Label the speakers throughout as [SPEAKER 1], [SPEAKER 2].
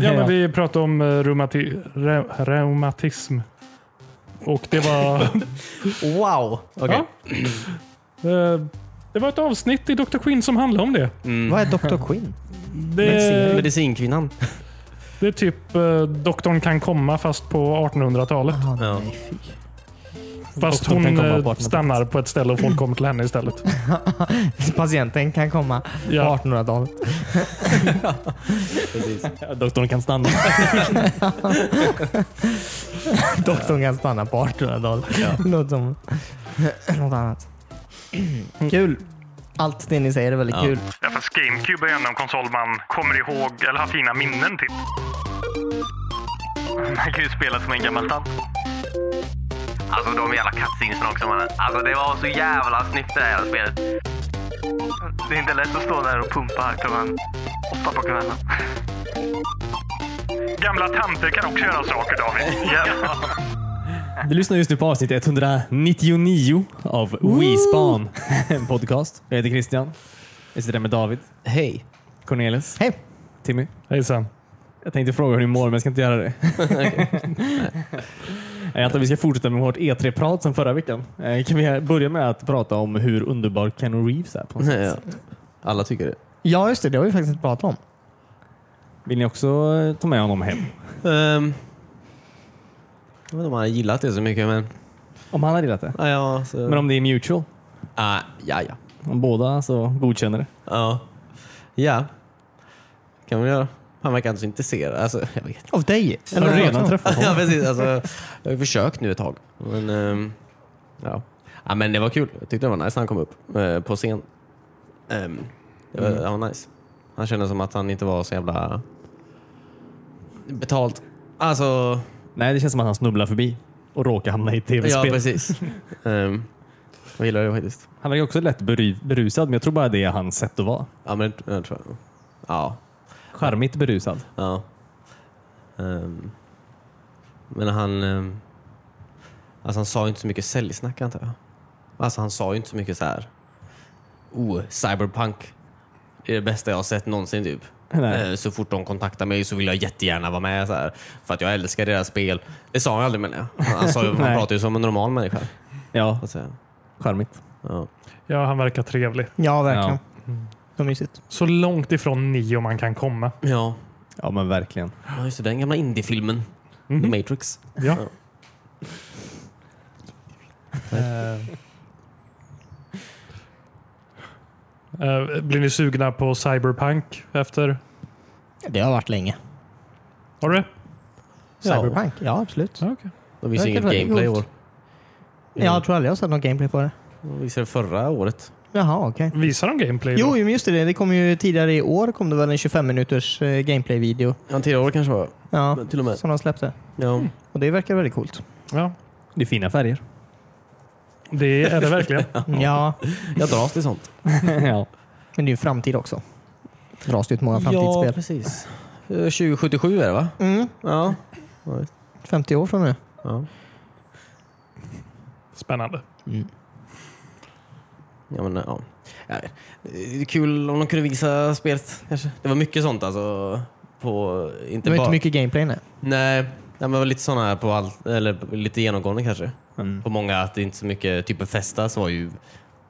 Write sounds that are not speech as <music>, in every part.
[SPEAKER 1] Ja, men vi pratade om eh, reumati re reumatism. Och det var,
[SPEAKER 2] <laughs>
[SPEAKER 3] Wow! Okej.
[SPEAKER 1] Ja. eh, det var ett avsnitt i Dr. Quinn som handlade om det.
[SPEAKER 3] Mm.
[SPEAKER 2] Mm.
[SPEAKER 3] Vad är Dr. <laughs> Quinn?
[SPEAKER 2] Eh.
[SPEAKER 1] Det,
[SPEAKER 4] Medicinkvinnan.
[SPEAKER 1] det är typ eh, doktorn kan komma fast på 1800-talet.
[SPEAKER 3] Ah,
[SPEAKER 4] Ja.
[SPEAKER 3] nej, <laughs> fy.
[SPEAKER 1] Fast
[SPEAKER 2] doktorn
[SPEAKER 1] hon
[SPEAKER 2] kan komma på
[SPEAKER 1] eh,
[SPEAKER 2] 1800-talet.
[SPEAKER 1] stannar på ett ställe och folk kommer till henne istället.
[SPEAKER 3] Patienten kan komma
[SPEAKER 1] Ja.
[SPEAKER 3] på 1800-talet.
[SPEAKER 2] <laughs> Doktorn kan stanna.
[SPEAKER 3] Doktorn kan stanna på 1800-talet. <laughs> Låter som <clears throat> något annat. Kul! Allt det ni säger är väldigt
[SPEAKER 4] Ja.
[SPEAKER 3] kul.
[SPEAKER 1] Ja, fast GameCube är ändå en konsol man kommer ihåg eller har fina minnen till.
[SPEAKER 5] Man kan ju spela som en gammal tant. Alltså de jävla cutscenesen också mannen. Alltså det var så jävla snyggt det här jävla spelet. Det är inte lätt att stå där och pumpa här klockan åtta på kvällen.
[SPEAKER 1] Gamla tanter kan också göra saker David.
[SPEAKER 2] Du lyssnar just nu på avsnitt 199 av WeSpan en podcast. Jag heter Christian. Jag sitter där med David,
[SPEAKER 4] Hej.
[SPEAKER 2] Cornelis,
[SPEAKER 3] Hej!
[SPEAKER 2] Timmy.
[SPEAKER 1] Hejsan.
[SPEAKER 2] Jag tänkte fråga hur ni mår, men jag ska inte
[SPEAKER 3] <laughs>
[SPEAKER 2] göra det. Jag antar att vi ska fortsätta med vårt E3-prat som förra veckan. Eh, Kan vi börja med att prata om hur underbar Keanu Reeves är? På något sätt?
[SPEAKER 4] Ja. Alla tycker det.
[SPEAKER 3] Ja, just det. Det har vi faktiskt inte pratat om.
[SPEAKER 2] Vill ni också eh, ta med honom hem?
[SPEAKER 4] Ehm, jag vet inte om han har gillat det så mycket, men...
[SPEAKER 2] Om han har gillat det.
[SPEAKER 4] Ja, ja, alltså- så,
[SPEAKER 2] Men om det är mutual?
[SPEAKER 4] ah, ja, ja.
[SPEAKER 2] Om båda så godkänner det.
[SPEAKER 4] Ja. Ja. kan vi göra. Han verkar inte så intresserad. Alltså, jag vet.
[SPEAKER 3] Av dig?
[SPEAKER 2] Har du
[SPEAKER 3] vad pratar
[SPEAKER 2] redan
[SPEAKER 3] vi om?
[SPEAKER 2] träffat
[SPEAKER 4] Ja,
[SPEAKER 2] honom?
[SPEAKER 4] precis. Alltså, jag har ju försökt nu ett tag. Men, ehm, ja. Ja, men det var kul. Jag tyckte det var nice när han kom upp eh, på scen. Ehm, det, var, det var nice. Han kände som att han inte var så jävla betalt. Alltså,
[SPEAKER 2] Nej, det känns som att han snubblar förbi och råkar hamna i ett
[SPEAKER 4] ja
[SPEAKER 2] tv-spel.
[SPEAKER 4] precis. <laughs> Ehm, jag gillar det faktiskt.
[SPEAKER 2] Han verkar också lätt beru- berusad, men jag tror bara det är hans sätt att vara.
[SPEAKER 4] Ja, men det jag tror jag. Ja.
[SPEAKER 2] Charmigt berusad.
[SPEAKER 4] ja. Ehm, men han... ehm, alltså han sa ju inte så mycket säljsnack antar jag. Alltså han sa ju inte så mycket så här. Oh, cyberpunk. Det är det bästa jag har sett någonsin typ.
[SPEAKER 2] Nej.
[SPEAKER 4] Eh, Så fort de kontaktar mig så vill jag jättegärna vara med så här, För att jag älskar deras spel. Det sa han aldrig menar jag. Han, sa ju,
[SPEAKER 2] <laughs>
[SPEAKER 4] han
[SPEAKER 2] Nej.
[SPEAKER 4] pratar ju som en normal människa.
[SPEAKER 2] Ja,
[SPEAKER 4] Så att säga.
[SPEAKER 2] charmigt.
[SPEAKER 4] Ja.
[SPEAKER 1] Ja, han verkar trevlig.
[SPEAKER 3] Ja, verkligen.
[SPEAKER 2] Ja.
[SPEAKER 3] Vad mysigt.
[SPEAKER 1] Så långt ifrån Neo man kan komma.
[SPEAKER 4] ja.
[SPEAKER 2] Ja, men verkligen.
[SPEAKER 4] Ja, just det. Den gamla indiefilmen.
[SPEAKER 3] Mhm.
[SPEAKER 4] The Matrix.
[SPEAKER 1] Ja. Eh, Blir ni sugna på Cyberpunk efter?
[SPEAKER 3] Det har varit länge.
[SPEAKER 1] Har du?
[SPEAKER 3] Cyberpunk? Ja, absolut.
[SPEAKER 1] Ja, okej.
[SPEAKER 4] De visade
[SPEAKER 3] Verkar
[SPEAKER 4] inget
[SPEAKER 3] väldigt
[SPEAKER 4] gameplay i
[SPEAKER 3] coolt.
[SPEAKER 4] år.
[SPEAKER 3] Jag tror aldrig jag har sett någon gameplay på det.
[SPEAKER 4] De visade förra året.
[SPEAKER 3] Jaha, okej.
[SPEAKER 1] Visar de gameplay? då?
[SPEAKER 3] Jo, men just det. Det kom ju tidigare i år kom det väl en 25 minuters eh, gameplay-video.
[SPEAKER 4] Ja, tidigare år kanske var.
[SPEAKER 3] Ja,
[SPEAKER 4] Till och med.
[SPEAKER 3] som de släppte.
[SPEAKER 4] Ja.
[SPEAKER 3] Och det verkar väldigt coolt.
[SPEAKER 1] Ja,
[SPEAKER 2] Det är fina färger.
[SPEAKER 1] det är det verkligen.
[SPEAKER 3] Ja,
[SPEAKER 4] Jag dras till sånt.
[SPEAKER 2] ja.
[SPEAKER 3] men det är ju framtid också. Dras det ut många
[SPEAKER 4] Ja,
[SPEAKER 3] framtidsspel.
[SPEAKER 4] precis. Eh, 2077 är det va?
[SPEAKER 3] Mm,
[SPEAKER 4] Ja.
[SPEAKER 3] 50 år från nu.
[SPEAKER 4] Ja,
[SPEAKER 1] Spännande.
[SPEAKER 4] ja men ja. ja. Det är kul om de kunde visa spelet kanske. Det var mycket sånt alltså. På, inte
[SPEAKER 3] Det var
[SPEAKER 4] bara-
[SPEAKER 3] inte mycket gameplay nej.
[SPEAKER 4] Nej, nej, men det var lite sådana här på allt, eller lite genomgående kanske. På många att det inte så mycket, typ en festa som var ju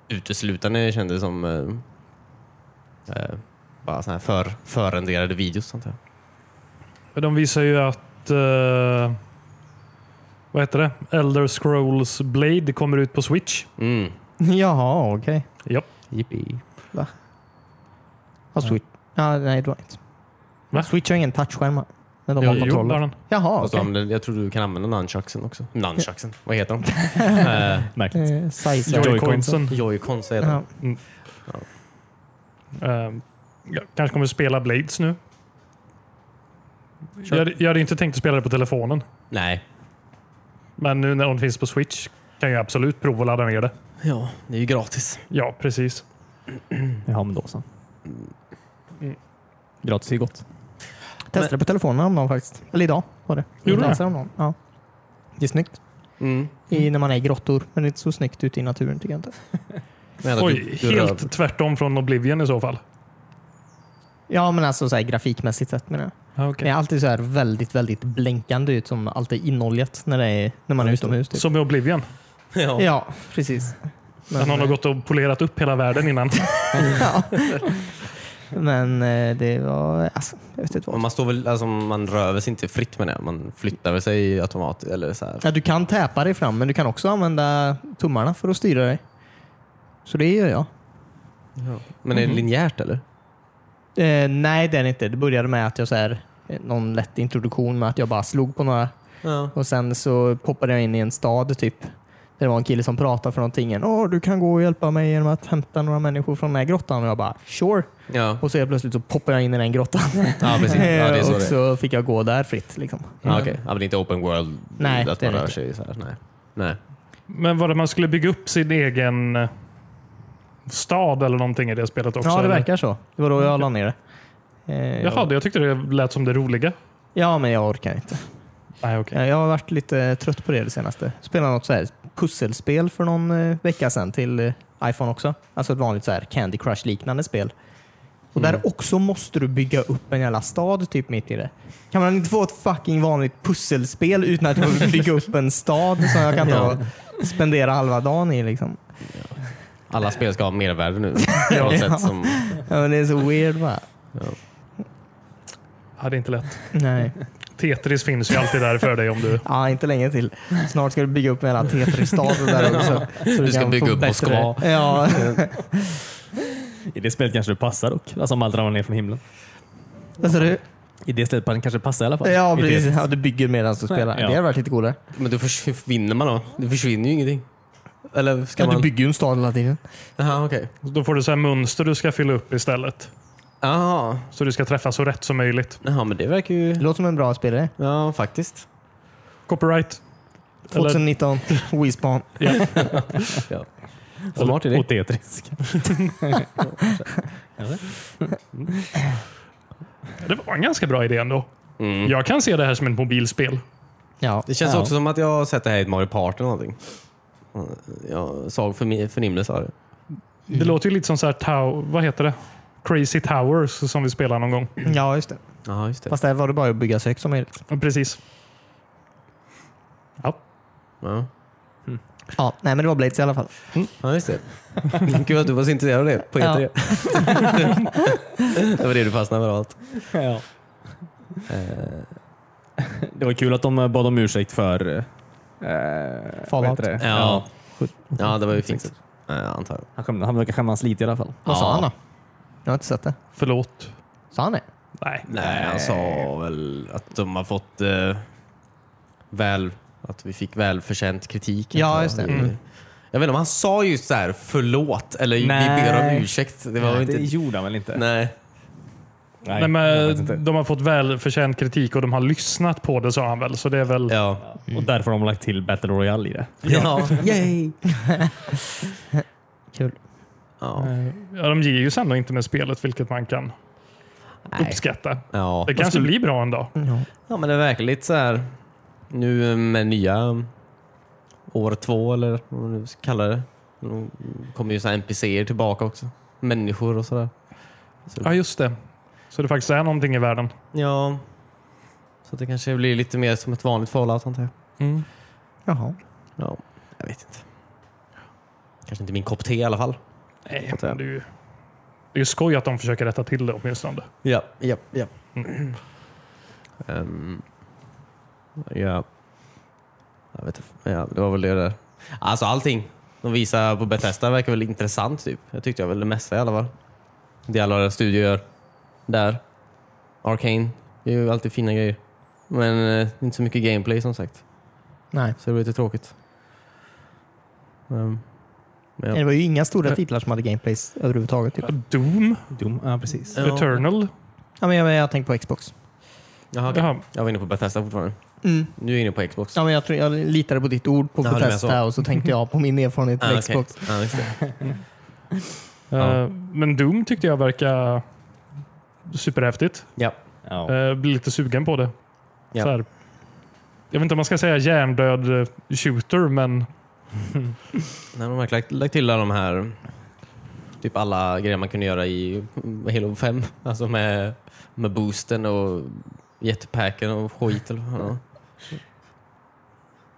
[SPEAKER 4] uteslutande kändes som eh, eh, bara sådana här för, förrenderade videos. Sånt här.
[SPEAKER 1] Men De visar ju att... eh, vad heter det? Elder Scrolls Blade kommer ut på Switch.
[SPEAKER 4] Mm.
[SPEAKER 3] <laughs> Jaha, okej.
[SPEAKER 1] Ja.
[SPEAKER 4] Jippi.
[SPEAKER 3] Har Switch... Ja, nej, det var inte.
[SPEAKER 1] Va?
[SPEAKER 3] Switch har ingen touchskärm. Men de
[SPEAKER 1] Jo,
[SPEAKER 3] har
[SPEAKER 1] jo,
[SPEAKER 3] kontroller.
[SPEAKER 1] där den.
[SPEAKER 3] Jaha,
[SPEAKER 4] Fast
[SPEAKER 3] okej.
[SPEAKER 4] de- Jag tror du kan använda nunchucksen också. Nunchucksen, vad heter <laughs> de?
[SPEAKER 2] Märkligt.
[SPEAKER 3] Eh, Size.
[SPEAKER 1] Joy-Consen.
[SPEAKER 4] Joycons heter
[SPEAKER 3] Ja.
[SPEAKER 4] de.
[SPEAKER 1] Eh, jag kanske kommer spela Blades nu. Jag, jag hade inte tänkt att spela det på telefonen.
[SPEAKER 4] Nej.
[SPEAKER 1] Men nu när de finns på Switch kan jag absolut prova att ladda ner det.
[SPEAKER 4] Ja, det är ju gratis.
[SPEAKER 1] Ja, precis.
[SPEAKER 2] Ja, men då så. Gratis är gott.
[SPEAKER 3] Testade på telefonen om någon faktiskt. Eller idag var det.
[SPEAKER 1] Gjorde du
[SPEAKER 3] det? Om någon. Ja. Det är snyggt.
[SPEAKER 4] Mm.
[SPEAKER 3] I, när man är i grottor. Men det är inte så snyggt ute i naturen tycker jag inte.
[SPEAKER 4] Men att
[SPEAKER 1] Oj,
[SPEAKER 4] du rör-
[SPEAKER 1] helt tvärtom från Oblivion i så fall.
[SPEAKER 3] Ja, men alltså så här, grafikmässigt sett menar jag.
[SPEAKER 1] Ja,
[SPEAKER 3] Det
[SPEAKER 1] okej.
[SPEAKER 3] är alltid så här väldigt, väldigt blänkande ut som alltid inoljet när, det är, när man är utomhus. Typ.
[SPEAKER 1] Som i Oblivion.
[SPEAKER 4] Ja.
[SPEAKER 3] Ja, precis.
[SPEAKER 1] Men, någon har gått och polerat upp hela världen innan.
[SPEAKER 3] ja. Men eh, det var... Alltså, jag vet inte
[SPEAKER 4] Och
[SPEAKER 3] vad.
[SPEAKER 4] Man, står väl, alltså, man rör väl sig inte fritt med det. Man flyttar väl sig automatiskt. Eller så här.
[SPEAKER 3] Ja, du kan täpa dig fram, men du kan också använda tummarna för att styra dig. Så det gör jag.
[SPEAKER 4] Men är det linjärt eller?
[SPEAKER 3] Eh, nej, det är det inte. Det började med att jag så här, eh, någon lätt introduktion med att jag bara slog på några
[SPEAKER 4] Ja.
[SPEAKER 3] och sen så poppade jag in i en stad typ. Där det var en kille som pratade för någonting. Åh, du kan gå och hjälpa mig genom att hämta några människor från den här grottan. Och jag bara sure.
[SPEAKER 4] Ja,
[SPEAKER 3] Och så helt plötsligt så poppar jag in i den grottan.
[SPEAKER 4] ja precis. <laughs> Ja, det är så
[SPEAKER 3] <laughs> och
[SPEAKER 4] det är.
[SPEAKER 3] så fick jag gå där fritt. Liksom.
[SPEAKER 4] Ja, okej. ja, men det är inte open world
[SPEAKER 3] Nej,
[SPEAKER 4] att
[SPEAKER 3] det är
[SPEAKER 4] man
[SPEAKER 3] det
[SPEAKER 4] rör
[SPEAKER 3] inte.
[SPEAKER 4] sig så här. Nej. Nej.
[SPEAKER 1] Men var det man skulle bygga upp sin egen eh, stad eller någonting i det spelet också?
[SPEAKER 3] Ja, det
[SPEAKER 1] eller?
[SPEAKER 3] verkar så. Det var då jag la ner det. Eh,
[SPEAKER 1] Jaha,
[SPEAKER 3] jag,
[SPEAKER 1] det- jag tyckte det lät som det roliga.
[SPEAKER 3] ja, men jag orkar inte.
[SPEAKER 1] Nej, okej.
[SPEAKER 3] Ja, Jag har varit lite trött på det det senaste. Spelade något så här pusselspel för någon eh, vecka sedan till eh, iPhone också. Alltså ett vanligt så här Candy Crush-liknande spel. Och där också måste du bygga upp en jävla stad typ mitt i det. Kan man inte få ett fucking vanligt pusselspel utan att jag <laughs> behöver bygga upp en stad som jag kan ta och spendera halva dagen i? Liksom.
[SPEAKER 4] Alla spel ska ha
[SPEAKER 3] <laughs>
[SPEAKER 4] mervärde nu. På något sätt som,
[SPEAKER 3] Ja, men det är så weird va?
[SPEAKER 1] Ja, det är inte lätt.
[SPEAKER 3] Nej.
[SPEAKER 1] Tetris finns ju alltid där för dig om du...
[SPEAKER 3] <laughs> Ja, inte länge till. Snart ska du bygga upp en jävla Tetris-stad
[SPEAKER 4] <laughs>
[SPEAKER 3] där också. Så
[SPEAKER 4] Du ska
[SPEAKER 3] kan
[SPEAKER 4] bygga
[SPEAKER 3] få
[SPEAKER 4] upp
[SPEAKER 3] bättre-
[SPEAKER 4] Moskva. <laughs>
[SPEAKER 3] Ja,
[SPEAKER 2] I det spelet kanske det passar dock. Alltså om allt ramlar ner från himlen.
[SPEAKER 3] vad
[SPEAKER 4] Alltså,
[SPEAKER 3] sa du?
[SPEAKER 2] I det spelet kanske det passar i alla fall.
[SPEAKER 3] Ja,
[SPEAKER 2] I det-
[SPEAKER 3] precis. Ja, du bygger medan du spelar.
[SPEAKER 2] Ja.
[SPEAKER 3] Det hade varit lite coolare.
[SPEAKER 4] men då försvinner man då? Det försvinner ju ingenting. Eller ska
[SPEAKER 3] Ja, du
[SPEAKER 4] man...
[SPEAKER 3] bygger ju en stad hela tiden.
[SPEAKER 4] Jaha, okej.
[SPEAKER 1] Då får du så här mönster du ska fylla upp istället.
[SPEAKER 4] Jaha.
[SPEAKER 1] Så du ska träffa så rätt som möjligt.
[SPEAKER 4] Jaha, men det verkar ju...
[SPEAKER 3] Det låter som en bra spelare.
[SPEAKER 4] Ja, faktiskt.
[SPEAKER 1] Copyright. Eller-
[SPEAKER 4] <laughs>
[SPEAKER 3] 2019, Wispan.
[SPEAKER 4] Ja.
[SPEAKER 2] Smart idé.
[SPEAKER 1] Och Tetris. Det var en ganska bra idé ändå.
[SPEAKER 4] Mm.
[SPEAKER 1] Jag kan se det här som ett mobilspel.
[SPEAKER 3] Ja.
[SPEAKER 4] Det känns
[SPEAKER 2] Ja.
[SPEAKER 4] också som att jag har sett det här i ett Mario Party eller någonting. Jag såg förmi- förnimmelse av det.
[SPEAKER 1] Det låter ju lite som så här tow- vad heter det? Crazy Towers som vi spelade någon gång.
[SPEAKER 3] ja, just det.
[SPEAKER 4] Jaha, just det.
[SPEAKER 3] Fast där var det bara att bygga så högt som möjligt.
[SPEAKER 1] Ja, Precis. Ja.
[SPEAKER 4] Ja.
[SPEAKER 3] Ja, nej, men det var Blades i alla fall.
[SPEAKER 4] ja, just det. <laughs> Gud att du var så intresserad av det på E3. <laughs> det var det du fastnade med av allt. Eh,
[SPEAKER 2] Ja. Det var kul att de bad om ursäkt för... eh, vad
[SPEAKER 3] Fallout.
[SPEAKER 2] heter det?
[SPEAKER 4] Ja. ja, det var ju fint. Ja, antar jag.
[SPEAKER 2] Han, skäm, han verkar skämmas lite i alla fall.
[SPEAKER 3] Vad sa
[SPEAKER 4] Ja.
[SPEAKER 3] han då? Jag har inte sett det.
[SPEAKER 1] Förlåt.
[SPEAKER 3] Sa han det?
[SPEAKER 1] Nej.
[SPEAKER 4] Nej, han sa väl att de har fått eh, väl... Att vi fick välförtjänt kritik.
[SPEAKER 3] Ja,
[SPEAKER 4] antar jag.
[SPEAKER 3] just det.
[SPEAKER 1] Mm.
[SPEAKER 4] Jag vet inte om han sa just så här förlåt eller vi
[SPEAKER 2] Nej.
[SPEAKER 4] ber om ursäkt. Det var
[SPEAKER 2] Nej,
[SPEAKER 4] väl inte...
[SPEAKER 2] det gjorde han väl inte?
[SPEAKER 4] Nej.
[SPEAKER 2] Nej,
[SPEAKER 1] Nej,
[SPEAKER 2] jag
[SPEAKER 1] men
[SPEAKER 2] vet
[SPEAKER 1] eh,
[SPEAKER 2] inte.
[SPEAKER 1] de har fått välförtjänt kritik och de har lyssnat på det sa han väl. Så det är väl...
[SPEAKER 4] Ja.
[SPEAKER 1] mm.
[SPEAKER 2] Och därför har de lagt till Battle Royale i det.
[SPEAKER 4] Ja. Yay!
[SPEAKER 3] <laughs> Kul.
[SPEAKER 4] Ja.
[SPEAKER 1] Ja, de ger ju sen då inte med spelet, vilket man kan uppskatta.
[SPEAKER 4] Ja.
[SPEAKER 1] Det kanske blir bra en dag.
[SPEAKER 4] ja, men det verkar lite så här nu med nya um, år två eller vad man nu ska kalla det. Nu kommer ju så här NPCer tillbaka också. Människor och sådär.
[SPEAKER 1] Ja, just det. Så det faktiskt är någonting i världen.
[SPEAKER 4] Ja. Så det kanske blir lite mer som ett vanligt Fallout antar jag.
[SPEAKER 3] Jaha.
[SPEAKER 4] Ja, jag vet inte. Kanske inte min kopp te i alla fall.
[SPEAKER 1] Nej, men det är ju det är ju skoj att de försöker rätta till det åtminstone.
[SPEAKER 4] Ja, ja, ja. Mm. Ehm, ja. Jag vet inte. Ja, det var väl det där. Alltså allting de visar på Bethesda verkar väl intressant typ. Jag tyckte jag väl det mesta i alla fall. Det alla deras studier gör där. Arcane gör ju alltid fina grejer. Men eh, inte så mycket gameplay som sagt.
[SPEAKER 3] Nej.
[SPEAKER 4] Så det var lite tråkigt. Ehm, men
[SPEAKER 3] Det var ju inga stora titlar som hade gameplays överhuvudtaget. Typ.
[SPEAKER 1] Doom,
[SPEAKER 2] Dum. Ja, precis.
[SPEAKER 4] Ja.
[SPEAKER 1] Returnal.
[SPEAKER 3] Ja, men jag, jag tänkte på Xbox.
[SPEAKER 4] Jaha, okej.
[SPEAKER 1] Jaha.
[SPEAKER 4] Jag var inne på Bethesda fortfarande.
[SPEAKER 3] Mm.
[SPEAKER 4] Nu är jag inne på Xbox.
[SPEAKER 3] Ja, men jag, tror, jag litade på ditt ord på
[SPEAKER 4] Ja, du menar
[SPEAKER 3] Bethesda
[SPEAKER 4] så.
[SPEAKER 3] och så tänkte jag på min erfarenhet
[SPEAKER 4] Ah,
[SPEAKER 3] på
[SPEAKER 4] okej.
[SPEAKER 3] Xbox.
[SPEAKER 4] Ah, just det.
[SPEAKER 1] Eh, Men Doom tyckte jag verkar superhäftigt.
[SPEAKER 4] Ja.
[SPEAKER 2] Ja.
[SPEAKER 1] Uh, blir lite sugen på det.
[SPEAKER 4] Ja.
[SPEAKER 1] Så här. Jag vet inte om man ska säga hjärndöd eh, shooter, men
[SPEAKER 4] Nej, de har verkligen lagt, lagt till alla de här typ alla grejer man kunde göra i Halo 5. Alltså med, med boosten och Jetpacken och skit eller vad ja.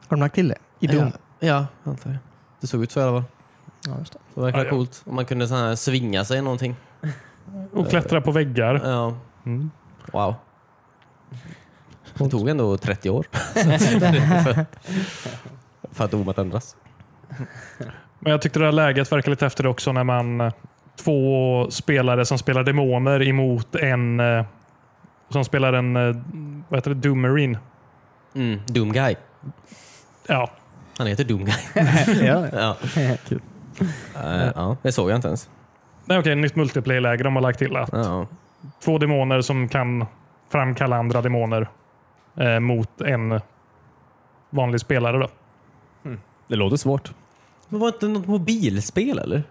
[SPEAKER 3] Har de lagt till det? I Doom?
[SPEAKER 4] ja, ja, antar jag. Det såg ut så i alla fall.
[SPEAKER 3] Ja, just det.
[SPEAKER 4] Det verkar
[SPEAKER 1] Ja, ja.
[SPEAKER 4] coolt. Om man kunde så här svinga sig i någonting.
[SPEAKER 1] Och klättra på väggar.
[SPEAKER 4] Ja.
[SPEAKER 1] Mm.
[SPEAKER 4] Wow. Det tog ändå 30 <laughs> år. för, för att domat ändras.
[SPEAKER 1] Men jag tyckte det här läget verkade lite efter det också när man eh, två spelare som spelar demoner emot en eh, som spelar en eh, vad heter det? Doom Marine.
[SPEAKER 4] Mm. Doom guy.
[SPEAKER 1] Ja,
[SPEAKER 4] Han heter Doom guy.
[SPEAKER 2] <laughs> ja.
[SPEAKER 4] <laughs> ja.
[SPEAKER 2] Kul.
[SPEAKER 4] Eh, ja. Det såg jag inte ens.
[SPEAKER 1] Nej, okej, nytt multiplayer-läge. De har lagt till att
[SPEAKER 4] Ja.
[SPEAKER 1] två demoner som kan framkalla andra demoner eh, mot en vanlig spelare. Då.
[SPEAKER 2] Det låter svårt.
[SPEAKER 4] Men var det inte något mobilspel eller?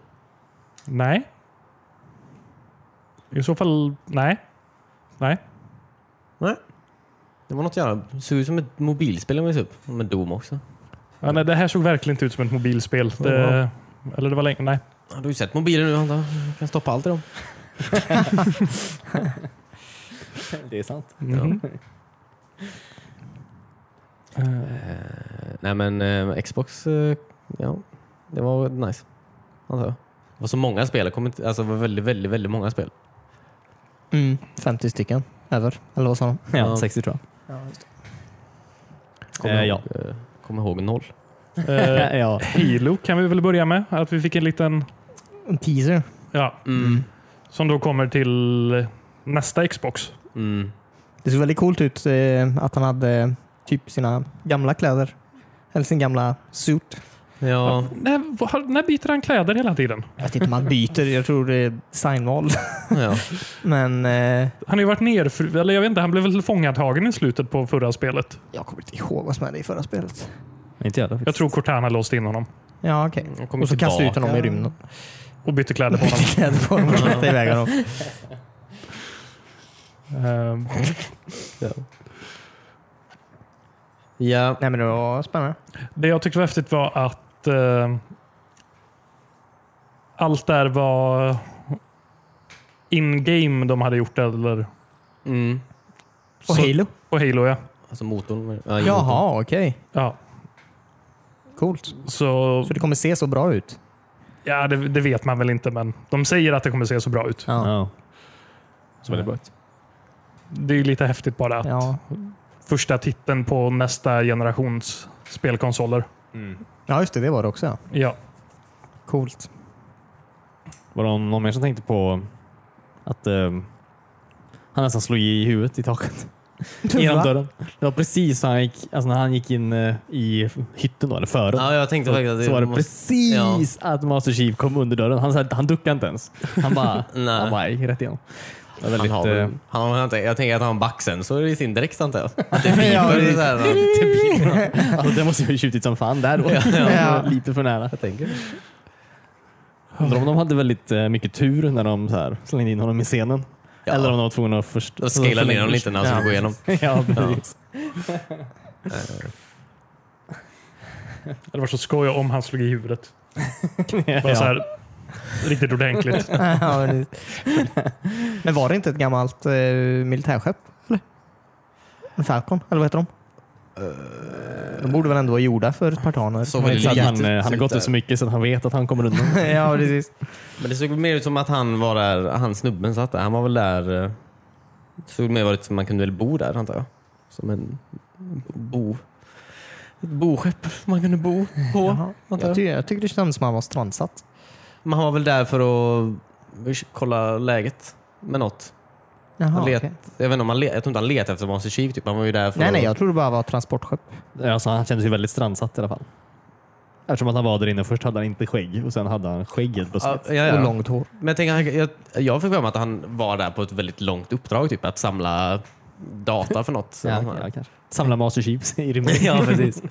[SPEAKER 1] Nej. I så fall, nej. Nej.
[SPEAKER 4] Nej. Det var något jävla... Det såg ut som ett mobilspel om jag upp. Med Doom också.
[SPEAKER 1] Ja, nej. Det här såg verkligen inte ut som ett mobilspel. Det, eller det var länge. Nej.
[SPEAKER 4] Ja, du har ju sett mobiler nu antar jag. Du kan stoppa allt i dem.
[SPEAKER 2] Det är sant.
[SPEAKER 1] Mhm.
[SPEAKER 4] Eh, nej men eh, Xbox, eh, ja. Det var nice. Antar jag. Det var så många spel. Jag kommer inte, alltså, det var väldigt, väldigt, väldigt många spel.
[SPEAKER 3] Mm, 50 stycken. Över. Eller vad sa de?
[SPEAKER 2] Ja,
[SPEAKER 4] Ja.
[SPEAKER 2] 60 tror
[SPEAKER 4] Kommer
[SPEAKER 2] Eh,
[SPEAKER 4] ihåg, eh, kommer ihåg noll.
[SPEAKER 1] Eh,
[SPEAKER 2] <laughs> jag. ja.
[SPEAKER 1] Halo kan vi väl börja med. Att vi fick en liten...
[SPEAKER 3] En teaser.
[SPEAKER 1] Ja,
[SPEAKER 4] Mm.
[SPEAKER 1] som då kommer till nästa Xbox.
[SPEAKER 4] Mm.
[SPEAKER 3] Det såg väldigt coolt ut eh, att han hade eh, typ sina gamla kläder. Eller sin gamla suit.
[SPEAKER 4] Ja,
[SPEAKER 1] När, var- när byter han kläder hela tiden?
[SPEAKER 3] Jag vet inte om han byter. Jag tror det är designval.
[SPEAKER 4] ja.
[SPEAKER 3] Men eh,
[SPEAKER 1] Han har ju varit nerfru... Eller jag vet inte, han blev väl fångatagen i slutet på förra spelet.
[SPEAKER 3] jag kommer inte ihåg vad som hände i förra spelet.
[SPEAKER 2] Inte jag då.
[SPEAKER 1] Jag tror Cortana låste in honom
[SPEAKER 3] Ja, okej.
[SPEAKER 4] Han kommer
[SPEAKER 3] Och så kastade ut
[SPEAKER 4] tillbaka.
[SPEAKER 3] honom i rymden.
[SPEAKER 1] och bytte kläder på honom.
[SPEAKER 3] Bytte <laughs> kläder på honom och kastade iväg honom.
[SPEAKER 1] Ehm,
[SPEAKER 4] Ja,
[SPEAKER 3] Nej, men det var spännande.
[SPEAKER 1] Det jag tyckte var häftigt var att eh, allt där var in-game de hade gjort. Eller,
[SPEAKER 4] mm.
[SPEAKER 3] Och
[SPEAKER 1] Så-
[SPEAKER 3] Halo.
[SPEAKER 1] på Halo, ja.
[SPEAKER 4] alltså motorn. Ja, i motorn.
[SPEAKER 3] Jaha, okej.
[SPEAKER 1] ja.
[SPEAKER 3] Coolt.
[SPEAKER 1] Så
[SPEAKER 3] Så det kommer se så bra ut?
[SPEAKER 1] ja, det, det vet man väl inte, men de säger att det kommer se så bra ut.
[SPEAKER 3] Ja.
[SPEAKER 2] Ja. Så väldigt bra ut.
[SPEAKER 1] Det är ju lite häftigt bara att
[SPEAKER 3] Ja,
[SPEAKER 1] första titeln på nästa generations spelkonsoler.
[SPEAKER 3] ja just det. Det var det också. ja.
[SPEAKER 1] Ja.
[SPEAKER 3] Coolt.
[SPEAKER 2] Var det någon mer som tänkte på att ehm, han nästan slog i huvudet i taket? Genom dörren. Det var precis han gick, alltså när han gick in eh, i hytten, då, eller fören.
[SPEAKER 4] Ja, Alltså, jag tänkte faktiskt att
[SPEAKER 2] så, så var det
[SPEAKER 4] måste-
[SPEAKER 2] precis att Master Chief kom under dörren. Han, så här- han duckade inte ens. Han bara,
[SPEAKER 4] <laughs> Nej.
[SPEAKER 2] han bara gick rätt igenom. Det var
[SPEAKER 4] Han
[SPEAKER 2] väldigt,
[SPEAKER 4] har,
[SPEAKER 2] eh,
[SPEAKER 4] väl- han har, jag tänker- jag tänker att han har en backsensor i sin dräkt
[SPEAKER 2] <laughs>
[SPEAKER 4] antar jag. Att <laughs> det
[SPEAKER 3] Ja,
[SPEAKER 4] piper
[SPEAKER 3] det-
[SPEAKER 4] så här, när-
[SPEAKER 2] alltså, det måste ju ha tjutit som fan där
[SPEAKER 4] <laughs>
[SPEAKER 2] då. <laughs>
[SPEAKER 3] Ja.
[SPEAKER 2] Lite för nära.
[SPEAKER 4] jag tänker.
[SPEAKER 2] Undrar om de hade väldigt eh, mycket tur när de så här, slängde in honom i scenen.
[SPEAKER 4] Ja.
[SPEAKER 2] Eller om de var tvungna att först...
[SPEAKER 4] Då scalade ner honom lite när han skulle gå igenom.
[SPEAKER 2] <laughs> ja, precis.
[SPEAKER 1] Det var så skoj om han slog i huvudet.
[SPEAKER 2] Ja.
[SPEAKER 1] Bara så här, riktigt
[SPEAKER 3] <laughs>
[SPEAKER 1] ordentligt.
[SPEAKER 3] <laughs> Ja, men det- men var det inte ett gammalt eh, militärskepp? Eller? En Falcon, eller vad heter de? De borde väl ändå vara gjorda för spartaner?
[SPEAKER 4] Så
[SPEAKER 2] Det är
[SPEAKER 4] väldigt
[SPEAKER 2] så att
[SPEAKER 4] litet
[SPEAKER 2] han, eh, han har
[SPEAKER 4] ut
[SPEAKER 2] gått
[SPEAKER 4] där.
[SPEAKER 2] ut så mycket så att han vet att han kommer undan.
[SPEAKER 3] <laughs> ja, precis.
[SPEAKER 4] Men det såg mer ut som att han var där, han snubben satt där. Han var väl där. eh, Det såg mer ut som att man kunde väl bo där antar jag. Som en bo. Ett boskepp man kunde bo på.
[SPEAKER 3] Jaha. Jag, ty- jag tycker det kändes som att han var strandsatt.
[SPEAKER 4] Men han var väl där för att kolla läget med något.
[SPEAKER 3] Jaha,
[SPEAKER 4] Han let,
[SPEAKER 3] okej.
[SPEAKER 4] jag, vet inte om han let, jag tror inte han letade efter Monster Chief. Typ. Han var ju där för
[SPEAKER 3] Nej,
[SPEAKER 4] att...
[SPEAKER 3] nej, jag tror det bara var ett transportskepp.
[SPEAKER 2] Alltså, han kändes ju väldigt strandsatt i alla fall. Eftersom att han var där inne först hade han inte skägg och sen hade han skägget
[SPEAKER 4] ja,
[SPEAKER 2] plötsligt.
[SPEAKER 4] ja, ja.
[SPEAKER 3] Och långt hår.
[SPEAKER 4] Men jag, tänker, han- jag, jag fick för mig att han var där på ett väldigt långt uppdrag. Typ, att samla data för något.
[SPEAKER 2] Ja, ja, kanske. Samla Master Chiefs i <laughs> rymden.
[SPEAKER 4] ja precis.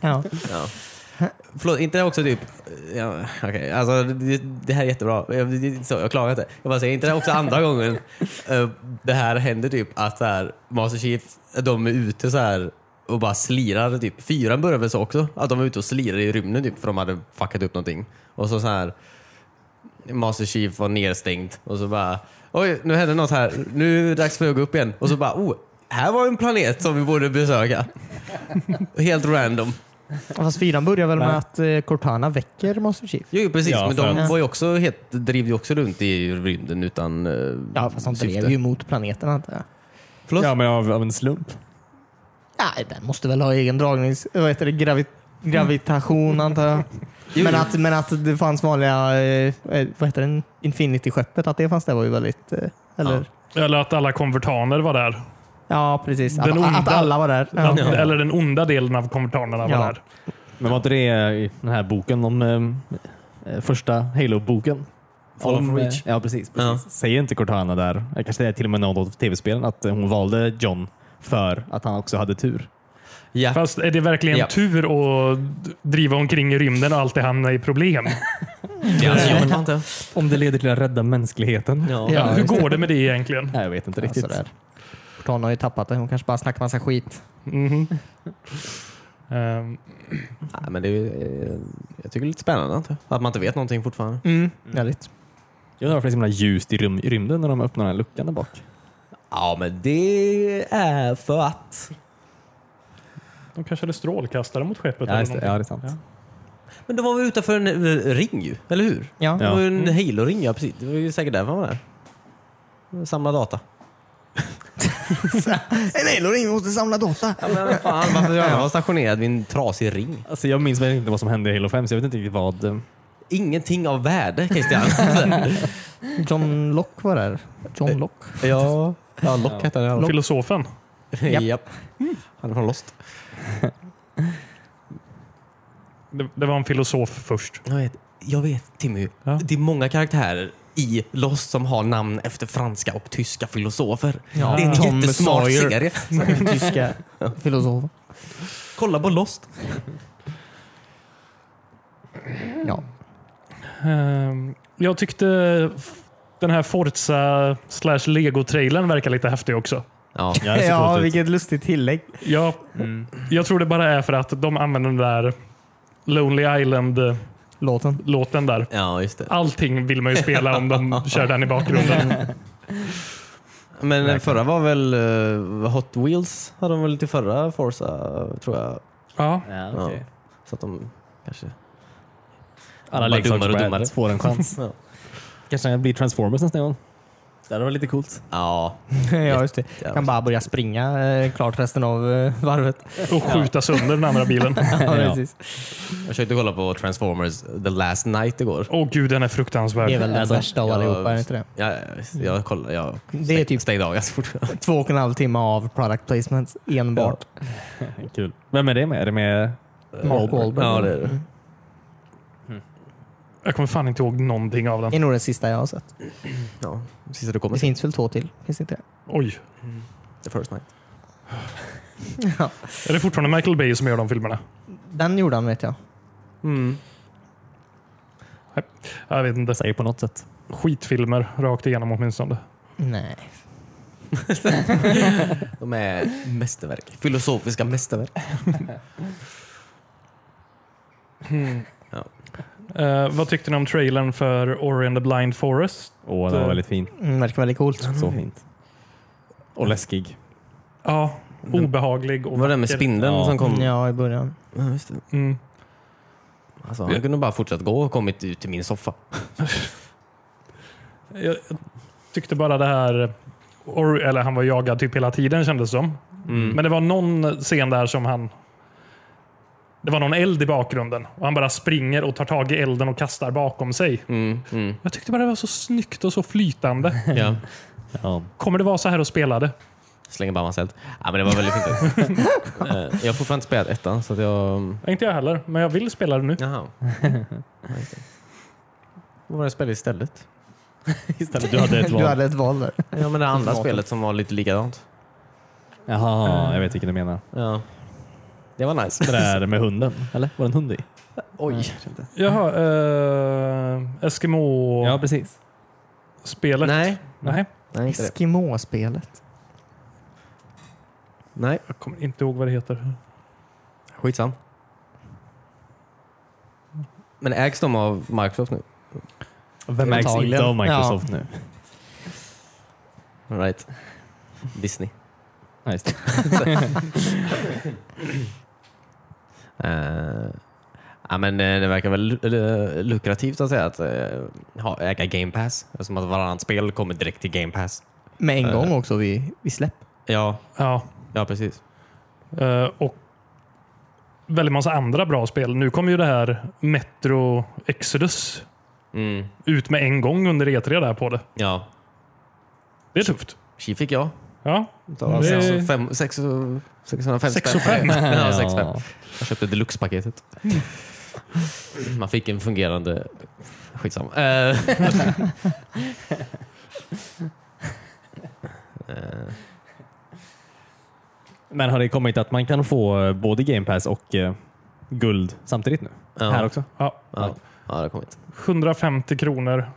[SPEAKER 3] Ja.
[SPEAKER 4] Ja. Förlåt, inte det också typ... Ja, okej, alltså, det, det här är jättebra. Jag, det- det- så, jag klarar inte. Jag bara säger, inte det också andra gången eh, det här händer typ att så här, Master Chief, de är ute så här och bara slirar. Typ. Fyran började väl så också? Att de var ute och slirade i rymden typ, för de hade fuckat upp någonting. Och så, så här Master Chief var nedstängt och så bara Oj, nu hände något här. Nu är det dags för att gå upp igen. Och så bara, oh, här var en planet som vi borde besöka. <laughs> Helt random.
[SPEAKER 3] Fast fyran börjar väl
[SPEAKER 2] Nej.
[SPEAKER 3] med att eh, Cortana väcker Master Chief?
[SPEAKER 4] Jo, precis.
[SPEAKER 2] Ja,
[SPEAKER 4] men
[SPEAKER 2] för
[SPEAKER 4] de
[SPEAKER 3] att-
[SPEAKER 4] var ju också helt, drev ju också runt i rymden utan eh,
[SPEAKER 3] Ja, fast de
[SPEAKER 4] syfte.
[SPEAKER 3] drev ju mot planeten antar jag.
[SPEAKER 4] Förlåt?
[SPEAKER 2] Ja, men av, av en slump.
[SPEAKER 3] Nej, den måste väl ha egen dragnings... Vad heter det? Gravi... Gravitation antar jag.
[SPEAKER 4] Jo,
[SPEAKER 3] Men
[SPEAKER 4] jo.
[SPEAKER 3] att, men att det fanns vanliga, eh, eh, vad heter den, Infinity-skeppet, att det fanns där var ju väldigt... eh, Eller?
[SPEAKER 1] Eller att alla konvertaner var där.
[SPEAKER 3] Ja, precis. Att,
[SPEAKER 1] Den onda-
[SPEAKER 3] att alla var där. Ja.
[SPEAKER 1] Att, Eller den onda delen av konvertanerna var
[SPEAKER 3] Ja.
[SPEAKER 1] där.
[SPEAKER 2] Men var inte det eh, i den här boken om eh, första Halo-boken?
[SPEAKER 4] Fall of
[SPEAKER 2] Om, eh,
[SPEAKER 4] Reach.
[SPEAKER 2] Ja, precis.
[SPEAKER 4] Ja.
[SPEAKER 2] precis. Säger inte Cortana där, eh, kanske det är till och med något av tv-spelen, att eh, hon valde John för att han också hade tur.
[SPEAKER 4] ja.
[SPEAKER 1] Fast är det verkligen
[SPEAKER 4] Ja.
[SPEAKER 1] tur att d- driva omkring i rymden och alltid hamna i problem?
[SPEAKER 4] Ja, alltså, jag
[SPEAKER 2] men-
[SPEAKER 4] kan inte.
[SPEAKER 2] Om det leder till att rädda mänskligheten?
[SPEAKER 4] Ja.
[SPEAKER 3] Ja,
[SPEAKER 1] Hur
[SPEAKER 3] just
[SPEAKER 1] går det med det egentligen?
[SPEAKER 2] Nej, jag vet inte
[SPEAKER 3] Ja,
[SPEAKER 2] riktigt.
[SPEAKER 3] sådär. Cortana har ju tappat det. Hon kanske bara snackar massa skit.
[SPEAKER 1] Mhm. Ehm,
[SPEAKER 4] Nej, men det är, ju, eh, jag tycker det är lite spännande antar jag. att man inte vet någonting fortfarande.
[SPEAKER 3] Mm. Väldigt.
[SPEAKER 2] Jag undrar varför det är så himla ljust i, rym i rymden när de öppnar den här luckan där bak.
[SPEAKER 4] Ja, men det är för att.
[SPEAKER 1] de kanske hade strålkastare mot skeppet.
[SPEAKER 2] Ja,
[SPEAKER 1] eller
[SPEAKER 2] just det.
[SPEAKER 1] någonting.
[SPEAKER 2] Ja, det är sant.
[SPEAKER 1] Ja.
[SPEAKER 4] Men då var vi utanför en eh, ring ju, eller hur?
[SPEAKER 3] Ja. <laughs>
[SPEAKER 2] Ja.
[SPEAKER 4] Det var ju en Halo-ring, ja precis. Det var ju säkert därför han var där. Samla data.
[SPEAKER 3] En Elorin måste samla data.
[SPEAKER 4] Ja, men fan, varför jag var stationerad vid en trasig ring?
[SPEAKER 2] Alltså, jag minns verkligen inte vad som hände i Halo 5, så jag vet inte riktigt vad... eh,
[SPEAKER 4] Ingenting av värde, <laughs> Christian.
[SPEAKER 3] John Locke var där. John Locke.
[SPEAKER 4] ja, ja, Lock hette han.
[SPEAKER 1] Filosofen.
[SPEAKER 3] Japp.
[SPEAKER 4] Japp. Han är från Lost.
[SPEAKER 1] Det, det var en filosof först.
[SPEAKER 4] Jag vet, jag vet Timmy.
[SPEAKER 1] Ja.
[SPEAKER 4] Det är många karaktärer i Lost som har namn efter franska och tyska filosofer.
[SPEAKER 3] Ja.
[SPEAKER 4] Det är en
[SPEAKER 3] Tom
[SPEAKER 4] jättesmart
[SPEAKER 3] Sawyer.
[SPEAKER 4] serie.
[SPEAKER 3] Den <laughs> tyska filosofen.
[SPEAKER 4] Kolla på Lost.
[SPEAKER 3] Ja.
[SPEAKER 1] Ehm, Jag tyckte f- den här Forza slash Lego-trailern verkar lite häftig också.
[SPEAKER 4] Ja.
[SPEAKER 2] Ja, det ser coolt ut.
[SPEAKER 3] vilket lustigt tillägg.
[SPEAKER 1] Jag,
[SPEAKER 3] Mm.
[SPEAKER 1] jag tror det bara är för att de använder den där Lonely Island-låten
[SPEAKER 3] Låten.
[SPEAKER 1] där.
[SPEAKER 4] ja, just det.
[SPEAKER 1] Allting vill man ju spela om
[SPEAKER 3] <laughs>
[SPEAKER 1] de kör den i bakgrunden.
[SPEAKER 4] Men den förra var väl eh, Hot Wheels? Hade de väl till förra Forza, tror jag.
[SPEAKER 1] Ja.
[SPEAKER 2] Ja, okej.
[SPEAKER 4] Så att de kanske...
[SPEAKER 2] Alla
[SPEAKER 4] Bara dummare och dummare.
[SPEAKER 2] leksaksbrädet får en chans.
[SPEAKER 4] Ja.
[SPEAKER 2] Kanske det blir Transformers nästa gång. Det hade varit lite coolt.
[SPEAKER 4] ja.
[SPEAKER 3] <laughs> ja, just det. Kan bara börja springa eh, klart resten av eh, varvet.
[SPEAKER 1] Och skjuta sönder den andra bilen.
[SPEAKER 3] Ja,
[SPEAKER 2] Ja.
[SPEAKER 3] <laughs> precis.
[SPEAKER 4] Jag försökte kolla på Transformers The Last Night igår.
[SPEAKER 1] Åh gud, den är fruktansvärd.
[SPEAKER 3] Det är väl den
[SPEAKER 2] Alltså,
[SPEAKER 3] värsta av allihopa, är det inte det?
[SPEAKER 4] Ja, ja, visst. jag kollade. Jag
[SPEAKER 3] Det är typ
[SPEAKER 4] stängde av ganska fort.
[SPEAKER 3] två och en halv timme av product placement enbart.
[SPEAKER 2] Kul. Vem är det med? Är det med...
[SPEAKER 3] Mark Wahlberg.
[SPEAKER 4] Ja, det är det.
[SPEAKER 1] Jag kommer fan inte ihåg någonting av den.
[SPEAKER 3] Det är nog den sista jag har sett.
[SPEAKER 4] Ja. Sista du
[SPEAKER 3] Det
[SPEAKER 4] kommer se.
[SPEAKER 3] finns väl två till? Finns det inte det?
[SPEAKER 1] Oj.
[SPEAKER 4] The First Night.
[SPEAKER 1] Är det fortfarande Michael Bay som gör de filmerna?
[SPEAKER 3] Den gjorde han vet jag.
[SPEAKER 1] Jag vet inte.
[SPEAKER 2] Säger på något sätt.
[SPEAKER 1] Skitfilmer rakt igenom åtminstone.
[SPEAKER 3] Nej.
[SPEAKER 4] De är mästerverk. Filosofiska mästerverk.
[SPEAKER 1] Eh, vad tyckte ni om trailern för Ori and the Blind Forest?
[SPEAKER 2] Åh, den var väldigt fin.
[SPEAKER 3] Mm, verkar väldigt coolt.
[SPEAKER 2] Så fint. Och läskig.
[SPEAKER 1] Ja, obehaglig och
[SPEAKER 4] Var det med
[SPEAKER 1] vacker.
[SPEAKER 4] spindeln
[SPEAKER 2] Ja.
[SPEAKER 4] som kom?
[SPEAKER 3] Mm, Ja, i början.
[SPEAKER 4] Ja, just det.
[SPEAKER 1] Mm.
[SPEAKER 4] Alltså, han kunde bara fortsatt gå och kommit ut till min soffa.
[SPEAKER 1] Jag jag tyckte bara det här... Ori, eller han var jagad typ hela tiden kändes det som.
[SPEAKER 4] Mm.
[SPEAKER 2] Mm.
[SPEAKER 1] Men det var någon scen där som han... Det var någon eld i bakgrunden och han bara springer och tar tag i elden och kastar bakom sig.
[SPEAKER 4] Mm, mm.
[SPEAKER 1] Jag tyckte bara det var så snyggt och så flytande.
[SPEAKER 4] Ja.
[SPEAKER 2] Ja.
[SPEAKER 1] Kommer det vara så här och spela det?
[SPEAKER 4] Slänger bara massa eld. Ja, men det var väldigt fint. <laughs> Eh, jag har fortfarande inte spelat ettan, så att jag...
[SPEAKER 1] Inte jag heller, men jag vill spela det nu.
[SPEAKER 4] Jaha. Ja, just det. Vad var det jag spelade istället?
[SPEAKER 2] <laughs> Istället, du hade
[SPEAKER 3] <laughs>
[SPEAKER 2] ett val.
[SPEAKER 3] Du hade ett val där.
[SPEAKER 4] Ja, men det andra
[SPEAKER 3] Ultimatum.
[SPEAKER 4] spelet som var lite likadant.
[SPEAKER 2] Jaha, jag vet vilken du menar.
[SPEAKER 4] Ja. Det var nice.
[SPEAKER 2] Det där med hunden. Eller? Var det en hund i?
[SPEAKER 4] <laughs> Oj.
[SPEAKER 1] Jaha, eh,
[SPEAKER 2] Ja,
[SPEAKER 1] Eskimo-spelet?
[SPEAKER 2] precis.
[SPEAKER 4] Nej.
[SPEAKER 1] Nej,
[SPEAKER 4] Nej, inte det.
[SPEAKER 3] Eskimo-spelet.
[SPEAKER 4] Nej.
[SPEAKER 1] jag kommer inte ihåg vad det heter.
[SPEAKER 4] Skitsam. Men ägs de av Microsoft nu?
[SPEAKER 2] Vem ägs inte
[SPEAKER 3] Antagligen.
[SPEAKER 2] av Microsoft nu?
[SPEAKER 4] Right. Disney.
[SPEAKER 2] Ja, just det.
[SPEAKER 4] Eh, ja, men eh, det verkar väl lu- eh, lukrativt att säga att eh, ha, äga Game Pass. Eftersom att varannat spel kommer direkt till Game Pass.
[SPEAKER 3] Med en gång också vid, vid släpp.
[SPEAKER 4] Ja,
[SPEAKER 1] Ja,
[SPEAKER 4] ja precis.
[SPEAKER 1] eh, och väldigt massa andra bra spel. Nu kommer ju det här Metro Exodus
[SPEAKER 4] Mm,
[SPEAKER 1] ut med en gång under E3 där på det.
[SPEAKER 4] ja.
[SPEAKER 1] Det är tufft.
[SPEAKER 4] Chi fick jag.
[SPEAKER 1] Ja,
[SPEAKER 4] Utav
[SPEAKER 1] Det är-
[SPEAKER 4] sex- fem- sex och- 605
[SPEAKER 1] Sex
[SPEAKER 4] spänn.
[SPEAKER 1] och fem.
[SPEAKER 4] <laughs> ja, 605. Jag köpte <laughs> deluxe-paketet. Man fick en fungerande... Skitsamma. Eh. Eh,
[SPEAKER 2] Men har det kommit att man kan få eh, både Game Pass och eh, guld samtidigt nu?
[SPEAKER 4] Ja.
[SPEAKER 2] Här också?
[SPEAKER 1] ja.
[SPEAKER 4] ja, ja, det har kommit.
[SPEAKER 1] 150 kronor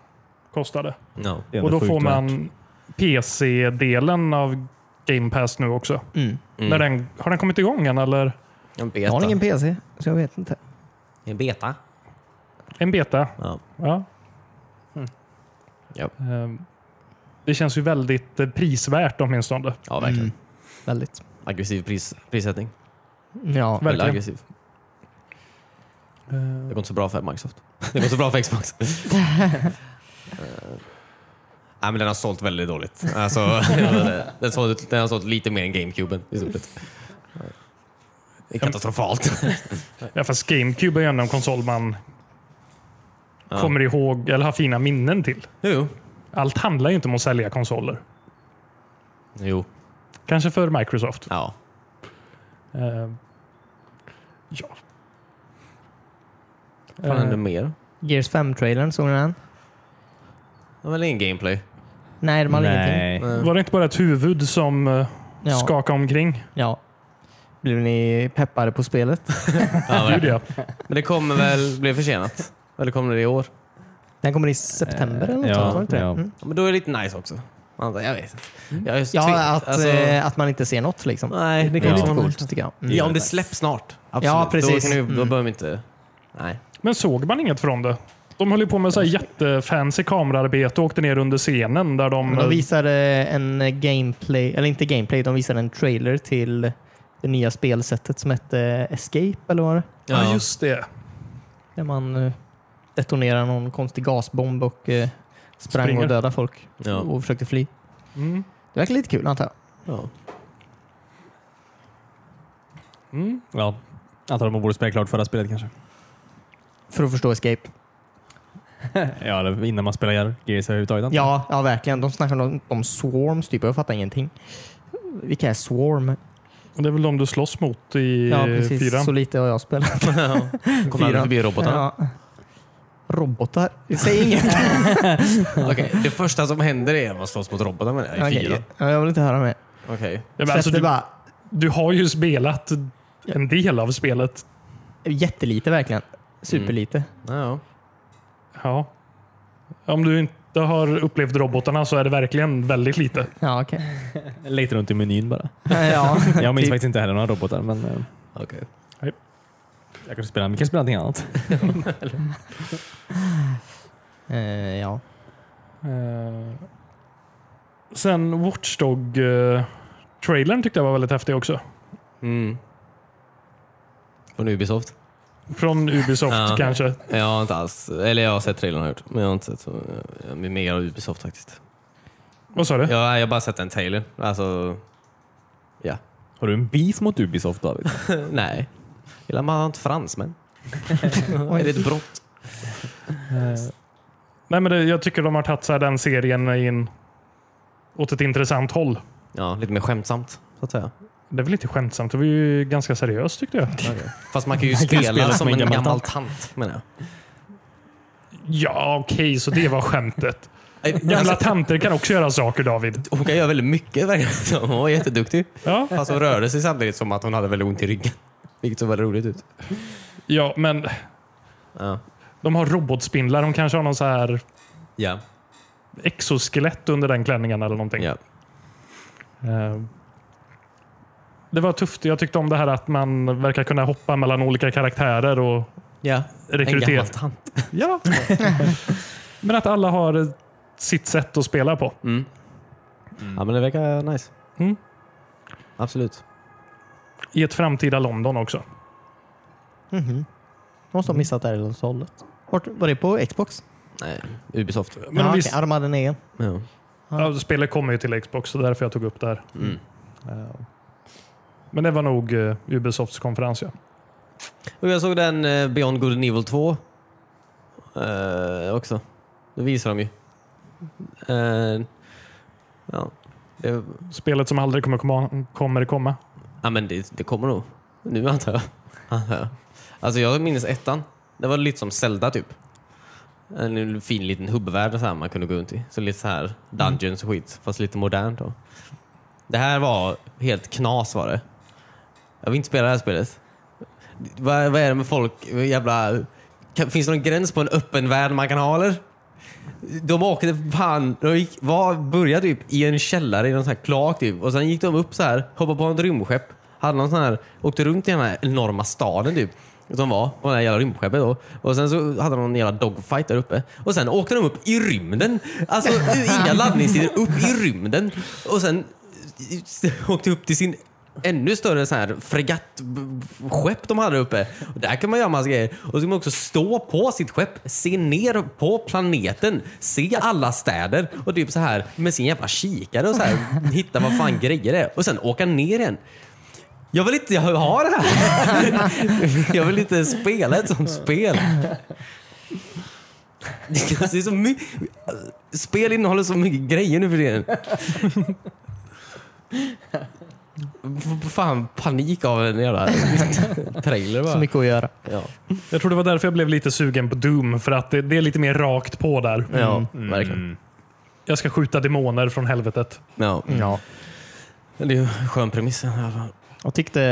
[SPEAKER 1] kostar det.
[SPEAKER 4] Ja.
[SPEAKER 2] Det är
[SPEAKER 1] Och
[SPEAKER 2] ändå
[SPEAKER 1] då får
[SPEAKER 2] sjukt värt.
[SPEAKER 1] man PC-delen av Game Pass nu också.
[SPEAKER 3] Mm.
[SPEAKER 1] När
[SPEAKER 4] eh,
[SPEAKER 1] den, har den kommit igång än eller?
[SPEAKER 4] En
[SPEAKER 3] Jag har
[SPEAKER 4] beta.
[SPEAKER 3] ingen PC, så jag vet inte.
[SPEAKER 4] En beta.
[SPEAKER 1] En beta?
[SPEAKER 4] Ja.
[SPEAKER 1] Ja.
[SPEAKER 4] Ja.
[SPEAKER 1] Ehm, Det känns ju väldigt eh, prisvärt åtminstone.
[SPEAKER 4] Ja, verkligen.
[SPEAKER 3] Mm. Väldigt.
[SPEAKER 4] Aggressiv pris, prissättning.
[SPEAKER 3] Ja.
[SPEAKER 1] Verkligen.
[SPEAKER 4] Väldigt aggressiv. Det går inte så bra för Microsoft. Det går så bra för Xbox. Eh, Nej, men den har sålt väldigt dåligt. Alltså, den, sålt, den har sålt lite mer än GameCuben i stort sett. Det är katastrofalt.
[SPEAKER 1] Ja, fast GameCube är ju ändå en konsol man
[SPEAKER 4] Ja.
[SPEAKER 1] kommer ihåg eller har fina minnen till.
[SPEAKER 4] Jo.
[SPEAKER 1] Allt handlar ju inte om att sälja konsoler.
[SPEAKER 4] jo.
[SPEAKER 1] Kanske för Microsoft.
[SPEAKER 4] Ja.
[SPEAKER 1] Ehm, Ja.
[SPEAKER 4] Vad fan
[SPEAKER 1] Eh,
[SPEAKER 4] händer mer?
[SPEAKER 3] Gears 5-trailern, såg ni den?
[SPEAKER 4] Det var ingen gameplay.
[SPEAKER 3] Nej, de hade ingenting.
[SPEAKER 2] Nej.
[SPEAKER 1] Var det inte bara ett huvud som eh,
[SPEAKER 3] Ja.
[SPEAKER 1] skakade omkring?
[SPEAKER 3] Ja. Blev ni peppade på spelet?
[SPEAKER 4] Ja,
[SPEAKER 1] Det gjorde
[SPEAKER 4] men,
[SPEAKER 1] jag.
[SPEAKER 4] men det kommer väl bli försenat? Eller kommer det i år?
[SPEAKER 3] Den kommer i september eller något
[SPEAKER 2] ja,
[SPEAKER 3] sånt, var det inte det?
[SPEAKER 2] ja.
[SPEAKER 3] Mm.
[SPEAKER 4] Eh, Ja, men då är det lite nice också. Jag vet inte. Jag är så tve-
[SPEAKER 3] Ja, att,
[SPEAKER 4] alltså-
[SPEAKER 3] eh, att man inte ser något liksom.
[SPEAKER 4] Nej, det kan
[SPEAKER 3] är
[SPEAKER 4] ja.
[SPEAKER 3] lite
[SPEAKER 4] vara
[SPEAKER 3] coolt tycker jag. Mm.
[SPEAKER 4] Ja, om det släpps snart. Absolut.
[SPEAKER 3] Ja, precis.
[SPEAKER 4] Då, kan du, då
[SPEAKER 3] Mm.
[SPEAKER 4] behöver vi inte... Nej.
[SPEAKER 1] Men såg man inget från det? De höll ju på med så här jättefancy kamerarbete och åkte ner under scenen där de...
[SPEAKER 3] Men de visade en gameplay, eller inte gameplay, de visade en trailer till det nya spelsättet som hette Escape, eller vad var det?
[SPEAKER 1] ja, just det.
[SPEAKER 3] Där man eh, detonerade någon konstig gasbomb och eh, sprang
[SPEAKER 1] Springer.
[SPEAKER 3] och dödade folk
[SPEAKER 4] Ja.
[SPEAKER 3] och försökte fly.
[SPEAKER 1] Mm.
[SPEAKER 3] Det verkar lite kul antar jag.
[SPEAKER 4] Ja.
[SPEAKER 1] Mm.
[SPEAKER 2] Ja. Antar att man borde spela klart förra spelet kanske.
[SPEAKER 3] För att förstå Escape.
[SPEAKER 2] Ja, eller innan man spelar Gears överhuvudtaget. antar jag.
[SPEAKER 3] Ja, ja verkligen. De snackar om, om swarms typ och jag fattar ingenting. Vilka är swarm?
[SPEAKER 1] Och det är väl de du slåss mot i
[SPEAKER 3] Ja, precis.
[SPEAKER 1] fyran?
[SPEAKER 3] Så lite har jag spelat.
[SPEAKER 4] <laughs> Kommer aldrig förbi robotarna.
[SPEAKER 3] Ja. Robotar?
[SPEAKER 4] <laughs>
[SPEAKER 3] Säg inget.
[SPEAKER 4] Okej, Det första som händer är att man slåss mot robotarna menar jag, i
[SPEAKER 3] Okej,
[SPEAKER 4] fyran.
[SPEAKER 3] ja, jag vill inte höra mer.
[SPEAKER 4] Okej.
[SPEAKER 1] Ja, men
[SPEAKER 3] Släpp
[SPEAKER 1] alltså,
[SPEAKER 3] det
[SPEAKER 1] du,
[SPEAKER 3] bara.
[SPEAKER 1] du har ju spelat en del av spelet.
[SPEAKER 3] Jättelite verkligen. Superlite.
[SPEAKER 4] Ja, ja.
[SPEAKER 1] Ja. Om du inte har upplevt robotarna så är det verkligen väldigt lite.
[SPEAKER 3] Ja,
[SPEAKER 4] <laughs>
[SPEAKER 3] okej.
[SPEAKER 2] Lite runt i menyn bara.
[SPEAKER 3] ja.
[SPEAKER 2] Jag minns
[SPEAKER 3] Typ.
[SPEAKER 2] faktiskt inte heller några robotar, men eh,
[SPEAKER 4] Okej.
[SPEAKER 2] jag kan spela, vi kan spela någonting annat.
[SPEAKER 3] Eh, ja.
[SPEAKER 1] Eh, Sen Watchdog-trailern tyckte jag var väldigt häftig också.
[SPEAKER 4] Mm. Från Ubisoft?
[SPEAKER 1] Från Ubisoft
[SPEAKER 4] Ja.
[SPEAKER 1] kanske.
[SPEAKER 4] Jag har inte alls. Eller jag har sett trailern har jag gjort. Men jag har inte sett så jag är mer av Ubisoft faktiskt.
[SPEAKER 1] Vad sa du?
[SPEAKER 4] Jag, jag har bara sett en trailer. Alltså, ja.
[SPEAKER 2] Har du en beef mot Ubisoft David?
[SPEAKER 4] Nej. Gillar man inte fransmän? är det ett brott?
[SPEAKER 1] Nej, men det, jag tycker de har tagit så här den serien in åt ett intressant håll.
[SPEAKER 4] Ja, lite mer skämtsamt så att säga.
[SPEAKER 1] Det är väl inte skämtsamt, det var ju ganska seriöst tyckte jag.
[SPEAKER 4] Fast man kan ju
[SPEAKER 2] Man kan
[SPEAKER 4] spela,
[SPEAKER 2] ju spela
[SPEAKER 4] som en gammal, tant.
[SPEAKER 2] tant.
[SPEAKER 4] menar jag.
[SPEAKER 1] Ja, okej, så det var skämtet. <laughs>
[SPEAKER 4] Nej,
[SPEAKER 1] Gamla
[SPEAKER 4] alltså,
[SPEAKER 1] tanter kan också göra saker, David.
[SPEAKER 4] hon kan göra väldigt mycket verkar det som. Hon var jätteduktig.
[SPEAKER 1] Ja,
[SPEAKER 4] Fast hon rörde sig samtidigt som att hon hade väldigt ont i ryggen. Vilket såg väldigt roligt ut.
[SPEAKER 1] ja men
[SPEAKER 4] Ja.
[SPEAKER 1] de har robotspindlar. De kanske har någon så här
[SPEAKER 4] Ja.
[SPEAKER 1] exoskelett under den klänningen eller någonting.
[SPEAKER 4] ja.
[SPEAKER 1] Eh, Det var tufft. Jag tyckte om det här att man verkar kunna hoppa mellan olika karaktärer och
[SPEAKER 4] ja. En
[SPEAKER 1] rekrytera.
[SPEAKER 4] gammal tant.
[SPEAKER 1] Ja. <laughs> men att alla har sitt sätt att spela på.
[SPEAKER 4] Mm. Ja, men det verkar nice. Absolut.
[SPEAKER 1] I ett framtida London också.
[SPEAKER 3] Någon som missat det här helt och hållet. Vart, var det på Xbox?
[SPEAKER 4] Nej, Ubisoft.
[SPEAKER 1] Men om
[SPEAKER 3] ja,
[SPEAKER 1] vi-
[SPEAKER 3] okej. ja, de hade en egen.
[SPEAKER 4] Ja.
[SPEAKER 1] ja, spelet kommer ju till Xbox, så därför jag tog upp det här. Eh,
[SPEAKER 4] Mm.
[SPEAKER 1] Men det var nog eh, Ubisofts konferens. Ja.
[SPEAKER 4] Och jag såg den eh, Beyond Good and Evil 2 eh, också. Det visar de ju. Eh, ja. Det,
[SPEAKER 1] Spelet som aldrig kommer komma. Kommer komma.
[SPEAKER 4] ja, men det, det kommer nog. Nu antar jag. Antar jag. Alltså jag minns ettan. Det var lite som Zelda typ. En fin liten hubbvärld och så här man kunde gå runt i. Så lite så här Dungeons och skit, fast lite modernt. Då. Det här var helt knas var det. Jag vill inte spela det här spelet. Vad, vad är det med folk? Jävla, kan, finns det någon gräns på en öppen värld man kan ha eller? De åkte fan, de gick, var, började typ i en källare i någon sån här kloak typ. Och sen gick de upp så här, hoppade på ett rymdskepp. Hade någon sån här, åkte runt i den här enorma staden typ. Som var på det här jävla rymdskeppet då. Och sen så hade de någon jävla dogfight där uppe. Och sen åkte de upp i rymden. Alltså inga laddningstider, upp i rymden. Och sen åkte upp till sin ännu större så här fregattskepp de hade uppe. Och där kan man göra massa grejer. Och så kan man också stå på sitt skepp, se ner på planeten, se alla städer och typ så här med sin jävla kikare och så här hitta vad fan grejer är. Och sen åka ner igen. Jag vill inte ha det här. <laughs> Jag vill inte spela ett sånt spel. Det är så my- Spel innehåller så mycket grejer nu för tiden. F- Fan, panik av en jävla trailer
[SPEAKER 3] Så
[SPEAKER 4] bara.
[SPEAKER 3] mycket att göra.
[SPEAKER 4] Ja,
[SPEAKER 1] Jag tror det var därför jag blev lite sugen på Doom, för att det, det är lite mer rakt på där.
[SPEAKER 3] Mm.
[SPEAKER 1] Mm.
[SPEAKER 4] ja
[SPEAKER 2] Mm.
[SPEAKER 4] verkligen.
[SPEAKER 1] Jag ska skjuta demoner från helvetet.
[SPEAKER 4] Ja.
[SPEAKER 3] Ja.
[SPEAKER 4] Det är ju en skön premiss i alla fall.
[SPEAKER 3] Jag tyckte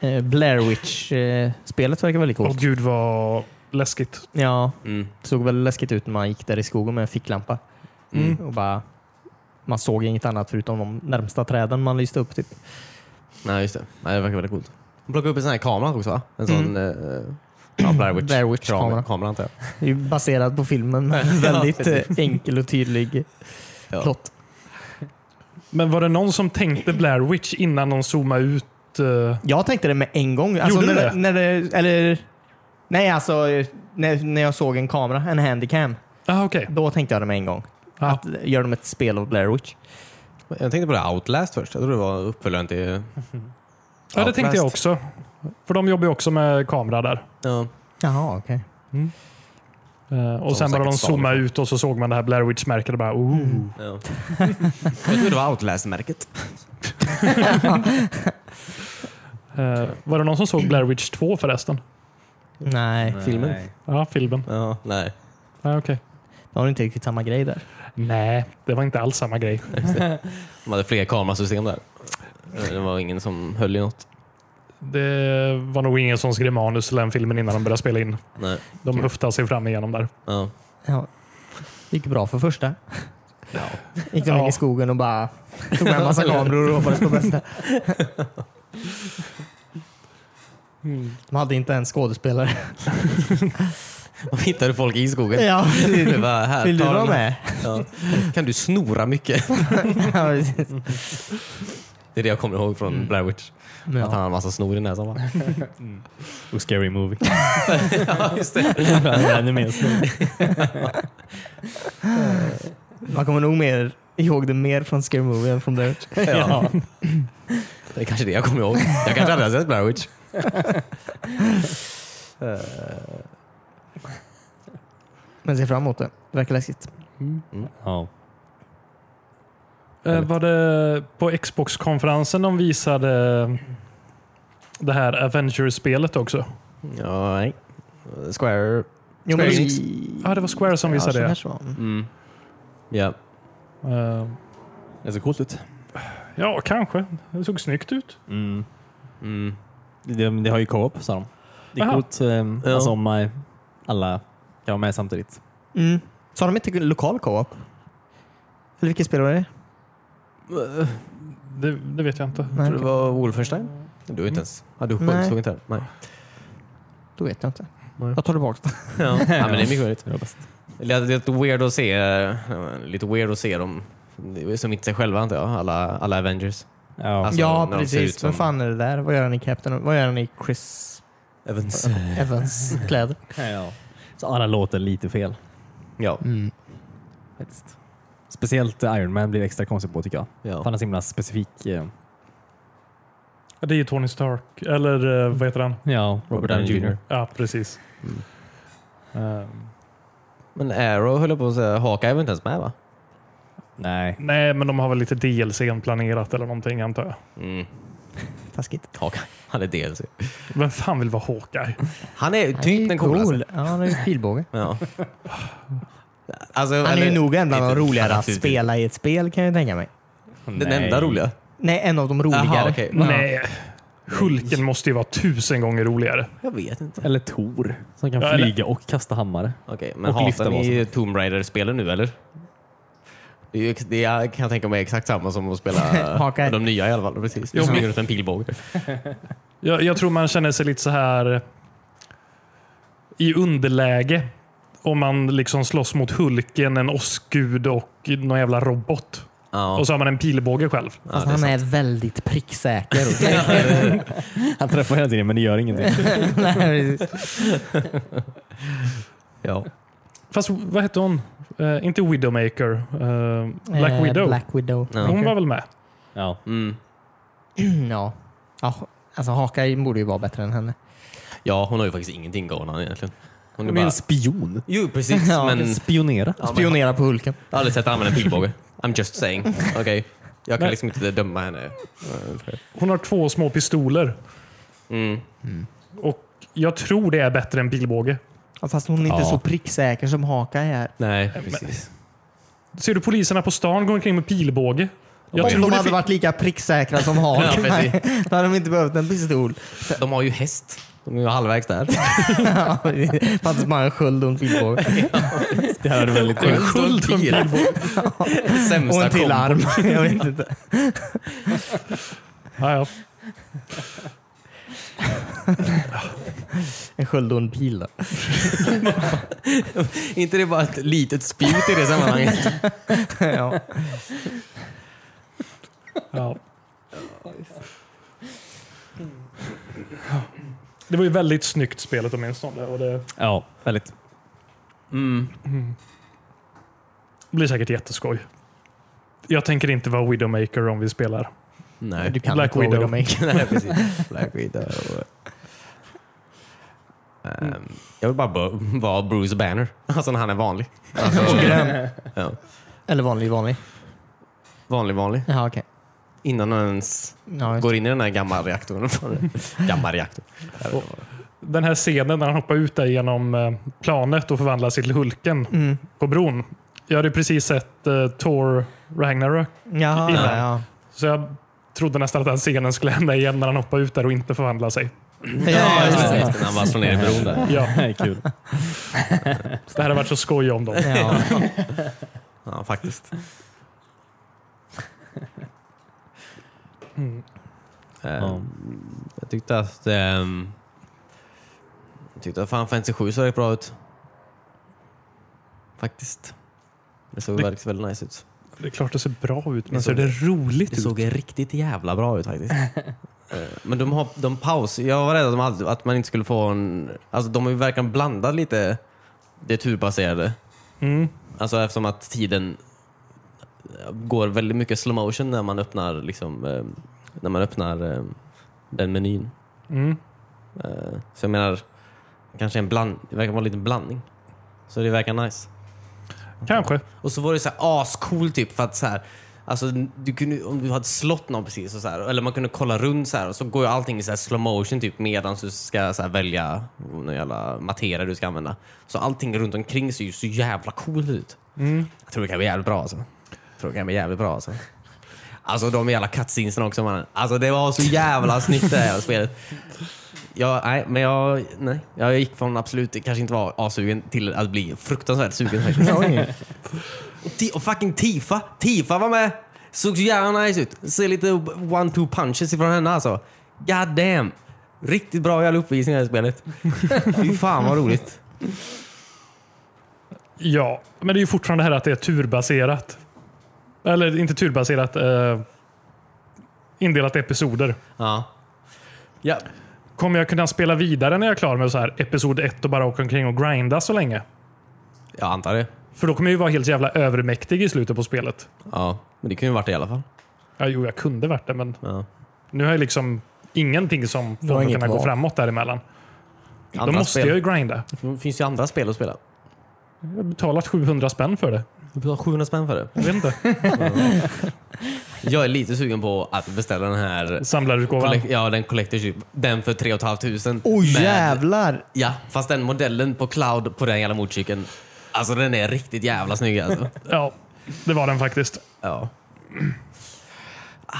[SPEAKER 3] eh, Blair Witch-spelet verkar väldigt
[SPEAKER 1] Åh
[SPEAKER 3] coolt.
[SPEAKER 1] gud vad läskigt.
[SPEAKER 3] Ja,
[SPEAKER 4] Mm.
[SPEAKER 3] det såg väl läskigt ut när man gick där i skogen med en ficklampa. Och bara, man såg inget annat förutom de närmsta träden man lyste upp. Typ.
[SPEAKER 4] Nej, just det. Nej, det verkar väldigt coolt. De plockade upp en sån här kamera också va? En sån... eh, Ja, Blair Witch.
[SPEAKER 3] Blair Witch-kamera.
[SPEAKER 4] Kamera, kamera antar jag.
[SPEAKER 3] Det är ju baserat på filmen men <laughs> väldigt eh, enkel och tydlig
[SPEAKER 4] Ja.
[SPEAKER 3] plott.
[SPEAKER 1] Men var det någon som tänkte Blair Witch innan de zoomade ut? eh,
[SPEAKER 3] Jag tänkte det med en gång. Alltså,
[SPEAKER 1] Gjorde du
[SPEAKER 3] när,
[SPEAKER 1] det?
[SPEAKER 3] När det? Eller, nej, alltså eh, när, när jag såg en kamera, en handycam,
[SPEAKER 1] Ah, okej.
[SPEAKER 3] då tänkte jag det med en gång.
[SPEAKER 1] Ja.
[SPEAKER 3] Att, gör de ett spel av Blair Witch?
[SPEAKER 4] Jag tänkte på det Outlast först. Jag tror det var uppföljaren till...
[SPEAKER 1] Ja, det tänkte jag
[SPEAKER 4] Outlast.
[SPEAKER 1] också. För de jobbar ju också med kamera där.
[SPEAKER 4] Ja.
[SPEAKER 3] Jaha, okej.
[SPEAKER 1] Eh, och
[SPEAKER 4] Som
[SPEAKER 1] sen bara de
[SPEAKER 4] säkert stal
[SPEAKER 1] zoomade
[SPEAKER 4] ifrån.
[SPEAKER 1] ut och så såg man det här Blair Witch-märket och bara oh.
[SPEAKER 4] Ja. jag tror det var Outlast-märket.
[SPEAKER 1] Eh, Var det någon som såg Blair Witch 2 förresten?
[SPEAKER 3] Nej, filmen.
[SPEAKER 1] Ja, filmen.
[SPEAKER 4] Ja, nej.
[SPEAKER 1] Ja, okej.
[SPEAKER 3] Då har du inte riktigt samma grej där.
[SPEAKER 1] Nej, det var inte alls samma grej.
[SPEAKER 4] De hade flera kamerasystem där. Eh, Det var ingen som höll i något.
[SPEAKER 1] Det var nog ingen som skrev manus till den filmen innan de började spela in.
[SPEAKER 4] Nej.
[SPEAKER 1] De höftade sig fram igenom där.
[SPEAKER 4] Ja.
[SPEAKER 3] Ja. Det gick bra för första. <laughs> Gick de
[SPEAKER 1] Ja.
[SPEAKER 3] in i skogen och bara <laughs> Alltså, tog med en massa kameror och hoppades på <laughs> bästa. Mm. De hade inte ens skådespelare.
[SPEAKER 4] De hittade folk i skogen.
[SPEAKER 3] Ja,
[SPEAKER 4] Det var här,
[SPEAKER 3] <laughs> Vill du
[SPEAKER 4] ta
[SPEAKER 3] vara
[SPEAKER 4] den här.
[SPEAKER 3] med? <laughs>
[SPEAKER 4] Ja. <laughs> Kan du snora mycket?
[SPEAKER 3] Ja, precis.
[SPEAKER 4] Det är det jag kommer ihåg från Blair Witch. Att han
[SPEAKER 3] Mm. Ja.
[SPEAKER 4] hade en massa snor i näsan va?
[SPEAKER 2] Och Scary <laughs> Movie.
[SPEAKER 4] <laughs> ja, just det.
[SPEAKER 3] Man kommer nog mer ihåg det mer från Scary Movie än från Blair Witch.
[SPEAKER 4] <laughs> Ja. Det är kanske det jag kommer ihåg. Jag kanske aldrig har sett Blair Witch.
[SPEAKER 3] Men ser fram emot det. Det verkar läskigt.
[SPEAKER 2] ja.
[SPEAKER 1] Eh, Var det på Xbox-konferensen de visade det här Avengers-spelet också?
[SPEAKER 4] Ja, nej. Square.
[SPEAKER 3] Jo,
[SPEAKER 4] Square
[SPEAKER 3] men-
[SPEAKER 4] Enix.
[SPEAKER 1] Ja, det var Square som
[SPEAKER 3] Ja,
[SPEAKER 1] visade
[SPEAKER 3] så
[SPEAKER 1] det.
[SPEAKER 3] kanske det var.
[SPEAKER 4] Mm. Ja.
[SPEAKER 1] Eh,
[SPEAKER 2] Det ser coolt ut.
[SPEAKER 1] Ja, kanske. Det såg snyggt ut.
[SPEAKER 2] Mm.
[SPEAKER 4] Mm.
[SPEAKER 2] Det, det har ju co-op sa de. Det är
[SPEAKER 1] Aha.
[SPEAKER 2] coolt. ehm,
[SPEAKER 4] Ja.
[SPEAKER 2] Alltså om man, alla kan vara med samtidigt.
[SPEAKER 3] Mm. Sa de inte lokal co-op? Eller vilket spel var det?
[SPEAKER 1] Det, det vet jag inte.
[SPEAKER 3] Nej,
[SPEAKER 4] Tror det var Wolfenstein? Du har inte ens... Ja, du själv
[SPEAKER 3] Nej.
[SPEAKER 4] såg inte den? Nej.
[SPEAKER 3] Då vet jag inte.
[SPEAKER 4] Nej.
[SPEAKER 3] Jag tar tillbaka det.
[SPEAKER 4] <laughs> Ja. ja, men det är mycket möjligt.
[SPEAKER 2] Det var bäst.
[SPEAKER 4] Det är lite weird att se, eh, lite weird att se dem som inte sig själva antar jag, alla, alla Avengers.
[SPEAKER 2] Ja.
[SPEAKER 4] Alltså,
[SPEAKER 3] ja,
[SPEAKER 4] när de ser ut
[SPEAKER 3] precis.
[SPEAKER 4] som-
[SPEAKER 3] Vad fan är det där? Vad gör han i Captain? Vad gör han i Chris
[SPEAKER 4] Evans. <laughs>
[SPEAKER 3] Evans kläder?
[SPEAKER 4] Alltså,
[SPEAKER 2] ja. Så alla låter lite fel.
[SPEAKER 4] Ja.
[SPEAKER 3] Mm.
[SPEAKER 2] Faktiskt. Speciellt Iron Man blir extra konstig på tycker jag.
[SPEAKER 4] ja.
[SPEAKER 2] För Han är så himla specifik. eh,
[SPEAKER 1] Ja, Det är ju Tony Stark, eller eh, vad heter han?
[SPEAKER 2] Ja, Robert Downey Jr.
[SPEAKER 1] Ja, precis.
[SPEAKER 2] Ehm,
[SPEAKER 4] Men Arrow höll jag på att säga, Hawkeye var inte ens med va?
[SPEAKER 2] nej.
[SPEAKER 1] Nej, men de har väl lite DLC planerat eller någonting antar jag.
[SPEAKER 4] Mm.
[SPEAKER 3] <laughs> Taskigt.
[SPEAKER 4] Hawkeye. Han är DLC.
[SPEAKER 1] Vem fan vill vara Hawkeye?
[SPEAKER 4] Han är
[SPEAKER 3] Han
[SPEAKER 4] typ
[SPEAKER 3] är
[SPEAKER 4] den
[SPEAKER 3] cool.
[SPEAKER 4] coolaste.
[SPEAKER 3] Ja, han är ju
[SPEAKER 4] <laughs>
[SPEAKER 3] pilbåge.
[SPEAKER 4] Ja. Alltså,
[SPEAKER 3] Han är ju nog en av de
[SPEAKER 4] inte-
[SPEAKER 3] roligare
[SPEAKER 4] han är
[SPEAKER 3] att
[SPEAKER 4] typ-
[SPEAKER 3] spela i ett spel kan jag tänka mig.
[SPEAKER 4] Den enda roliga.
[SPEAKER 3] Nej, en av de roligare.
[SPEAKER 4] Jaha, okej.
[SPEAKER 3] Ja.
[SPEAKER 1] Nej. Hulken måste ju vara tusen gånger roligare.
[SPEAKER 4] Jag vet inte.
[SPEAKER 2] Eller Tor som kan
[SPEAKER 1] Ja, eller-
[SPEAKER 2] flyga och kasta hammare.
[SPEAKER 4] Okej, men
[SPEAKER 2] Och lyfta
[SPEAKER 4] hatar
[SPEAKER 2] vad som
[SPEAKER 4] ni Tomb Raider-spelen nu eller? Det, är ju ex- det är, kan jag tänka mig är exakt samma som
[SPEAKER 3] <laughs>
[SPEAKER 4] att spela
[SPEAKER 3] Hawkeye.
[SPEAKER 4] de nya i alla fall. Precis.
[SPEAKER 1] Jo,
[SPEAKER 4] Du springer
[SPEAKER 1] men-
[SPEAKER 4] runt en pilbåge.
[SPEAKER 1] Jag, jag tror man känner sig lite så här eh, i underläge om man liksom slåss mot Hulken, en åskgud och någon jävla robot.
[SPEAKER 4] Ja.
[SPEAKER 1] Och så har man en pilbåge själv.
[SPEAKER 4] Ja,
[SPEAKER 3] Fast
[SPEAKER 4] det är
[SPEAKER 3] han
[SPEAKER 4] sant.
[SPEAKER 3] är väldigt
[SPEAKER 4] <laughs>
[SPEAKER 3] pricksäker. <laughs>
[SPEAKER 2] Han träffar hela tiden men det gör ingenting.
[SPEAKER 3] Nej, precis.
[SPEAKER 4] ja.
[SPEAKER 1] Fast vad hette hon? Eh, inte Widowmaker. eh, Black
[SPEAKER 3] Eh,
[SPEAKER 1] Widow.
[SPEAKER 3] Black Widow.
[SPEAKER 4] Ja.
[SPEAKER 1] Hon var väl med?
[SPEAKER 2] Ja.
[SPEAKER 4] Mm.
[SPEAKER 3] Mm, Ja. ja. Alltså Hawkeye borde ju vara bättre än henne.
[SPEAKER 4] ja, hon har ju faktiskt ingenting gående egentligen. Hon
[SPEAKER 2] Han
[SPEAKER 4] är
[SPEAKER 2] är
[SPEAKER 4] bara... Mm.
[SPEAKER 2] en spion.
[SPEAKER 4] Jo,
[SPEAKER 3] <laughs>
[SPEAKER 4] precis.
[SPEAKER 3] Ja,
[SPEAKER 4] men
[SPEAKER 2] Spionera.
[SPEAKER 4] Ja, men-
[SPEAKER 3] Spionera på Hulken.
[SPEAKER 4] jag har aldrig sett henne använda en pilbåge. I'm just
[SPEAKER 3] <laughs>
[SPEAKER 4] saying. Okej. Jag kan
[SPEAKER 1] Nej.
[SPEAKER 4] liksom inte döma henne.
[SPEAKER 1] Hon har två små pistoler.
[SPEAKER 4] Mm.
[SPEAKER 1] Och jag tror det är bättre än pilbåge.
[SPEAKER 3] Ja, fast hon är inte
[SPEAKER 2] Ja.
[SPEAKER 3] så pricksäker som Hawkeye är.
[SPEAKER 4] Nej, precis.
[SPEAKER 1] Ser du poliserna på stan gå omkring med pilbåge? Jag
[SPEAKER 3] Om
[SPEAKER 1] tror
[SPEAKER 3] de
[SPEAKER 1] det
[SPEAKER 3] hade
[SPEAKER 1] fin-
[SPEAKER 3] varit lika pricksäkra som Hawkeye
[SPEAKER 4] <laughs> Ja,
[SPEAKER 3] då hade de inte behövt en pistol.
[SPEAKER 4] De har ju häst. De är ju
[SPEAKER 3] <laughs>
[SPEAKER 4] halvvägs där.
[SPEAKER 3] Ja, det Fanns bara en sköld och en pilbåge.
[SPEAKER 2] <laughs> Det här är väldigt
[SPEAKER 4] En
[SPEAKER 1] sköld och en pilbåge.
[SPEAKER 3] Och
[SPEAKER 4] Sämsta
[SPEAKER 3] en till
[SPEAKER 4] kombo.
[SPEAKER 3] arm. Jag vet inte.
[SPEAKER 1] Ja, ja.
[SPEAKER 3] En sköld och en pil då.
[SPEAKER 4] inte det bara ett litet spjut i det sammanhanget?
[SPEAKER 3] <laughs> Ja.
[SPEAKER 1] Ja. Det var ju väldigt snyggt spelet åtminstone. Och det
[SPEAKER 2] Ja, väldigt.
[SPEAKER 3] Mm.
[SPEAKER 1] blir säkert jätteskoj. Jag tänker inte vara Widowmaker om vi spelar.
[SPEAKER 4] Nej.
[SPEAKER 3] Du kan
[SPEAKER 1] Black
[SPEAKER 3] inte vara
[SPEAKER 1] Widow.
[SPEAKER 3] Widowmaker.
[SPEAKER 4] <laughs> Nej, precis. Black Widow. Ehm, jag vill bara bo- vara Bruce Banner. Alltså när han är vanlig. Alltså, ja.
[SPEAKER 3] Eller vanlig vanlig.
[SPEAKER 4] Vanlig vanlig.
[SPEAKER 3] Jaha, okej.
[SPEAKER 4] Innan han ens
[SPEAKER 3] Ja, just det.
[SPEAKER 4] går in i den här gamla reaktorn. <laughs> gamla reaktorn.
[SPEAKER 1] Den här scenen när han hoppar ut där genom eh, planet och förvandlas till Hulken
[SPEAKER 3] Mm.
[SPEAKER 1] på bron. Jag hade precis sett eh, Thor Ragnarök,
[SPEAKER 3] Jaha,
[SPEAKER 1] Ja.
[SPEAKER 3] ja. ja.
[SPEAKER 1] så jag trodde nästan att den scenen skulle hända igen när han hoppar ut där och inte förvandlar sig.
[SPEAKER 3] ja, just det.
[SPEAKER 4] När han bara slår ner i bron där.
[SPEAKER 1] Ja,
[SPEAKER 2] Det är Eh, <laughs> kul.
[SPEAKER 1] så det här har varit så skoj om dem.
[SPEAKER 3] Ja.
[SPEAKER 4] Ja, faktiskt.
[SPEAKER 1] Mm.
[SPEAKER 4] Ehm,
[SPEAKER 2] Ja.
[SPEAKER 4] Jag tyckte att... ehm, jag tyckte att Final Fantasy 7 såg rätt bra ut. Faktiskt. Det såg
[SPEAKER 1] Det-
[SPEAKER 4] väldigt, väldigt nice ut.
[SPEAKER 1] Det är klart det ser bra ut, men
[SPEAKER 4] Det
[SPEAKER 1] ser det roligt
[SPEAKER 4] Det
[SPEAKER 1] ut?
[SPEAKER 4] såg riktigt jävla bra ut faktiskt. Eh, Men de har de paus. Jag var rädd att, de hade, att man inte skulle få en... Alltså de har ju verkligen blandat lite det turbaserade.
[SPEAKER 1] Mm.
[SPEAKER 4] Alltså eftersom att tiden går väldigt mycket slow motion när man öppnar liksom, eh, när man öppnar eh, den menyn.
[SPEAKER 1] Mm.
[SPEAKER 4] Eh, Så jag menar, kanske en bland, det verkar vara en liten blandning. Så det verkar nice.
[SPEAKER 1] Kanske.
[SPEAKER 4] Och så var det så här ascool typ för att så här, alltså, du kunde, om du hade slått någon precis och så här, eller man kunde kolla runt så här och så går ju allting i så här slow motion typ medan du ska så här, välja någon jävla materia du ska använda. Så allting runt omkring ser ju så jävla coolt ut. Jag tror det kan bli jävligt bra alltså. Jag tror det kan bli jävligt bra alltså. Alltså de jävla cutscenesen också mannen. Alltså det var så jävla snyggt det här jävla spelet. Jag, nej, men jag, nej, jag gick från absolut kanske inte vara asugen till att bli fruktansvärt sugen faktiskt.
[SPEAKER 3] Oj.
[SPEAKER 4] Ti- Och fucking Tifa! Tifa var med! Såg så jävla nice ut. Ser lite one-two punches ifrån henne alltså. God damn! Riktigt bra jävla uppvisning i det här <laughs> spelet. Fy fan vad roligt.
[SPEAKER 1] Ja, men det är ju fortfarande det här att det är turbaserat. Eller inte turbaserat. Eh, indelat i episoder.
[SPEAKER 4] Ja. Ja.
[SPEAKER 1] Kommer jag kunna spela vidare när jag är klar med så här episod 1 och bara åka omkring och grinda så länge?
[SPEAKER 4] Jag antar det.
[SPEAKER 1] För då kommer jag ju vara helt jävla övermäktig i slutet på spelet.
[SPEAKER 4] Ja. Men det kan ju varit det i alla fall.
[SPEAKER 1] Ja, jo, jag kunde varit det, men
[SPEAKER 4] Ja.
[SPEAKER 1] nu har jag liksom ingenting som får mig att
[SPEAKER 3] inget
[SPEAKER 1] kunna gå
[SPEAKER 3] val.
[SPEAKER 1] framåt däremellan. Då
[SPEAKER 4] Andra
[SPEAKER 1] måste
[SPEAKER 4] spel.
[SPEAKER 1] jag ju grinda.
[SPEAKER 4] Det finns ju andra spel att spela.
[SPEAKER 1] Jag har betalat 700 spänn för det.
[SPEAKER 4] Du betalar 700 spänn för det.
[SPEAKER 1] Jag vet inte.
[SPEAKER 4] <laughs> Jag är lite sugen på att beställa den här
[SPEAKER 1] Samlarutgåvan.
[SPEAKER 4] Collect- ja, den Collector's Ship. Den för 3 500.
[SPEAKER 3] Oj
[SPEAKER 4] Med-
[SPEAKER 3] jävlar!
[SPEAKER 4] Ja, fast den modellen på cloud på den jävla motorcykeln. Alltså den är riktigt jävla snygg <laughs> alltså.
[SPEAKER 1] Ja, det var den faktiskt.
[SPEAKER 4] Ja. Ah,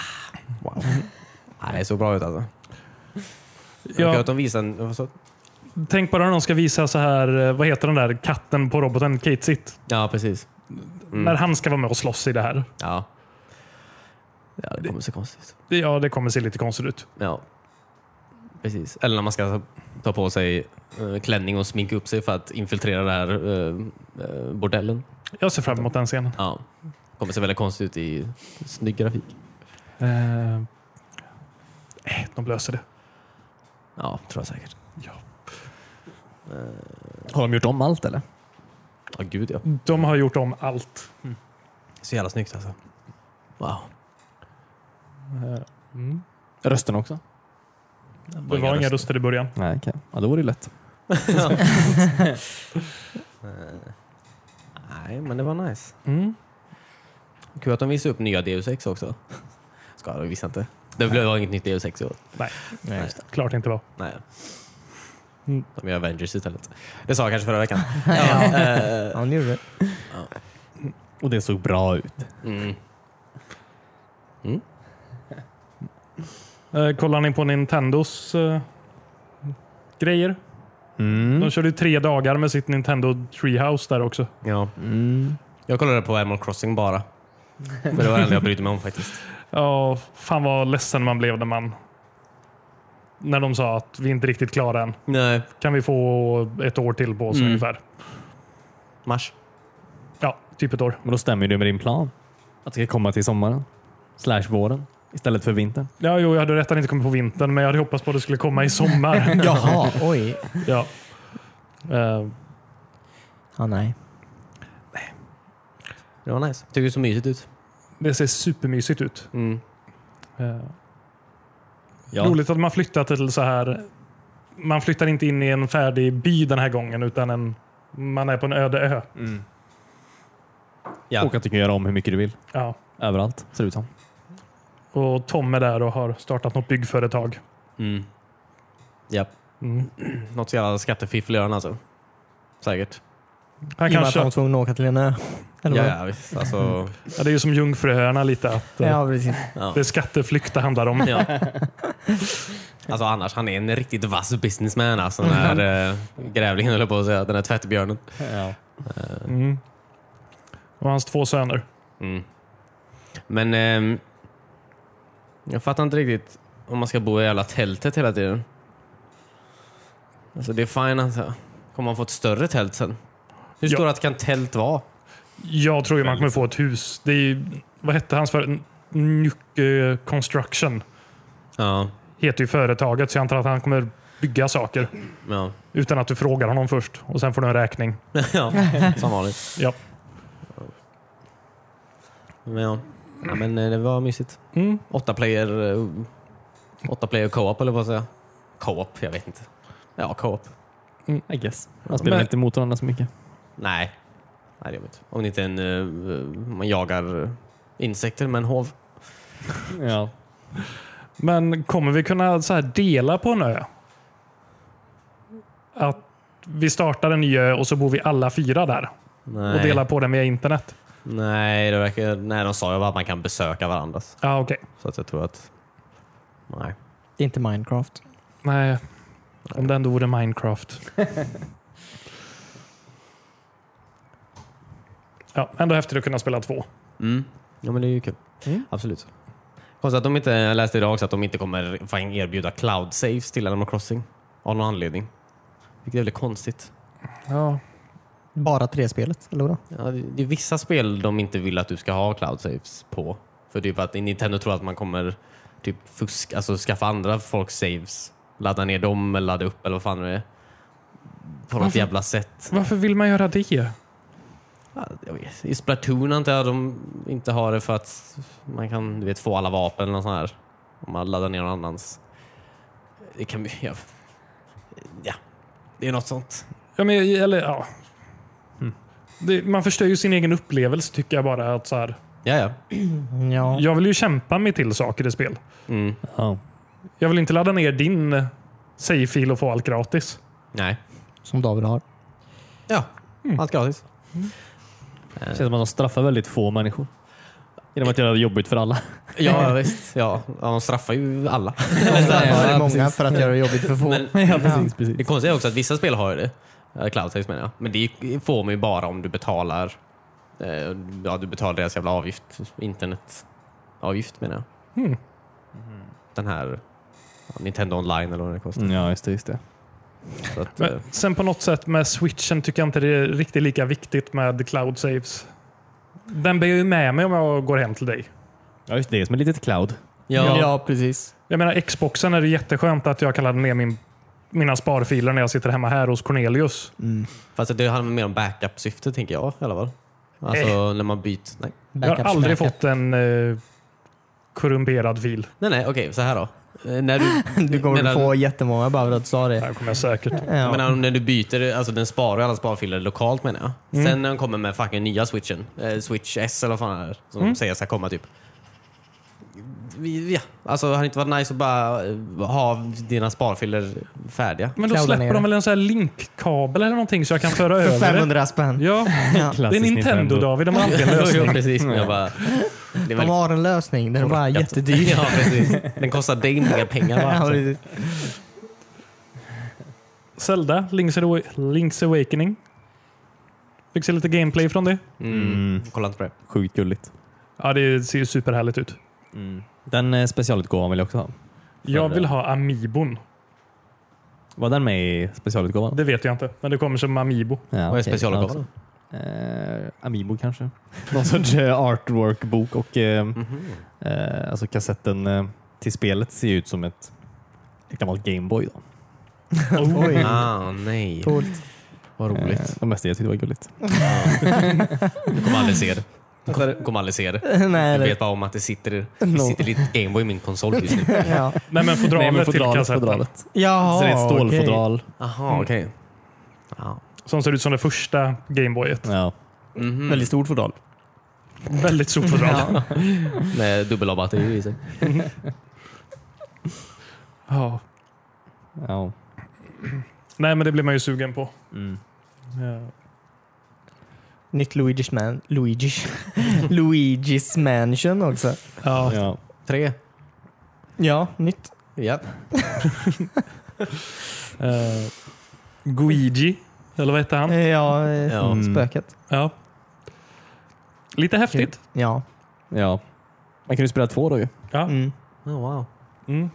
[SPEAKER 4] Wow. Nej, det är så bra ut alltså. Jag
[SPEAKER 1] Ja,
[SPEAKER 4] att de visar en... vad sa-
[SPEAKER 1] tänk bara när de ska visa så här, eh, vad heter den där katten på roboten, Kate Sitt.
[SPEAKER 4] Ja, precis. Mm.
[SPEAKER 1] När han ska vara med och slåss i det här.
[SPEAKER 4] Ja. Ja, det kommer se konstigt ut.
[SPEAKER 1] Det- Ja, det kommer se lite konstigt ut.
[SPEAKER 4] Ja. Precis. Eller när man ska ta på sig eh, klänning och sminka upp sig för att infiltrera det här eh, eh, bordellen.
[SPEAKER 1] Jag ser fram emot den scenen.
[SPEAKER 4] Ja. Kommer se väldigt konstigt ut i snygg grafik.
[SPEAKER 1] Eh, eh, de löser det.
[SPEAKER 4] Ja, tror jag säkert.
[SPEAKER 2] Har de gjort om allt eller?
[SPEAKER 4] Ja, gud ja.
[SPEAKER 1] De har gjort om allt.
[SPEAKER 4] Så jävla snyggt alltså. Wow. Mm.
[SPEAKER 2] Rösten också?
[SPEAKER 1] Det var inga röster i början.
[SPEAKER 2] Nej, okej. Ja, då vore det lätt.
[SPEAKER 4] Nej, men det var nice.
[SPEAKER 1] Mm.
[SPEAKER 4] Kul att de visar upp nya Deus Ex också. Ska de visst inte. Det blev inget nytt Deus Ex i år.
[SPEAKER 1] Nej,
[SPEAKER 3] Nej.
[SPEAKER 1] klart inte var.
[SPEAKER 4] Nej.
[SPEAKER 1] Mm.
[SPEAKER 4] De gör Avengers istället. Det sa jag kanske förra veckan.
[SPEAKER 3] Ja, han gjorde det.
[SPEAKER 2] Och det såg bra ut.
[SPEAKER 4] <laughs> Mm.
[SPEAKER 1] Eh, kollar ni på Nintendos eh, grejer?
[SPEAKER 2] Mm.
[SPEAKER 4] Mm.
[SPEAKER 1] De körde ju tre dagar med sitt Nintendo Treehouse där också.
[SPEAKER 4] Ja.
[SPEAKER 2] Mm.
[SPEAKER 4] Jag kollade på Animal Crossing bara. För det var det enda jag brydde mig om faktiskt.
[SPEAKER 1] Ja, fan vad ledsen man blev när man... När de sa att vi inte riktigt klarar än.
[SPEAKER 4] <laughs> Nej.
[SPEAKER 1] Kan vi få ett år till på oss
[SPEAKER 4] Mm.
[SPEAKER 1] ungefär?
[SPEAKER 4] Mars.
[SPEAKER 1] Ja, typ ett år.
[SPEAKER 2] Men då stämmer ju det med din plan. Att det ska komma till sommaren. Slash våren. Istället för vintern.
[SPEAKER 1] Ja, jo, jag hade rätt att det inte kommer på vintern, men jag hade hoppats på att det skulle komma i
[SPEAKER 3] <laughs>
[SPEAKER 1] sommar.
[SPEAKER 3] Jaha, oj.
[SPEAKER 1] ja. Eh,
[SPEAKER 3] Ja, nej.
[SPEAKER 4] Det var nice. Tycker det såg mysigt ut.
[SPEAKER 1] det ser supermysigt ut.
[SPEAKER 4] Mm.
[SPEAKER 1] Eh,
[SPEAKER 2] Ja.
[SPEAKER 1] Roligt att man flyttar till så här. Man flyttar inte in i en färdig by den här gången, utan en, man är på en öde ö.
[SPEAKER 4] Ja.
[SPEAKER 2] Och att du kan göra om hur mycket du vill.
[SPEAKER 1] Ja.
[SPEAKER 2] Överallt, ser det ut som.
[SPEAKER 1] Och Tom är där och har startat något byggföretag.
[SPEAKER 4] Mm. Ja.
[SPEAKER 1] Mm.
[SPEAKER 4] Något så jävla skattefiffel gör han alltså. Säkert.
[SPEAKER 1] Han
[SPEAKER 3] I och med att
[SPEAKER 1] kanske,
[SPEAKER 3] de var tvungna att åka till en ö. Eller
[SPEAKER 4] Ja,
[SPEAKER 3] vad?
[SPEAKER 4] ja visst. <laughs> Alltså,
[SPEAKER 1] ja, det är ju som Jungfruöarna lite. Att, eh,
[SPEAKER 3] ja, precis.
[SPEAKER 4] ja.
[SPEAKER 1] Det är skatteflykt det handlar
[SPEAKER 4] <laughs>
[SPEAKER 1] om.
[SPEAKER 4] Ja. Alltså annars, han är en riktigt vass businessman alltså. Den här eh, grävlingen höll jag på att säga. Den här tvättbjörnen.
[SPEAKER 2] Ja.
[SPEAKER 1] Mm. Och hans två söner.
[SPEAKER 4] Mm. Men ehm, jag fattar inte riktigt om man ska bo i alla tältet hela tiden. Alltså det är fine alltså. Kommer man få ett större tält sen? Hur
[SPEAKER 1] Ja.
[SPEAKER 4] stora att kan tält vara?
[SPEAKER 1] Jag tror ju man kommer få ett hus. Det är, ju- vad hette hans för Nuke Construction
[SPEAKER 4] Ja.
[SPEAKER 1] heter ju företaget, så jag antar att han kommer bygga saker
[SPEAKER 4] Ja. <laughs>
[SPEAKER 1] utan att du frågar honom först och sen får du en räkning.
[SPEAKER 4] ja. Som vanligt.
[SPEAKER 1] Ja.
[SPEAKER 4] Men ja. ja men eh, det var mysigt.
[SPEAKER 1] Mm.
[SPEAKER 4] Åtta player... eh, Åtta player co-op eller vad säger jag? Co-op? Jag vet inte. Ja, co-op.
[SPEAKER 2] I guess. Man spelar
[SPEAKER 1] Men-
[SPEAKER 2] inte mot varandra så mycket.
[SPEAKER 4] Nej. Nej, det är inte. Om det inte är en... eh, Man jagar eh, insekter med en hov.
[SPEAKER 2] Ja.
[SPEAKER 1] Men kommer vi kunna så här dela på en ö? Att vi startar en ny ö och så bor vi alla fyra där
[SPEAKER 4] Nej.
[SPEAKER 1] och delar på den via internet?
[SPEAKER 4] Nej, det verkar... Nej, de sa ju bara att man kan besöka varandras.
[SPEAKER 1] Ja, okej.
[SPEAKER 4] Så att jag tror att... Nej.
[SPEAKER 3] Det är inte Minecraft.
[SPEAKER 1] Nej, om det ändå vore Minecraft. ja, ändå häftigt att kunna spela två.
[SPEAKER 4] Mm. Ja, men det är ju kul. Absolut. Konstigt att de inte... Jag läste idag också att de inte kommer fan erbjuda cloud saves till Animal Crossing. Av någon anledning. Vilket är väldigt konstigt.
[SPEAKER 1] Ja.
[SPEAKER 3] Bara 3-spelet, eller vadå?
[SPEAKER 4] Ja, det det är typ vissa spel de inte vill att du ska ha cloud saves på. För det är för att Nintendo tror att man kommer typ fusk, alltså skaffa andra folks saves. Ladda ner dem eller ladda upp eller vad fan det är. På något
[SPEAKER 1] Varför?
[SPEAKER 4] jävla sätt.
[SPEAKER 1] Varför vill man göra det?
[SPEAKER 4] Ja, Jag vet. I Splatoon antar jag de inte har det för att man kan du vet, få alla vapen eller något sånt här. Om man laddar ner någon annans. Det kan bli... Ja. ja. Det är något sånt.
[SPEAKER 1] Ja, men, eller, ja. Det, man förstör ju sin egen upplevelse tycker jag bara. att så här,
[SPEAKER 4] Ja, ja.
[SPEAKER 3] Ja.
[SPEAKER 1] Jag vill ju kämpa mig till saker i spel.
[SPEAKER 4] Mm.
[SPEAKER 2] Ja.
[SPEAKER 1] Jag vill inte ladda ner din eh, save-fil och få allt gratis.
[SPEAKER 4] Nej.
[SPEAKER 3] Som David har.
[SPEAKER 4] Ja. Allt gratis.
[SPEAKER 2] Det känns som att de straffar väldigt få människor. Genom att göra det jobbigt för alla.
[SPEAKER 4] Ja, visst. Ja. ja, de straffar ju alla.
[SPEAKER 3] Därför är det många
[SPEAKER 2] precis.
[SPEAKER 3] för att göra det jobbigt för få.
[SPEAKER 4] <laughs> Men-
[SPEAKER 2] ja, precis, precis.
[SPEAKER 4] Det konstiga är också att vissa spel har ju det. Eh, Cloud saves menar jag. Men det får man ju bara om du betalar eh, ja, du betalar deras jävla avgift. Internetavgift menar jag.
[SPEAKER 1] Mm.
[SPEAKER 4] Den här ja, Nintendo online eller vad det kostar.
[SPEAKER 2] Mm, Ja, just det. Just det.
[SPEAKER 4] Så att, eh,
[SPEAKER 1] Men sen på något sätt med switchen tycker jag inte det är riktigt lika viktigt med cloud saves. Den bär ju med mig om jag går hem till dig.
[SPEAKER 2] Ja, just det. Det är Som ett litet cloud.
[SPEAKER 4] ja, ja.
[SPEAKER 3] precis.
[SPEAKER 1] Jag menar Xboxen är det jätteskönt att jag kan ladda ner min, mina sparfiler när jag sitter hemma här hos Cornelius.
[SPEAKER 4] Fast det handlar mer om backup-syfte tänker jag i alla fall. Alltså när man byter. Nej,
[SPEAKER 1] Jag har
[SPEAKER 3] Backup,
[SPEAKER 1] aldrig
[SPEAKER 3] backup.
[SPEAKER 1] fått en eh, korrumperad fil.
[SPEAKER 4] nej, nej okej, så här då. Eh, när du,
[SPEAKER 3] <laughs> Du kommer
[SPEAKER 4] menar-
[SPEAKER 3] få jättemånga bara för att du sa
[SPEAKER 1] Det
[SPEAKER 3] det.
[SPEAKER 1] här kommer jag
[SPEAKER 3] <laughs>
[SPEAKER 1] säkert.
[SPEAKER 3] Ja.
[SPEAKER 4] Men om- när du byter, alltså den sparar alla sparfiler lokalt menar jag.
[SPEAKER 3] Mm.
[SPEAKER 4] Sen när den kommer med fucking nya switchen, eh, switch S eller vad fan det är, som
[SPEAKER 3] Mm.
[SPEAKER 4] de säger ska komma typ. Vi- Ja, alltså hade det inte varit nice att bara eh, ha dina sparfiler färdiga? <laughs>
[SPEAKER 1] Men då
[SPEAKER 3] Clouda ner
[SPEAKER 1] släpper de
[SPEAKER 3] det.
[SPEAKER 1] väl en sån här linkkabel eller någonting så jag kan föra
[SPEAKER 3] För
[SPEAKER 1] över det.
[SPEAKER 3] 500 spänn.
[SPEAKER 2] <laughs>
[SPEAKER 1] Ja, det är
[SPEAKER 2] Klassisk
[SPEAKER 1] Nintendo David. De har alltid en
[SPEAKER 3] <laughs>
[SPEAKER 2] <laughs>
[SPEAKER 4] Jo,
[SPEAKER 1] lösning.
[SPEAKER 4] precis. Men jag bara, det är
[SPEAKER 3] De
[SPEAKER 4] väl
[SPEAKER 3] har en lösning. Den är bara
[SPEAKER 4] korkat.
[SPEAKER 3] jättedyr.
[SPEAKER 4] <laughs> Ja, precis. Den kostar dig inga pengar bara.
[SPEAKER 3] <laughs> Ja,
[SPEAKER 4] Alltså.
[SPEAKER 3] precis.
[SPEAKER 1] Zelda, Link's, Awa- Link's Awakening. Fick se lite gameplay från det.
[SPEAKER 4] Mm. Kolla inte på det.
[SPEAKER 2] Sjukt gulligt.
[SPEAKER 1] Ja, det ser ju superhärligt ut.
[SPEAKER 2] Den eh, specialutgåvan vill jag också ha.
[SPEAKER 1] Jag
[SPEAKER 2] det.
[SPEAKER 1] vill ha Amiibon.
[SPEAKER 2] Var den med i specialutgåvan?
[SPEAKER 1] Det vet jag inte, men det kommer som Amiibo.
[SPEAKER 2] Ja,
[SPEAKER 4] Vad är
[SPEAKER 2] okej.
[SPEAKER 4] specialutgåvan?
[SPEAKER 2] Eh, Amiibo kanske. Någon sorts eh, artwork-bok och eh, eh, alltså kassetten eh, till spelet ser ju ut som ett, ett gammalt Gameboy. Då.
[SPEAKER 3] Oj,
[SPEAKER 4] Ah, nej.
[SPEAKER 3] coolt.
[SPEAKER 4] Vad
[SPEAKER 2] Eh,
[SPEAKER 4] roligt.
[SPEAKER 2] det mesta jag tyckte var gulligt.
[SPEAKER 4] Du kommer aldrig se det. Du
[SPEAKER 3] Alltså,
[SPEAKER 4] kommer- kommer aldrig se
[SPEAKER 3] <laughs>
[SPEAKER 4] det.
[SPEAKER 3] Nej,
[SPEAKER 4] Du
[SPEAKER 3] det,
[SPEAKER 4] vet bara om att det sitter, det sitter lite Gameboy i min konsol just nu.
[SPEAKER 3] <laughs> ja.
[SPEAKER 1] Nej,
[SPEAKER 2] <laughs>
[SPEAKER 1] men fodralet,
[SPEAKER 2] Nej, men
[SPEAKER 1] till
[SPEAKER 2] fodralet,
[SPEAKER 1] kassetten.
[SPEAKER 2] fodralet. Ah,
[SPEAKER 3] Jaha,
[SPEAKER 2] Så det är ett
[SPEAKER 3] okej.
[SPEAKER 2] stålfodral.
[SPEAKER 4] <laughs> Aha, okej. Ja.
[SPEAKER 1] Som ser ut som det första Gameboyet.
[SPEAKER 2] Ja.
[SPEAKER 4] Mhm. Mm.
[SPEAKER 3] Väldigt stort fodral.
[SPEAKER 1] Väldigt stort fodral.
[SPEAKER 3] Ja.
[SPEAKER 4] Med dubbelabbatteri i sig.
[SPEAKER 1] Ja.
[SPEAKER 2] Ja.
[SPEAKER 1] Nej, men det blir man ju sugen på.
[SPEAKER 2] Mm.
[SPEAKER 1] Ja.
[SPEAKER 3] Nytt Luigi's Man... Luigi's... <laughs> Luigi's Mansion också.
[SPEAKER 1] Ja.
[SPEAKER 2] Ja.
[SPEAKER 4] Tre.
[SPEAKER 3] Ja, nytt.
[SPEAKER 4] Ja.
[SPEAKER 1] Eh, Guigi, eller vad hette
[SPEAKER 2] Eh.
[SPEAKER 1] han?
[SPEAKER 3] Eh, Ja,
[SPEAKER 4] Ja.
[SPEAKER 3] ja. spöket.
[SPEAKER 1] Ja. Lite häftigt.
[SPEAKER 3] Ja.
[SPEAKER 2] ja. Man kan ju spela två då ju.
[SPEAKER 3] Mm.
[SPEAKER 4] Oh, wow.
[SPEAKER 1] Mm,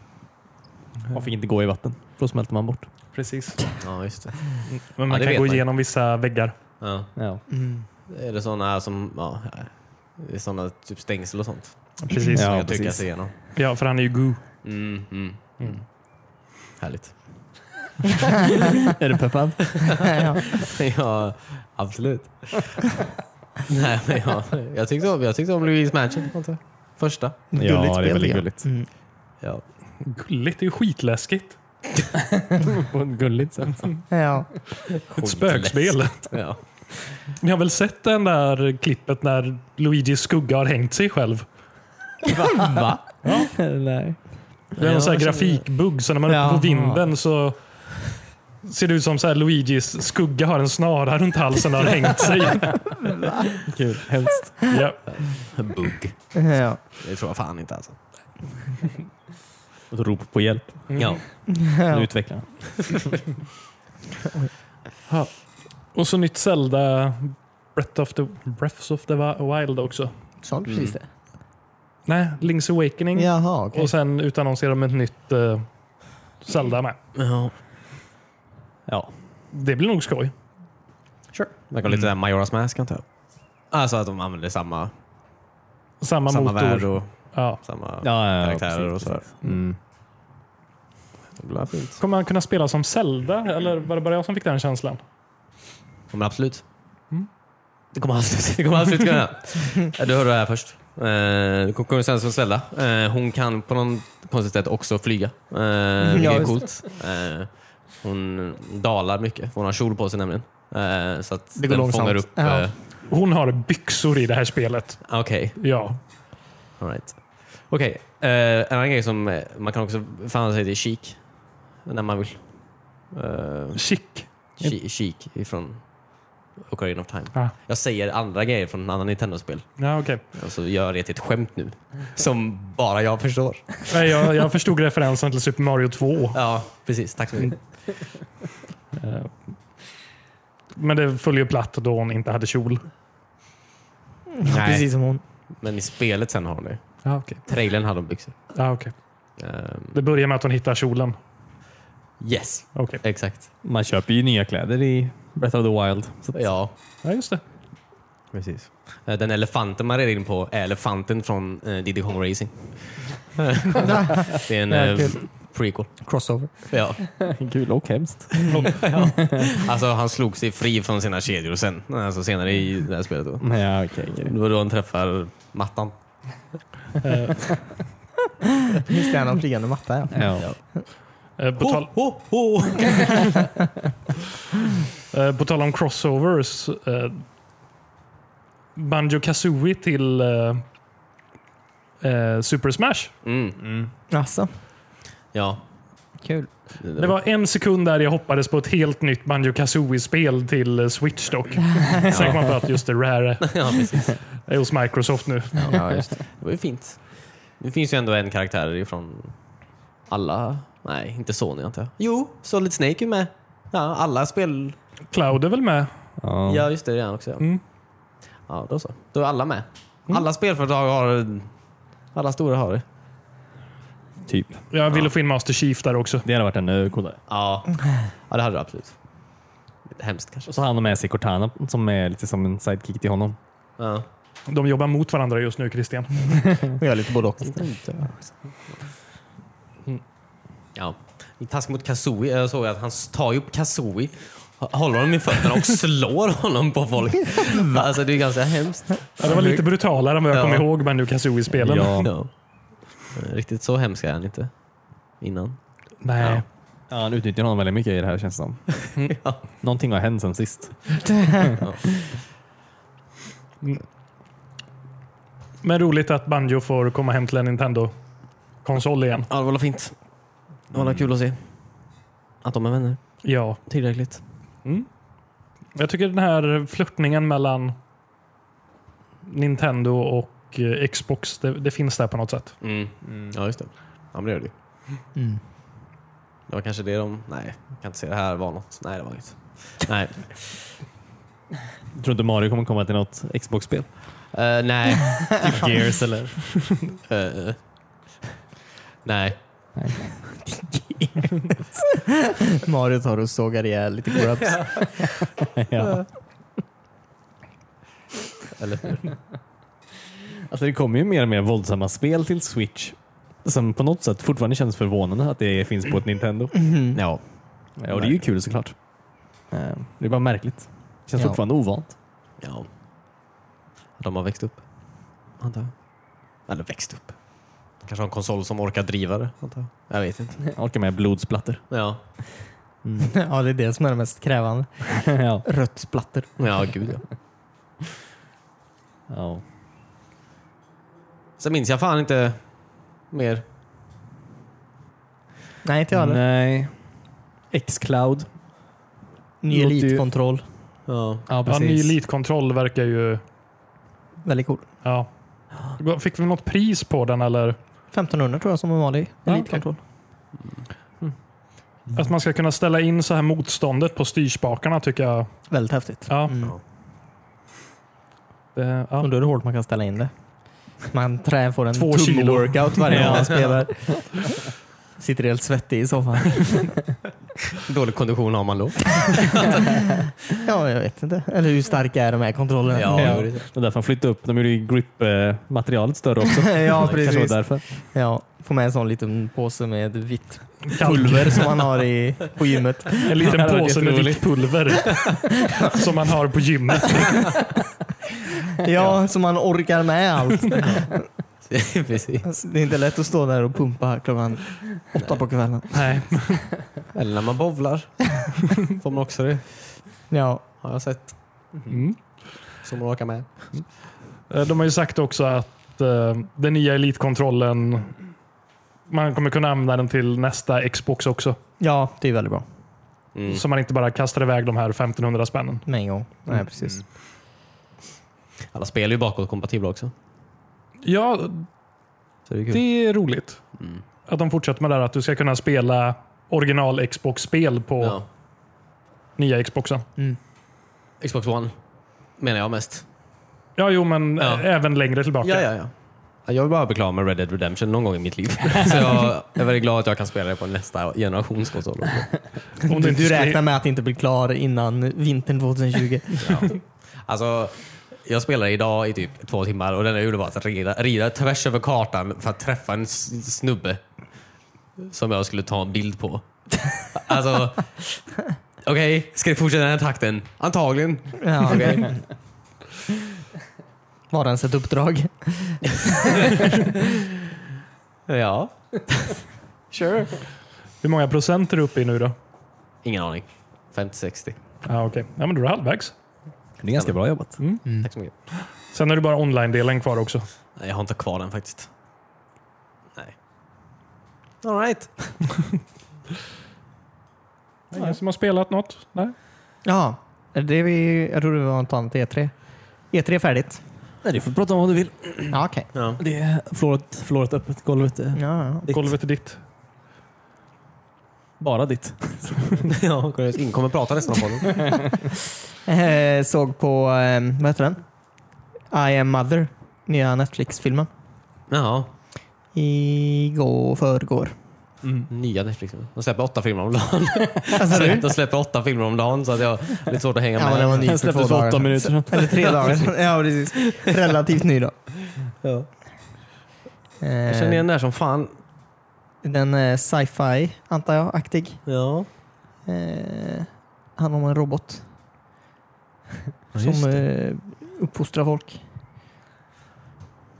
[SPEAKER 2] Man fick inte gå i vatten. För då smälter man bort.
[SPEAKER 1] precis.
[SPEAKER 4] Ja, just det.
[SPEAKER 1] Men
[SPEAKER 4] Ja,
[SPEAKER 1] man
[SPEAKER 4] det
[SPEAKER 1] kan
[SPEAKER 4] vet
[SPEAKER 1] gå
[SPEAKER 4] man ju.
[SPEAKER 1] igenom vissa väggar.
[SPEAKER 4] Ja.
[SPEAKER 2] Ja.
[SPEAKER 4] Är det sådana som... Ja, det är sådana typ stängsel och sånt?
[SPEAKER 1] Precis.
[SPEAKER 2] Ja,
[SPEAKER 1] Ja,
[SPEAKER 4] som jag tycker
[SPEAKER 2] precis.
[SPEAKER 4] jag ser igenom.
[SPEAKER 1] för han är ju Goo.
[SPEAKER 4] Mm, mm. Härligt.
[SPEAKER 2] <laughs>
[SPEAKER 4] <laughs>
[SPEAKER 2] Är du peppad?
[SPEAKER 4] ja, absolut. <laughs> Nej, men jag, jag, tyckte om, jag tyckte om Louise Mansion. antar jag. Första.
[SPEAKER 2] ja, det
[SPEAKER 3] spel,
[SPEAKER 2] är väldigt
[SPEAKER 3] tycker jag.
[SPEAKER 2] gulligt.
[SPEAKER 3] Mm.
[SPEAKER 4] Ja.
[SPEAKER 1] Gulligt, det är ju skitläskigt.
[SPEAKER 2] <laughs> På ett gulligt sätt.
[SPEAKER 3] Ja.
[SPEAKER 1] Ett spökspel.
[SPEAKER 4] Ja.
[SPEAKER 1] Ni har väl sett den där klippet när Luigis skugga har hängt sig själv?
[SPEAKER 4] Va?
[SPEAKER 2] Nej.
[SPEAKER 1] Det är en sån
[SPEAKER 4] Ja,
[SPEAKER 1] här
[SPEAKER 4] jag känner-
[SPEAKER 1] grafikbugg, så när man är uppe på
[SPEAKER 3] Jaha.
[SPEAKER 1] vinden så ser det ut som så här Luigis skugga har en snara runt halsen och har hängt
[SPEAKER 4] <laughs>
[SPEAKER 1] sig.
[SPEAKER 2] Kul. Hemskt.
[SPEAKER 1] ja.
[SPEAKER 4] Bugg.
[SPEAKER 3] Eh, Ja.
[SPEAKER 4] Det tror jag fan inte alltså.
[SPEAKER 2] Och ett rop på hjälp.
[SPEAKER 4] Ja.
[SPEAKER 2] Nu
[SPEAKER 3] ja.
[SPEAKER 2] utvecklar han.
[SPEAKER 1] Och så nytt Zelda, Breath of the, Breaths of the Wi- Wild också.
[SPEAKER 3] Sa du precis det?
[SPEAKER 1] Nej, Link's Awakening.
[SPEAKER 3] Jaha, okej.
[SPEAKER 1] Och sen utannonserar de ett nytt eh, Zelda med.
[SPEAKER 4] ja.
[SPEAKER 2] Ja.
[SPEAKER 1] Det blir nog skoj.
[SPEAKER 4] Sure. Verkar lite där Majoras Mask antar jag. Alltså att de använder samma,
[SPEAKER 1] Samma,
[SPEAKER 4] samma
[SPEAKER 1] motor.
[SPEAKER 4] värld och
[SPEAKER 1] Ja.
[SPEAKER 4] Samma
[SPEAKER 2] Ja, ja, ja,
[SPEAKER 4] karaktärer
[SPEAKER 2] precis,
[SPEAKER 4] och sådär.
[SPEAKER 2] Mm.
[SPEAKER 4] Det blir fint.
[SPEAKER 1] Kommer han kunna spela som Zelda? Eller var det bara jag som fick den känslan?
[SPEAKER 4] Ja, men absolut. Det kommer han absolut, <laughs> det kommer han absolut kunna göra. Du hörde det här först. Eh, Du kommer sen som Zelda. Eh, Hon kan på någon konstigt sätt också flyga. Eh, Vilket är
[SPEAKER 3] just
[SPEAKER 4] coolt. Eh, Hon dalar mycket. Hon har kjol på sig nämligen. Eh, Så att
[SPEAKER 3] Det går
[SPEAKER 4] den
[SPEAKER 3] långsamt.
[SPEAKER 4] fångar upp...
[SPEAKER 3] Ja.
[SPEAKER 4] eh,
[SPEAKER 1] Hon har byxor i det här spelet.
[SPEAKER 4] Okej,
[SPEAKER 1] Ja.
[SPEAKER 4] alright. Okej, eh, en annan grej som eh, man kan också förhandla sig till Chic. När man vill. Eh,
[SPEAKER 1] Chic.
[SPEAKER 4] Chi- Chic ifrån Ocarina of Time.
[SPEAKER 1] Ah.
[SPEAKER 4] Jag säger andra grejer från andra Nintendo-spel.
[SPEAKER 1] Ja, okay.
[SPEAKER 4] Alltså, jag gör det till ett skämt nu. Som bara jag förstår.
[SPEAKER 1] Nej, jag, jag förstod referensen till Super Mario 2.
[SPEAKER 4] Ja, precis. Tack så mycket.
[SPEAKER 1] Men det följer ju platt då hon inte hade kjol.
[SPEAKER 4] Nej.
[SPEAKER 3] Mm. Precis som hon.
[SPEAKER 4] Men i spelet sen har de det.
[SPEAKER 1] Ja, okej.
[SPEAKER 4] Trailern hade de byxor.
[SPEAKER 1] Ja, okej.
[SPEAKER 4] Ehm,
[SPEAKER 1] Det börjar med att hon hittar kjolen.
[SPEAKER 4] yes,
[SPEAKER 1] Okej.
[SPEAKER 4] exakt.
[SPEAKER 2] Man köper ju nya kläder i Breath of the Wild. Så att,
[SPEAKER 4] Ja,
[SPEAKER 1] Ja, just det.
[SPEAKER 4] precis. Eh, Den elefanten man red in på är elefanten från eh, Diddy
[SPEAKER 3] <laughs>
[SPEAKER 4] Kong Racing. det är en
[SPEAKER 3] Ja,
[SPEAKER 4] eh,
[SPEAKER 3] kul.
[SPEAKER 4] prequel.
[SPEAKER 3] Crossover.
[SPEAKER 4] Ja.
[SPEAKER 2] <laughs> Kul och hemskt.
[SPEAKER 4] ja. Alltså, han slog sig fri från sina kedjor sen. Alltså, senare i det här spelet. Då.
[SPEAKER 2] Ja, okej. okej.
[SPEAKER 4] Det var då han träffar mattan.
[SPEAKER 3] Just det, han har flygande matta. Ja.
[SPEAKER 2] Ja.
[SPEAKER 1] Eh, På, tal,
[SPEAKER 4] ho, ho.
[SPEAKER 1] eh, på tal om crossovers. Eh, Banjo Kazooie till eh, eh, Super Smash.
[SPEAKER 4] Mm.
[SPEAKER 3] Alltså,
[SPEAKER 4] Ja.
[SPEAKER 3] kul.
[SPEAKER 1] Det var en sekund där jag hoppades på ett helt nytt Banjo Kazooie-spel till eh, Switch
[SPEAKER 4] <laughs>
[SPEAKER 1] dock. Sen kom jag på att just det, Rare
[SPEAKER 4] ja, precis.
[SPEAKER 1] är hos Microsoft nu.
[SPEAKER 4] Ja, just det. det var ju fint. Det finns ju ändå en karaktär ifrån alla... Nej, inte Sony antar jag. Jo, Solid Snake är med. Ja, alla spel...
[SPEAKER 1] Cloud är väl med?
[SPEAKER 2] Ja.
[SPEAKER 4] Ja, just det. Det är han också. Ja.
[SPEAKER 1] Mm.
[SPEAKER 4] ja, då så. Då är alla med. Alla spelföretag har... Alla stora har det.
[SPEAKER 2] Typ.
[SPEAKER 1] Jag ville få in Master Chief där också.
[SPEAKER 2] Det hade varit ännu coolare.
[SPEAKER 4] Ja, ja det hade du absolut. Hemskt kanske.
[SPEAKER 2] Och så har han med sig Cortana som är lite som en sidekick till honom.
[SPEAKER 4] Ja.
[SPEAKER 1] De jobbar mot varandra just nu, Christian.
[SPEAKER 3] Och jag är lite både och.
[SPEAKER 4] Ja. Task mot Kazooie. Jag såg att han tar ju upp Kazooie, håller honom i fötterna och slår honom på <laughs> folk. Alltså det är ganska hemskt.
[SPEAKER 1] Ja, det var lite brutalare än vad jag
[SPEAKER 4] Ja.
[SPEAKER 1] kommer ihåg Banjo Kazooie-spelen.
[SPEAKER 2] Ja.
[SPEAKER 4] Ja. Eh, Riktigt så hemsk är han inte. Innan.
[SPEAKER 1] Nej.
[SPEAKER 2] Ja, han utnyttjar honom väldigt mycket i det här känns det <laughs> som.
[SPEAKER 4] Ja.
[SPEAKER 2] Någonting har hänt sen sist.
[SPEAKER 1] Men roligt att Banjo får komma hem till en Nintendo-konsol igen.
[SPEAKER 4] ja, det var fint. Det var kul att se. Att de är vänner.
[SPEAKER 1] Ja.
[SPEAKER 4] Tillräckligt.
[SPEAKER 1] Jag tycker den här flörtningen mellan Nintendo och eh, Xbox, det, det finns där på något sätt.
[SPEAKER 4] Mm. Ja, just det. Ja, men det gör det ju.
[SPEAKER 3] Mm.
[SPEAKER 4] Det var kanske det de... Nej, jag kan inte se det här var något. Nej, det var <laughs> inget. Nej.
[SPEAKER 2] Jag tror inte Mario kommer komma till något Xbox-spel?
[SPEAKER 4] Eh, nej.
[SPEAKER 2] Gears eller?
[SPEAKER 4] Eh, eh. nej.
[SPEAKER 3] Mario tar och sågar ihjäl lite grubs.
[SPEAKER 2] ja.
[SPEAKER 4] Eller hur?
[SPEAKER 2] Alltså det kommer ju mer och mer våldsamma spel till Switch. Som på något sätt fortfarande känns förvånande att det finns på ett Nintendo.
[SPEAKER 4] Ja.
[SPEAKER 2] Ja, och det är ju kul såklart. Eh, Det är bara märkligt. Det känns
[SPEAKER 3] Ja.
[SPEAKER 2] fortfarande ovant.
[SPEAKER 4] Ja. De har växt upp, antar jag. Eller växt upp. Kanske har en konsol som orkar driva det, antar jag. Jag vet inte.
[SPEAKER 2] Jag orkar med blodsplatter.
[SPEAKER 4] Ja,
[SPEAKER 3] ja, det är det som är det mest krävande.
[SPEAKER 2] ja.
[SPEAKER 3] Rött splatter.
[SPEAKER 4] ja gud ja.
[SPEAKER 2] Ja.
[SPEAKER 4] Sen minns jag fan inte mer.
[SPEAKER 3] Nej, inte jag
[SPEAKER 2] Mm.
[SPEAKER 3] heller.
[SPEAKER 2] Nej. X-Cloud.
[SPEAKER 3] Ny
[SPEAKER 2] Låter ju-
[SPEAKER 3] elitkontroll.
[SPEAKER 4] Ja.
[SPEAKER 2] Ja,
[SPEAKER 1] Ja, ny elitkontroll verkar ju...
[SPEAKER 3] Väldigt cool.
[SPEAKER 1] Ja. Fick vi något pris på den eller?
[SPEAKER 3] 1500 tror jag som en vanlig
[SPEAKER 1] Ja,
[SPEAKER 3] elitkontroll.
[SPEAKER 1] Att man ska kunna ställa in så här motståndet på styrspakarna tycker jag.
[SPEAKER 3] Väldigt häftigt.
[SPEAKER 1] Ja.
[SPEAKER 3] Mm.
[SPEAKER 1] Det, ja.
[SPEAKER 3] Och då är det hårt man kan ställa in det. Man trä får en
[SPEAKER 1] Två kilo.
[SPEAKER 3] tum-workout varje gång man spelar. Sitter helt svettig i soffan.
[SPEAKER 4] Dålig kondition har man då.
[SPEAKER 3] Ja, jag vet inte. Eller hur starka är de här kontrollerna?
[SPEAKER 4] Ja. <laughs>
[SPEAKER 2] Det var därför han flyttade upp. De gjorde ju grip-materialet större
[SPEAKER 3] <laughs> <laughs> ja
[SPEAKER 2] också. Kanske var
[SPEAKER 3] precis.
[SPEAKER 2] det därför.
[SPEAKER 3] Ja, få med en sån liten påse med vitt
[SPEAKER 1] Kall-
[SPEAKER 3] pulver som man har i, <laughs> på gymmet.
[SPEAKER 1] En liten
[SPEAKER 2] Det här var
[SPEAKER 1] påse med vitt
[SPEAKER 2] jätteroligt. <laughs>
[SPEAKER 1] pulver som man har på gymmet.
[SPEAKER 3] Ja, så man orkar med allt.
[SPEAKER 4] Precis.
[SPEAKER 3] Alltså, det är inte lätt att stå där och pumpa klockan åtta på kvällen.
[SPEAKER 1] Nej.
[SPEAKER 4] Eller när man <laughs> bovlar. Får man också det.
[SPEAKER 3] Ja,
[SPEAKER 4] Har jag sett.
[SPEAKER 1] Mm.
[SPEAKER 4] Som man orkar med.
[SPEAKER 1] Eh, De har ju sagt också att eh, den nya elitkontrollen, man kommer kunna använda den till nästa Xbox också.
[SPEAKER 3] ja det är väldigt bra.
[SPEAKER 4] Mm.
[SPEAKER 1] Så man inte bara kastar iväg de här 1500 spännen.
[SPEAKER 3] Med en gång. Nej, precis.
[SPEAKER 4] Alla spel är ju bakåtkompatibla också.
[SPEAKER 1] Ja,
[SPEAKER 4] Så det är kul.
[SPEAKER 1] det är roligt.
[SPEAKER 4] Mm.
[SPEAKER 1] Att de fortsätter med det här att du ska kunna spela original Xbox-spel på
[SPEAKER 4] Ja.
[SPEAKER 1] nya Xboxen.
[SPEAKER 4] Xbox One menar jag mest.
[SPEAKER 1] Ja, jo, men
[SPEAKER 4] Ja.
[SPEAKER 1] ä- även längre tillbaka.
[SPEAKER 4] Ja, ja, ja. Ja, Jag vill bara beklaga mig Red Dead Redemption någon gång i mitt liv. <laughs> Så jag är väldigt glad att jag kan spela det på nästa generations konsol. också.
[SPEAKER 1] Om inte
[SPEAKER 3] Du, du
[SPEAKER 1] skulle-
[SPEAKER 3] räknar med att inte bli klar innan vintern 2020.
[SPEAKER 4] Alltså, jag spelade idag i typ två timmar och det enda jag gjorde var att rida, rida tvärs över kartan för att träffa en s- snubbe som jag skulle ta en bild på. <laughs> Alltså, okej, ska det fortsätta i den här takten? Antagligen.
[SPEAKER 3] <laughs> Ja,
[SPEAKER 4] Okej.
[SPEAKER 3] <laughs> Var ens ett uppdrag.
[SPEAKER 4] Ja. Sure.
[SPEAKER 1] Hur många procent är du uppe i nu då?
[SPEAKER 4] Ingen aning. 50-60.
[SPEAKER 1] Ja, okej. Ja, men du är halvvägs.
[SPEAKER 2] Det är ganska bra jobbat.
[SPEAKER 4] Tack så mycket.
[SPEAKER 1] Sen är det bara online-delen kvar också.
[SPEAKER 4] Nej, jag har inte kvar den faktiskt. Nej. All right.
[SPEAKER 1] Ingen som har spelat något? Nej.
[SPEAKER 3] Ja, det vi, jag tror det var något annat E E3. E3 är färdigt.
[SPEAKER 2] Nej, du får prata om vad du vill.
[SPEAKER 3] Ja, okej.
[SPEAKER 4] Ja.
[SPEAKER 2] Det är flåret, flåret öppet, golvet är
[SPEAKER 3] Ja, ja.
[SPEAKER 2] ditt.
[SPEAKER 1] Golvet är ditt.
[SPEAKER 2] bara ditt.
[SPEAKER 4] <laughs> ja, Cornelius Ing kommer prata resten av podden.
[SPEAKER 3] Eh, såg på, eh, vad heter den? I am mother. Nya Netflix-filmen.
[SPEAKER 4] <laughs> Jaha.
[SPEAKER 3] Igår, förrgår.
[SPEAKER 4] Nya Netflix. De släpper åtta filmer om dagen. <laughs>
[SPEAKER 3] Alltså, du?
[SPEAKER 4] De släpper åtta filmer om dagen så att jag har lite svårt att hänga
[SPEAKER 3] Ja, men
[SPEAKER 4] med.
[SPEAKER 3] den var ny
[SPEAKER 2] Den
[SPEAKER 3] för två
[SPEAKER 2] släpptes för
[SPEAKER 3] dagar
[SPEAKER 2] åtta
[SPEAKER 3] sedan.
[SPEAKER 2] minuter sedan.
[SPEAKER 3] Eller <laughs> tre dagar sedan. Ja, precis. Relativt ny då.
[SPEAKER 4] Ja.
[SPEAKER 3] Eh,
[SPEAKER 4] Jag känner igen den där som fan.
[SPEAKER 3] Den är sci-fi, antar jag, aktig.
[SPEAKER 4] Ja.
[SPEAKER 3] Eh, han om en robot
[SPEAKER 4] just
[SPEAKER 3] som eh, uppfostrar folk.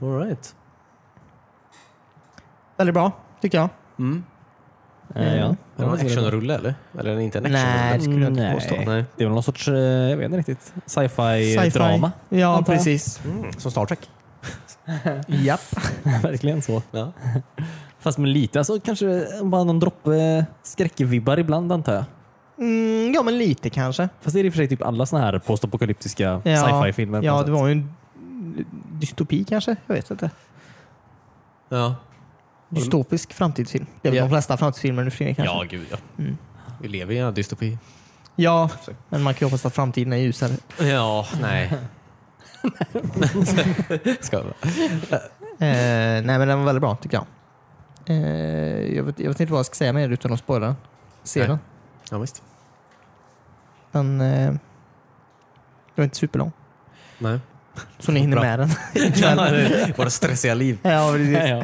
[SPEAKER 4] All right.
[SPEAKER 3] Väldigt bra, tycker jag.
[SPEAKER 4] Mm.
[SPEAKER 2] Eh, ja.
[SPEAKER 4] Är det en actionrulle eller? Eller är det inte en actionrulle?
[SPEAKER 3] Nej, det skulle jag inte
[SPEAKER 2] Nej.
[SPEAKER 3] påstå.
[SPEAKER 4] Nej.
[SPEAKER 2] Det är väl någon sorts, eh, jag vet inte riktigt, sci-fi
[SPEAKER 3] Sci-fi.
[SPEAKER 2] drama. <laughs>
[SPEAKER 3] Ja,
[SPEAKER 2] antar jag.
[SPEAKER 3] precis.
[SPEAKER 4] Mm. Som
[SPEAKER 3] <laughs>
[SPEAKER 4] Star Trek.
[SPEAKER 3] Japp.
[SPEAKER 2] Verkligen så.
[SPEAKER 4] Ja.
[SPEAKER 2] <laughs> Fast med lite, alltså kanske bara någon droppe skräckvibbar ibland antar jag.
[SPEAKER 3] Mm, ja, men lite kanske.
[SPEAKER 2] Fast det är i och för sig typ alla såna här postapokalyptiska
[SPEAKER 3] Ja.
[SPEAKER 2] sci-fi-filmer. på
[SPEAKER 3] Ja, det
[SPEAKER 2] något sätt.
[SPEAKER 3] var ju en dystopi kanske. Jag vet inte.
[SPEAKER 4] Ja.
[SPEAKER 3] Dystopisk framtidsfilm. Det är väl
[SPEAKER 4] Ja.
[SPEAKER 3] de flesta framtidsfilmer nu för tiden kanske.
[SPEAKER 4] ja, gud ja. Vi lever i en dystopi.
[SPEAKER 3] Ja, men man kan ju hoppas att framtiden är ljusare.
[SPEAKER 4] Ja, nej. <laughs> Ska jag bara.
[SPEAKER 3] Eh, nej, men den var väldigt bra tycker jag. Eh, jag, vet, jag vet inte vad jag ska säga mer utan att spoila den. Se
[SPEAKER 4] Nej.
[SPEAKER 3] den.
[SPEAKER 4] Ja, visst.
[SPEAKER 3] Den, eh, den var inte superlång.
[SPEAKER 4] Nej.
[SPEAKER 3] Så ni hinner
[SPEAKER 4] Bra. <laughs>
[SPEAKER 3] med den.
[SPEAKER 4] Våra stressiga liv.
[SPEAKER 3] ja, precis.
[SPEAKER 2] <laughs> Ja, ja.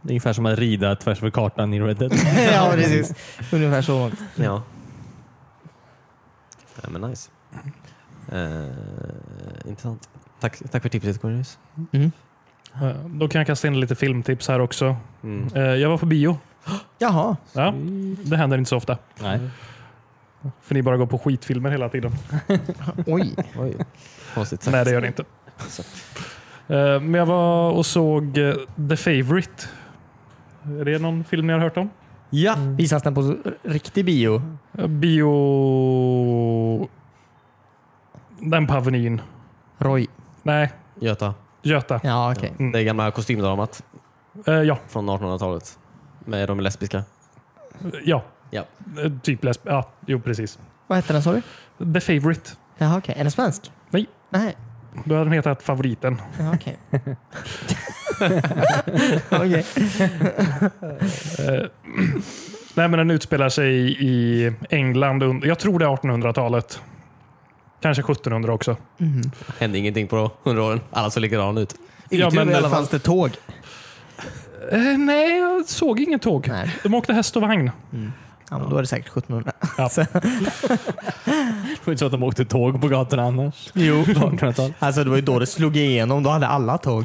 [SPEAKER 2] Det är ungefär som att rida tvärs över kartan i Red Dead.
[SPEAKER 3] <laughs>
[SPEAKER 2] <laughs>
[SPEAKER 3] ja, precis. Ungefär så långt.
[SPEAKER 4] Ja. ja men nice. Eh, intressant. Tack, tack för tipset Cornelius.
[SPEAKER 3] Mm.
[SPEAKER 1] Eh, Då kan jag kasta in lite filmtips här också.
[SPEAKER 4] Mm.
[SPEAKER 1] Eh, Jag var på bio.
[SPEAKER 3] Jaha.
[SPEAKER 1] Ja, det händer inte så ofta.
[SPEAKER 2] Nej.
[SPEAKER 1] För ni bara går på skitfilmer hela tiden.
[SPEAKER 3] Oj.
[SPEAKER 4] Oj. Konstigt sagt.
[SPEAKER 1] Nej, det gör ni inte. Eh, Men jag var och såg eh, The Favourite. Är det någon film ni har hört om?
[SPEAKER 4] Ja!
[SPEAKER 3] Visas den på riktig bio?
[SPEAKER 1] Eh, Bio... Den på Avenyn.
[SPEAKER 3] Roy.
[SPEAKER 1] Nej,
[SPEAKER 4] Göta.
[SPEAKER 1] Göta.
[SPEAKER 3] Ja, okej.
[SPEAKER 1] Mm.
[SPEAKER 4] Det gamla kostymdramat
[SPEAKER 1] Eh, Ja,
[SPEAKER 4] från 1800-talet. Med de lesbiska.
[SPEAKER 1] ja.
[SPEAKER 4] Ja.
[SPEAKER 1] Eh, Typ lesb... Ja, jo precis.
[SPEAKER 3] Vad hette den sa du?
[SPEAKER 1] The Favourite.
[SPEAKER 3] Jaha, okej. Är den svensk?
[SPEAKER 1] Nej.
[SPEAKER 3] Nej.
[SPEAKER 1] Då hade den hetat Favoriten.
[SPEAKER 3] Ja, okej. <laughs> okej.
[SPEAKER 1] Eh, Nej, men den utspelar sig i- i England. und- Jag tror det är 1800-talet. Kanske 1700 också.
[SPEAKER 4] Hände ingenting på hundra åren. Alla såg likadana ut.
[SPEAKER 1] Ja, men,
[SPEAKER 3] I alla
[SPEAKER 1] eh,
[SPEAKER 3] fall det tåg.
[SPEAKER 1] nej, jag såg inget tåg.
[SPEAKER 3] Nej.
[SPEAKER 1] De åkte häst och vagn.
[SPEAKER 3] Ja, men då är det säkert 1700.
[SPEAKER 1] Ja.
[SPEAKER 3] Så-
[SPEAKER 2] Det var inte så att de åkte tåg på gatorna annars. Jo. <laughs> På 1800-talet.
[SPEAKER 3] <laughs> Alltså det var ju då det slog igenom. Då hade alla tåg.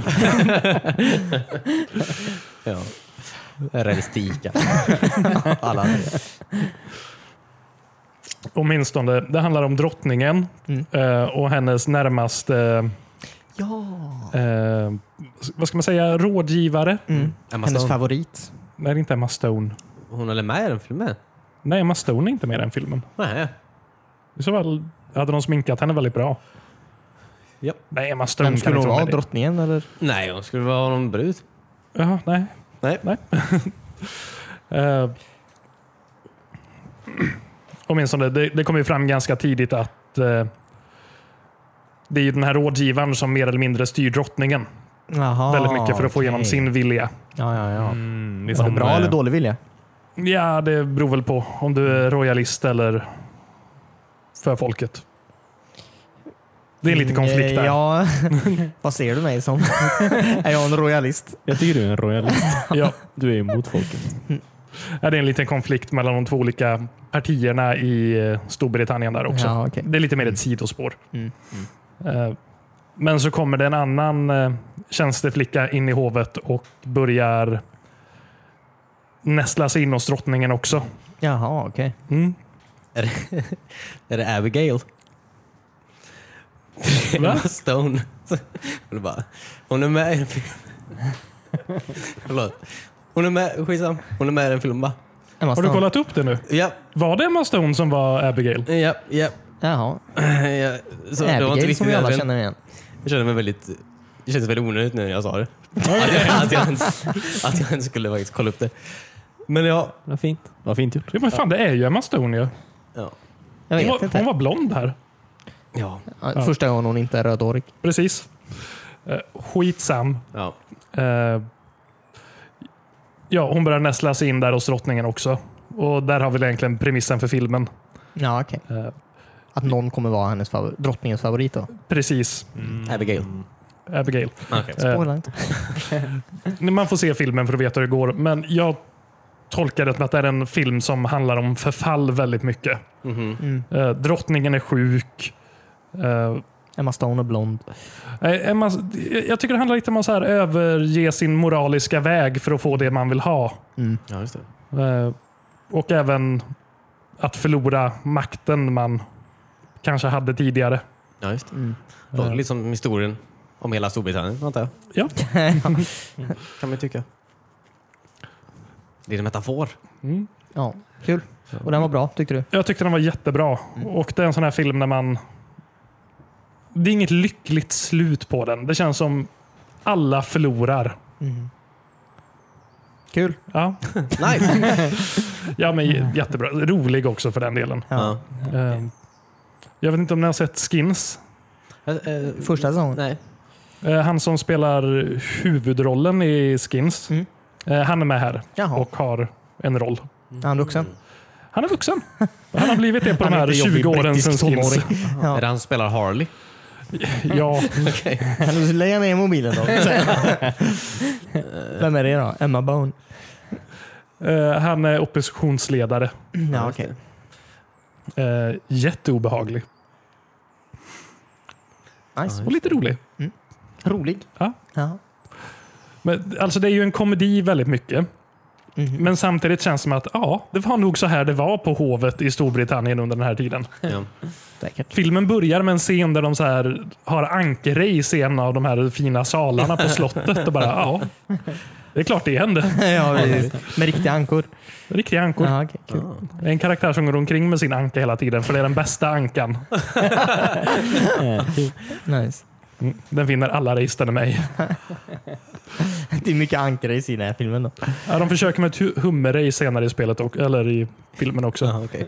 [SPEAKER 4] Ja. <laughs> Rälstika. Alla
[SPEAKER 1] Åtminstone. Det handlar om drottningen
[SPEAKER 3] Mm.
[SPEAKER 1] eh, och hennes närmaste,
[SPEAKER 3] Ja.
[SPEAKER 1] eh, vad ska man säga, rådgivare.
[SPEAKER 3] Mm.
[SPEAKER 4] Emma
[SPEAKER 3] Hennes
[SPEAKER 4] Stone.
[SPEAKER 3] favorit.
[SPEAKER 1] Nej, det är inte Emma Stone.
[SPEAKER 4] Hon är med i den filmen?
[SPEAKER 1] Nej, Emma Stone är inte med i den filmen.
[SPEAKER 4] Nej.
[SPEAKER 1] I så fall hade de sminkat henne väldigt bra.
[SPEAKER 4] Ja.
[SPEAKER 1] Nej, Emma Stone
[SPEAKER 3] Vem skulle
[SPEAKER 1] kan
[SPEAKER 3] hon
[SPEAKER 1] inte
[SPEAKER 3] vara?
[SPEAKER 1] vara med.
[SPEAKER 3] Drottningen eller?
[SPEAKER 4] Nej, hon skulle vara någon brud.
[SPEAKER 1] Jaha, nej.
[SPEAKER 4] Nej.
[SPEAKER 1] nej. <laughs> Eh, Åtminstone, det, det kom ju fram ganska tidigt att eh, det är ju den här rådgivaren som mer eller mindre styr drottningen
[SPEAKER 3] Jaha,
[SPEAKER 1] väldigt mycket för att få igenom
[SPEAKER 3] Ah, okej.
[SPEAKER 1] sin vilja.
[SPEAKER 3] Ja, ja, ja.
[SPEAKER 2] Mm, det
[SPEAKER 3] Var det eh, bra eller dålig vilja?
[SPEAKER 1] Ja, det beror väl på om du
[SPEAKER 3] Mm.
[SPEAKER 1] är royalist eller för folket. Det är lite konflikt där.
[SPEAKER 3] Eh, <laughs> Ja. Vad ser du mig <laughs> som? är jag en royalist?
[SPEAKER 2] Jag tycker du är en royalist.
[SPEAKER 3] <laughs>
[SPEAKER 1] Ja.
[SPEAKER 2] Du är emot folket.
[SPEAKER 1] Ja, det är en liten konflikt mellan de två olika partierna i eh, Storbritannien där också.
[SPEAKER 3] Ja, okej.
[SPEAKER 1] Det är lite mer ett sidospår.
[SPEAKER 3] Mm.
[SPEAKER 1] Eh, Men så kommer det en annan eh, tjänsteflicka in i hovet och börjar nästla sig in hos drottningen också.
[SPEAKER 3] Jaha, okej.
[SPEAKER 1] Mm.
[SPEAKER 4] Är det, är det Abigail? Emma
[SPEAKER 1] Va?
[SPEAKER 4] Stone. Eller bara, hon är med i en film. Förlåt. Hon är med, skitsam. Hon är med i en film bara.
[SPEAKER 3] Emma
[SPEAKER 1] Har du
[SPEAKER 3] Stone.
[SPEAKER 1] kollat upp det nu?
[SPEAKER 4] Ja,
[SPEAKER 1] Var det Emma Stone som var Abigail?
[SPEAKER 4] ja, ja.
[SPEAKER 3] Jaha.
[SPEAKER 4] ja. Så, det var inte
[SPEAKER 3] Abigail
[SPEAKER 4] riktigt
[SPEAKER 3] som vi alla
[SPEAKER 4] meningen.
[SPEAKER 3] känner igen.
[SPEAKER 4] Jag kände mig väldigt... Det kändes väldigt onödigt nu när jag sa det. Att, jag, att, jag ens, att jag ens skulle faktiskt kolla upp det. Men ja.
[SPEAKER 2] Vad fint. Vad fint gjort.
[SPEAKER 1] Ja, men fan, det är ju Emma Stone ju.
[SPEAKER 4] Ja.
[SPEAKER 1] Hon
[SPEAKER 3] Jag vet
[SPEAKER 1] var,
[SPEAKER 3] inte.
[SPEAKER 1] hon var blond här.
[SPEAKER 4] Ja.
[SPEAKER 3] Ja, Första gången hon inte är rödhårig.
[SPEAKER 1] Precis. Eh, Skitsam.
[SPEAKER 4] ja.
[SPEAKER 1] Eh, Ja, hon börjar nästla sig in där hos drottningen också. Och där har vi egentligen premissen för filmen.
[SPEAKER 3] Ja, okej.
[SPEAKER 1] Eh,
[SPEAKER 3] Att någon kommer vara hennes favor- drottningens favorit då.
[SPEAKER 1] Precis.
[SPEAKER 2] Mm.
[SPEAKER 4] Abigail.
[SPEAKER 1] Abigail.
[SPEAKER 4] Okej.
[SPEAKER 1] Eh,
[SPEAKER 3] Spoila inte.
[SPEAKER 1] Man får se filmen för att veta hur det går, men jag tolkar det som att det är en film som handlar om förfall väldigt mycket.
[SPEAKER 4] Mhm.
[SPEAKER 1] Eh, drottningen är sjuk. Eh,
[SPEAKER 3] Emma Stone och blond.
[SPEAKER 1] eh, Emma, jag tycker det handlar lite om att så här, överge sin moraliska väg för att få det man vill ha.
[SPEAKER 4] Ja, just det.
[SPEAKER 1] Eh, och även att förlora makten man kanske hade tidigare.
[SPEAKER 4] Ja, just det.
[SPEAKER 3] Mm.
[SPEAKER 4] Låter lite som liksom historien om hela Storbritannien, antar jag.
[SPEAKER 1] Ja,
[SPEAKER 4] <laughs> Kan man ju tycka. Det är en <laughs> metafor.
[SPEAKER 3] Ja, kul. Och den var bra tyckte du?
[SPEAKER 1] jag tyckte den var jättebra. Och det är en sån här film när man... Det är inget lyckligt slut på den. Det känns som alla förlorar.
[SPEAKER 3] Kul.
[SPEAKER 1] Ja,
[SPEAKER 4] Nice!
[SPEAKER 1] ja men j- jättebra. Rolig också för den delen.
[SPEAKER 4] ja.
[SPEAKER 1] Eh, Jag vet inte om ni har sett Skins?
[SPEAKER 4] Eh, eh,
[SPEAKER 3] Första säsongen?
[SPEAKER 4] Nej.
[SPEAKER 1] Eh, Han som spelar huvudrollen i Skins.
[SPEAKER 3] Mm.
[SPEAKER 1] eh, Han är med här
[SPEAKER 3] Jaha.
[SPEAKER 1] och har en roll.
[SPEAKER 3] Är han vuxen? <laughs>
[SPEAKER 1] Han är vuxen. Han har blivit det på de
[SPEAKER 3] Han är
[SPEAKER 1] här
[SPEAKER 3] inte jobbig
[SPEAKER 1] 20 åren
[SPEAKER 3] brittisk
[SPEAKER 1] sedan Skins.
[SPEAKER 3] tonåring.
[SPEAKER 4] Är det han som spelar Harley?
[SPEAKER 1] <laughs> Ja,
[SPEAKER 3] Kan du lägga ner mobilen då? Vem är det då? Emma Bone?
[SPEAKER 1] eh, han är oppositionsledare.
[SPEAKER 3] Ja,
[SPEAKER 4] just det.
[SPEAKER 3] okej.
[SPEAKER 1] Eh, Jätteobehaglig.
[SPEAKER 3] Nice.
[SPEAKER 1] Och lite rolig.
[SPEAKER 3] Rolig.
[SPEAKER 1] Ja.
[SPEAKER 3] Ja.
[SPEAKER 1] Men, alltså det är ju en komedi väldigt mycket.
[SPEAKER 3] Mhm.
[SPEAKER 1] Men samtidigt känns det som att ja, det var nog så här det var på hovet i Storbritannien under den här tiden.
[SPEAKER 4] Ja.
[SPEAKER 3] Säkert. <laughs>
[SPEAKER 1] Filmen börjar med en scen där de så här har ankerrace i en av de här fina salarna på slottet. Och bara, ja, det är klart det hände.
[SPEAKER 3] ja, precis. Med riktiga ankor.
[SPEAKER 1] Riktiga ankor.
[SPEAKER 3] Ja, okej, kul.
[SPEAKER 1] Det är en karaktär som går omkring med sin anka hela tiden, för det är den bästa ankan.
[SPEAKER 3] Nice. <laughs>
[SPEAKER 1] Den vinner alla race den är med i.
[SPEAKER 3] Det är mycket ankare i den här filmen. Då.
[SPEAKER 1] Ja, de försöker med ett hu- hummerrace senare i spelet och, eller i filmen också.
[SPEAKER 4] <laughs> Ja, okej.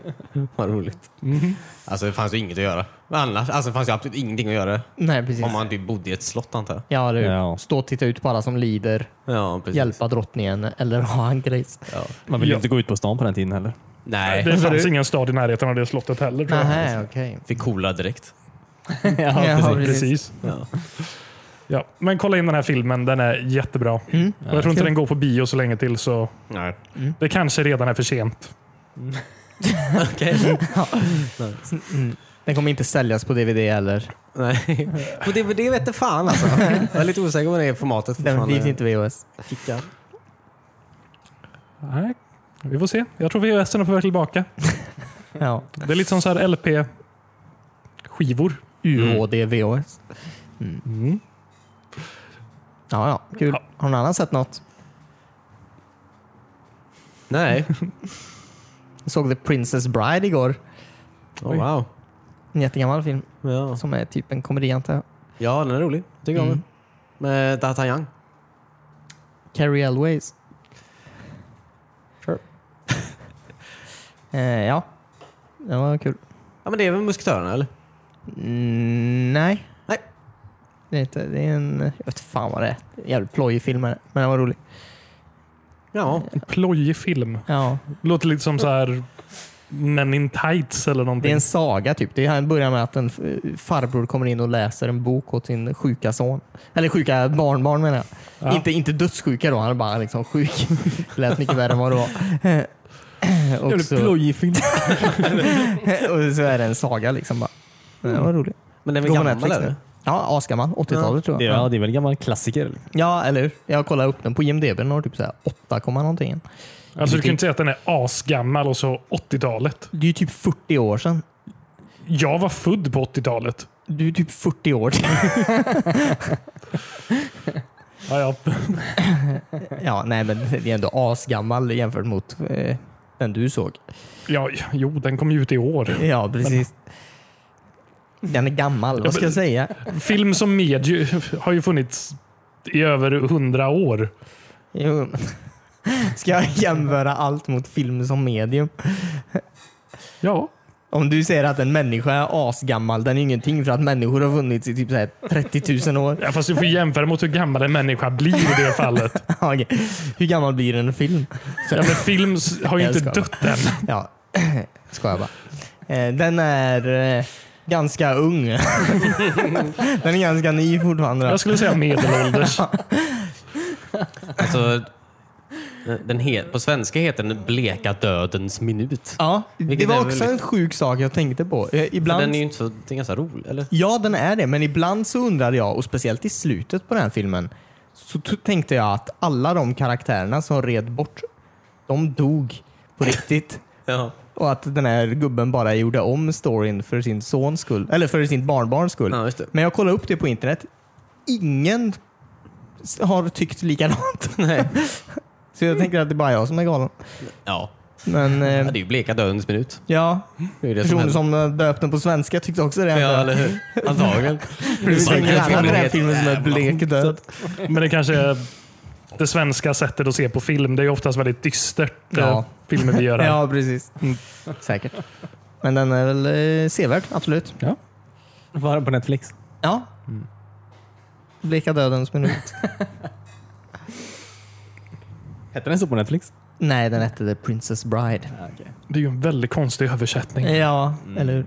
[SPEAKER 4] Vad roligt.
[SPEAKER 1] Mm-hmm.
[SPEAKER 4] Alltså det fanns ju inget att göra. Men Annars, alltså det fanns ju absolut ingenting att göra.
[SPEAKER 3] Nej, precis.
[SPEAKER 4] Om man typ bodde i ett slott antar jag.
[SPEAKER 3] Ja, du.
[SPEAKER 2] Ja.
[SPEAKER 3] Stå och titta ut på alla som lider,
[SPEAKER 4] Ja, precis.
[SPEAKER 3] hjälpa drottningen eller ha ankrejs.
[SPEAKER 4] Ja.
[SPEAKER 2] Man vill ju
[SPEAKER 1] Ja.
[SPEAKER 2] inte gå ut på stan på den tiden heller.
[SPEAKER 4] Nej,
[SPEAKER 1] Det
[SPEAKER 4] det...
[SPEAKER 1] fanns <laughs> ingen stad i närheten av det slottet heller. Tror jag.
[SPEAKER 3] Nähä, okej.
[SPEAKER 4] <laughs> fick coola direkt.
[SPEAKER 3] <laughs> Ja, precis.
[SPEAKER 1] Precis.
[SPEAKER 4] Ja.
[SPEAKER 1] Ja. Men kolla in den här filmen, den är jättebra.
[SPEAKER 3] Mm.
[SPEAKER 1] Och jag tror inte den går på bio så länge till, så
[SPEAKER 4] Nej.
[SPEAKER 1] det kanske redan är för sent.
[SPEAKER 4] Okej.
[SPEAKER 3] Den kommer inte säljas på DVD heller.
[SPEAKER 4] <laughs> Nej. På DVD vet jag fan alltså. Jag är lite osäker på det formatet.
[SPEAKER 3] Den finns
[SPEAKER 4] fortfarande.
[SPEAKER 3] inte VHS.
[SPEAKER 4] Kickar.
[SPEAKER 1] Nej, vi får se. Jag tror VHS är på väg tillbaka.
[SPEAKER 3] Ja.
[SPEAKER 1] Det är lite som så här LP-skivor.
[SPEAKER 3] UHD VHS. Mm. Ja, ja. Kul.
[SPEAKER 1] Ja.
[SPEAKER 3] Har någon annan sett något?
[SPEAKER 4] Nej.
[SPEAKER 3] Jag såg The Princess Bride igår.
[SPEAKER 4] Oh, wow.
[SPEAKER 3] En jättegammal film
[SPEAKER 4] Ja.
[SPEAKER 3] som är typ en komedi antar jag.
[SPEAKER 4] ja, den är rolig. Tycker om
[SPEAKER 3] Mm.
[SPEAKER 4] den. Med D'Artagnan.
[SPEAKER 3] Carrie Elways.
[SPEAKER 4] Sure.
[SPEAKER 3] <laughs> eh, ja, det var kul.
[SPEAKER 4] Ja, men det är väl musketörerna eller?
[SPEAKER 3] Mm, nej,
[SPEAKER 4] Nej.
[SPEAKER 3] det är inte. Det är en... Jag vet fan vad det är. Det är en Jävligt plojig film är det, men den var rolig.
[SPEAKER 4] Ja.
[SPEAKER 3] Mm.
[SPEAKER 1] En plojig film.
[SPEAKER 3] Ja,
[SPEAKER 1] Låter lite som så här Men in Tights eller
[SPEAKER 3] det är
[SPEAKER 1] någonting.
[SPEAKER 3] en saga typ. Det här börjar med att en f- farbror kommer in och läser en bok åt sin sjuka son. Eller sjuka barnbarn menar jag.
[SPEAKER 1] Ja.
[SPEAKER 3] Inte, inte dödssjuka då, han är bara liksom sjuk. <laughs> Lät mycket värre än vad det var. Och så,
[SPEAKER 2] plojig film.
[SPEAKER 3] <laughs> och så är det en saga liksom. Bara. Det var roligt.
[SPEAKER 4] Men den är
[SPEAKER 3] Går
[SPEAKER 4] väl
[SPEAKER 3] på
[SPEAKER 4] gammal
[SPEAKER 3] Netflix
[SPEAKER 4] eller?
[SPEAKER 3] nu. Ja, asgammal. 80-talet tror jag.
[SPEAKER 2] <laughs> Ja, det är väl en gammal klassiker. liksom.
[SPEAKER 3] Ja, eller hur? Jag kollade upp den på IMDB. Den har typ så här 8, komma någonting.
[SPEAKER 1] Alltså, du kan ju inte säga att den är asgammal och så 80-talet.
[SPEAKER 3] Det är ju typ 40 år sedan.
[SPEAKER 1] Jag var född på 80-talet.
[SPEAKER 3] Du är typ 40 år sedan.
[SPEAKER 1] Ja, ja.
[SPEAKER 3] ja, nej, men det är ändå asgammal jämfört mot eh, den du såg.
[SPEAKER 1] ja, jo, den kom ju ut i år.
[SPEAKER 3] Ja, precis. Den är gammal. Vad ska jag säga?
[SPEAKER 1] Film som medie har ju funnits i över hundra år.
[SPEAKER 3] Jo. <laughs> Ska jag jämföra allt mot film som medium?
[SPEAKER 1] Ja,
[SPEAKER 3] Om du säger att en människa är asgammal, den är ingenting för att människor har funnits i typ så här 30 000 år. <laughs>
[SPEAKER 1] ja, fast du får jämföra mot hur gammal en människa blir i det fallet.
[SPEAKER 3] Ja, okej. Hur gammal blir en film?
[SPEAKER 1] Ja, men film s- har ju
[SPEAKER 3] Jag
[SPEAKER 1] inte
[SPEAKER 3] skojar.
[SPEAKER 1] dött än.
[SPEAKER 3] Ja, <clears throat> skojar bara. Eh, Den är eh, ganska ung. <laughs> Den är ganska ny fortfarande.
[SPEAKER 1] Jag skulle säga medelålders.
[SPEAKER 4] <laughs> Alltså, den het, på svenska heter den Bleka dödens minut.
[SPEAKER 3] Ja, det
[SPEAKER 4] Vilket är
[SPEAKER 3] var
[SPEAKER 4] väl
[SPEAKER 3] också en sjuk sak jag tänkte på. Eh,
[SPEAKER 4] Men
[SPEAKER 3] Ibland,
[SPEAKER 4] Den är ju inte så, den är ganska rolig, eller?
[SPEAKER 3] Ja, den är det, men ibland så undrade jag, och speciellt i slutet på den här filmen, så t- tänkte jag att alla de karaktärerna som red bort, de dog på riktigt.
[SPEAKER 4] Ja.
[SPEAKER 3] Och att den här gubben bara gjorde om storyn för sin sons skull, eller för sin barnbarns skull. <laughs>
[SPEAKER 4] Ja, just det.
[SPEAKER 3] Men jag kollade upp det på internet. Ingen s- har tyckt likadant. <laughs> Så jag tänker att det är bara jag som är galen.
[SPEAKER 4] Ja.
[SPEAKER 3] Men
[SPEAKER 4] ja,
[SPEAKER 3] eh,
[SPEAKER 4] det är ju Bleka dödens minut.
[SPEAKER 3] ja,
[SPEAKER 4] Det är ju det
[SPEAKER 3] personer
[SPEAKER 4] händer.
[SPEAKER 3] som eh, döpt den på svenska tyckte också det.
[SPEAKER 4] Ja, eller
[SPEAKER 3] <laughs>
[SPEAKER 4] hur? Antagligen.
[SPEAKER 3] det finns
[SPEAKER 4] Man
[SPEAKER 3] ingen
[SPEAKER 4] kan
[SPEAKER 3] annan
[SPEAKER 4] tro
[SPEAKER 3] i den här
[SPEAKER 4] det.
[SPEAKER 3] filmen som är
[SPEAKER 4] Jävla
[SPEAKER 3] blek död.
[SPEAKER 1] Men det kanske är det svenska sättet att se på film. Det är ju oftast väldigt dystert. eh,
[SPEAKER 3] Ja.
[SPEAKER 1] Filmer vi gör här.
[SPEAKER 3] Ja, precis. Mm. Säkert. Men den är väl eh, sevärd, absolut.
[SPEAKER 2] Var på Netflix.
[SPEAKER 3] Ja.
[SPEAKER 4] Mm.
[SPEAKER 3] Bleka dödens
[SPEAKER 4] <laughs>
[SPEAKER 3] minut.
[SPEAKER 2] Hette den så på Netflix?
[SPEAKER 3] Nej, den hette The Princess Bride.
[SPEAKER 1] Det är ju en väldigt konstig översättning.
[SPEAKER 3] Ja, eller hur?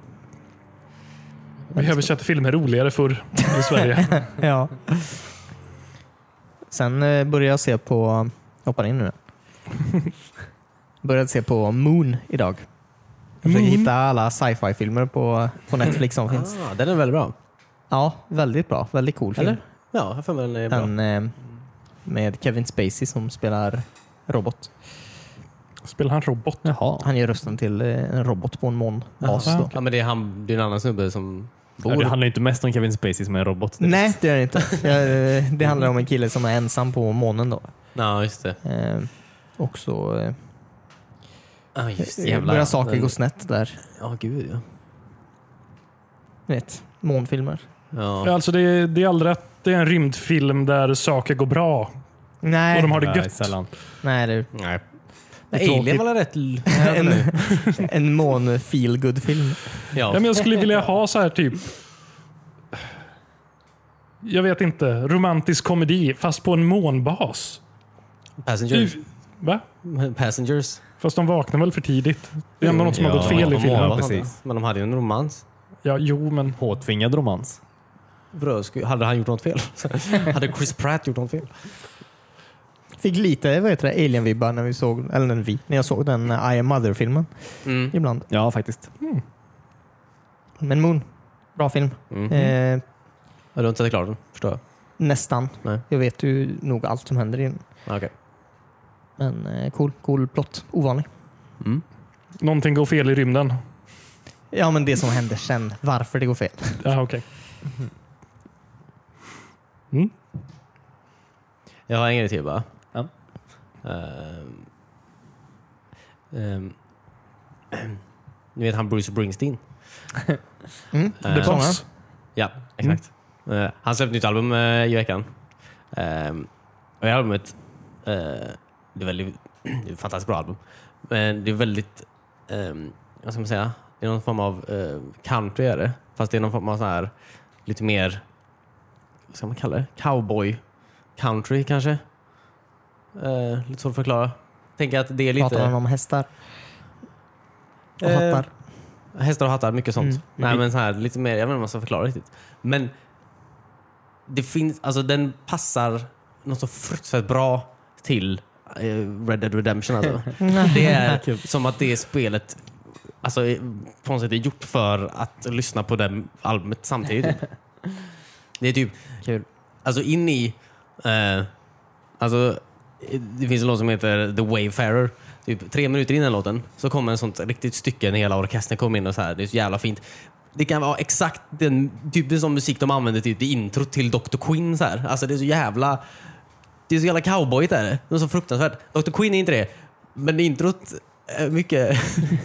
[SPEAKER 1] Vi översatte filmer roligare förr i Sverige.
[SPEAKER 3] <laughs> Ja. Sen eh, började jag se på, hoppar in nu. Började se på Moon idag. Jag försöker hitta alla sci-fi filmer på, på Netflix som finns.
[SPEAKER 4] Ah, den är väldigt bra.
[SPEAKER 3] Ja, väldigt bra. Väldigt cool film.
[SPEAKER 4] Eller? Ja, jag har för mig den är bra.
[SPEAKER 3] Den eh, med Kevin Spacey som spelar robot.
[SPEAKER 1] Spelar han robot?
[SPEAKER 2] Jaha.
[SPEAKER 3] Han gör rösten till eh, en robot på en månbas.
[SPEAKER 1] Jaha,
[SPEAKER 3] då.
[SPEAKER 1] okej.
[SPEAKER 4] Ja, men det är, han, det är en annan snubbe som
[SPEAKER 2] Ja,
[SPEAKER 4] bor...
[SPEAKER 2] det handlar ju inte mest om Kevin Spacey som är en robot. Det-
[SPEAKER 3] Nej, det gör det inte. Eh, Det handlar om en kille som är ensam på månen. Då.
[SPEAKER 4] Ja, just det.
[SPEAKER 3] Eh, Och så eh,
[SPEAKER 4] Ah, just det. Jävlar.
[SPEAKER 3] börjar saker
[SPEAKER 4] Den-
[SPEAKER 3] gå snett där.
[SPEAKER 4] Ja, gud ja.
[SPEAKER 3] Ni vet, månfilmer.
[SPEAKER 4] Ja.
[SPEAKER 1] Ja, Alltså det, är- det är aldrig att det är en rymdfilm där saker går bra och
[SPEAKER 3] Nej,
[SPEAKER 1] de har det
[SPEAKER 2] Nej,
[SPEAKER 1] gött.
[SPEAKER 2] Sällan.
[SPEAKER 3] nej det
[SPEAKER 4] Nej.
[SPEAKER 3] Det är
[SPEAKER 4] Alien
[SPEAKER 3] tråkigt.
[SPEAKER 4] var väl rätt... l-
[SPEAKER 3] en, en mån feel good film
[SPEAKER 1] Ja,
[SPEAKER 4] Ja.
[SPEAKER 1] men jag skulle vilja ha så här typ... Jag vet inte. Romantisk komedi, fast på en månbas.
[SPEAKER 4] Passengers.
[SPEAKER 1] Va?
[SPEAKER 4] Passengers.
[SPEAKER 1] Fast de vaknar väl för tidigt? Det är ändå något som har
[SPEAKER 2] Ja,
[SPEAKER 1] gått fel i
[SPEAKER 2] de
[SPEAKER 1] filmen.
[SPEAKER 2] målar.
[SPEAKER 4] Ja,
[SPEAKER 2] precis.
[SPEAKER 4] Men de hade ju en romans.
[SPEAKER 1] Ja, jo, men...
[SPEAKER 2] Påtvingad romans.
[SPEAKER 4] Brödsku- Hade han gjort något fel? <laughs> hade Chris Pratt gjort något fel?
[SPEAKER 3] Fick lite vad heter det, alien-vibbar när vi såg, eller när vi, när jag såg den eh, I am mother-filmen ibland.
[SPEAKER 2] Ja, faktiskt. <laughs>
[SPEAKER 3] Men Moon, bra film.
[SPEAKER 4] Mm.
[SPEAKER 3] Eh,
[SPEAKER 4] Ja, Du har inte sett klart den, förstår jag.
[SPEAKER 3] nästan.
[SPEAKER 4] Nej.
[SPEAKER 3] Jag vet ju nog allt som händer i den.
[SPEAKER 4] Ja, Ah, Okej.
[SPEAKER 3] Men eh, cool, cool plott. Ovanlig.
[SPEAKER 1] Någonting går fel i rymden.
[SPEAKER 3] Ja, men det som händer sen. Varför det går fel.
[SPEAKER 1] Ja, okej. Mm.
[SPEAKER 4] Jag har en grej till bara.
[SPEAKER 2] Ja.
[SPEAKER 4] Ehm. Ehm. <clears throat> Ni vet han Bruce Springsteen?
[SPEAKER 3] Mm.
[SPEAKER 1] The
[SPEAKER 4] Eh,
[SPEAKER 1] Boss.
[SPEAKER 4] Ja, exakt. Eh, han släppte ett nytt album eh, i veckan. Ehm, och det albumet, eh, det är väldigt, <clears throat> det är ett fantastiskt bra album. Men det är väldigt, ehm, vad ska man säga, det är någon form av eh, country är det. Fast det är någon form av så här, lite mer, vad ska man kalla det? Cowboy country kanske? Eh, lite svårt att förklara. Tänk att det är lite...
[SPEAKER 3] Pratar han om hästar? Och
[SPEAKER 4] Eh,
[SPEAKER 3] hattar?
[SPEAKER 4] Hästar och hattar, mycket sånt.
[SPEAKER 3] Mm.
[SPEAKER 4] Nej, men så här, lite mer, jag vet inte om man ska förklara riktigt. Men det finns, alltså den passar något så fruktansvärt bra till eh, Red Dead
[SPEAKER 3] <laughs>
[SPEAKER 4] Redemption. Alltså. det är som att det spelet alltså, är- på något sätt är gjort för att lyssna på det albumet
[SPEAKER 3] <laughs>
[SPEAKER 4] samtidigt. det är typ,
[SPEAKER 3] Kul.
[SPEAKER 4] alltså in i, eh, alltså det finns en låt som heter The Wayfarer. Typ tre minuter innan låten så kommer en sånt riktigt stycke när hela orkestern kommer in och så här. Det är så jävla fint. Det kan vara exakt den typen som musik de använder typ i intro till Dr. Queen. Så här. Alltså det är så jävla... Det är så jävla cowboyigt är det. Det är så fruktansvärt. Dr. Queen är inte det. Men introt är mycket...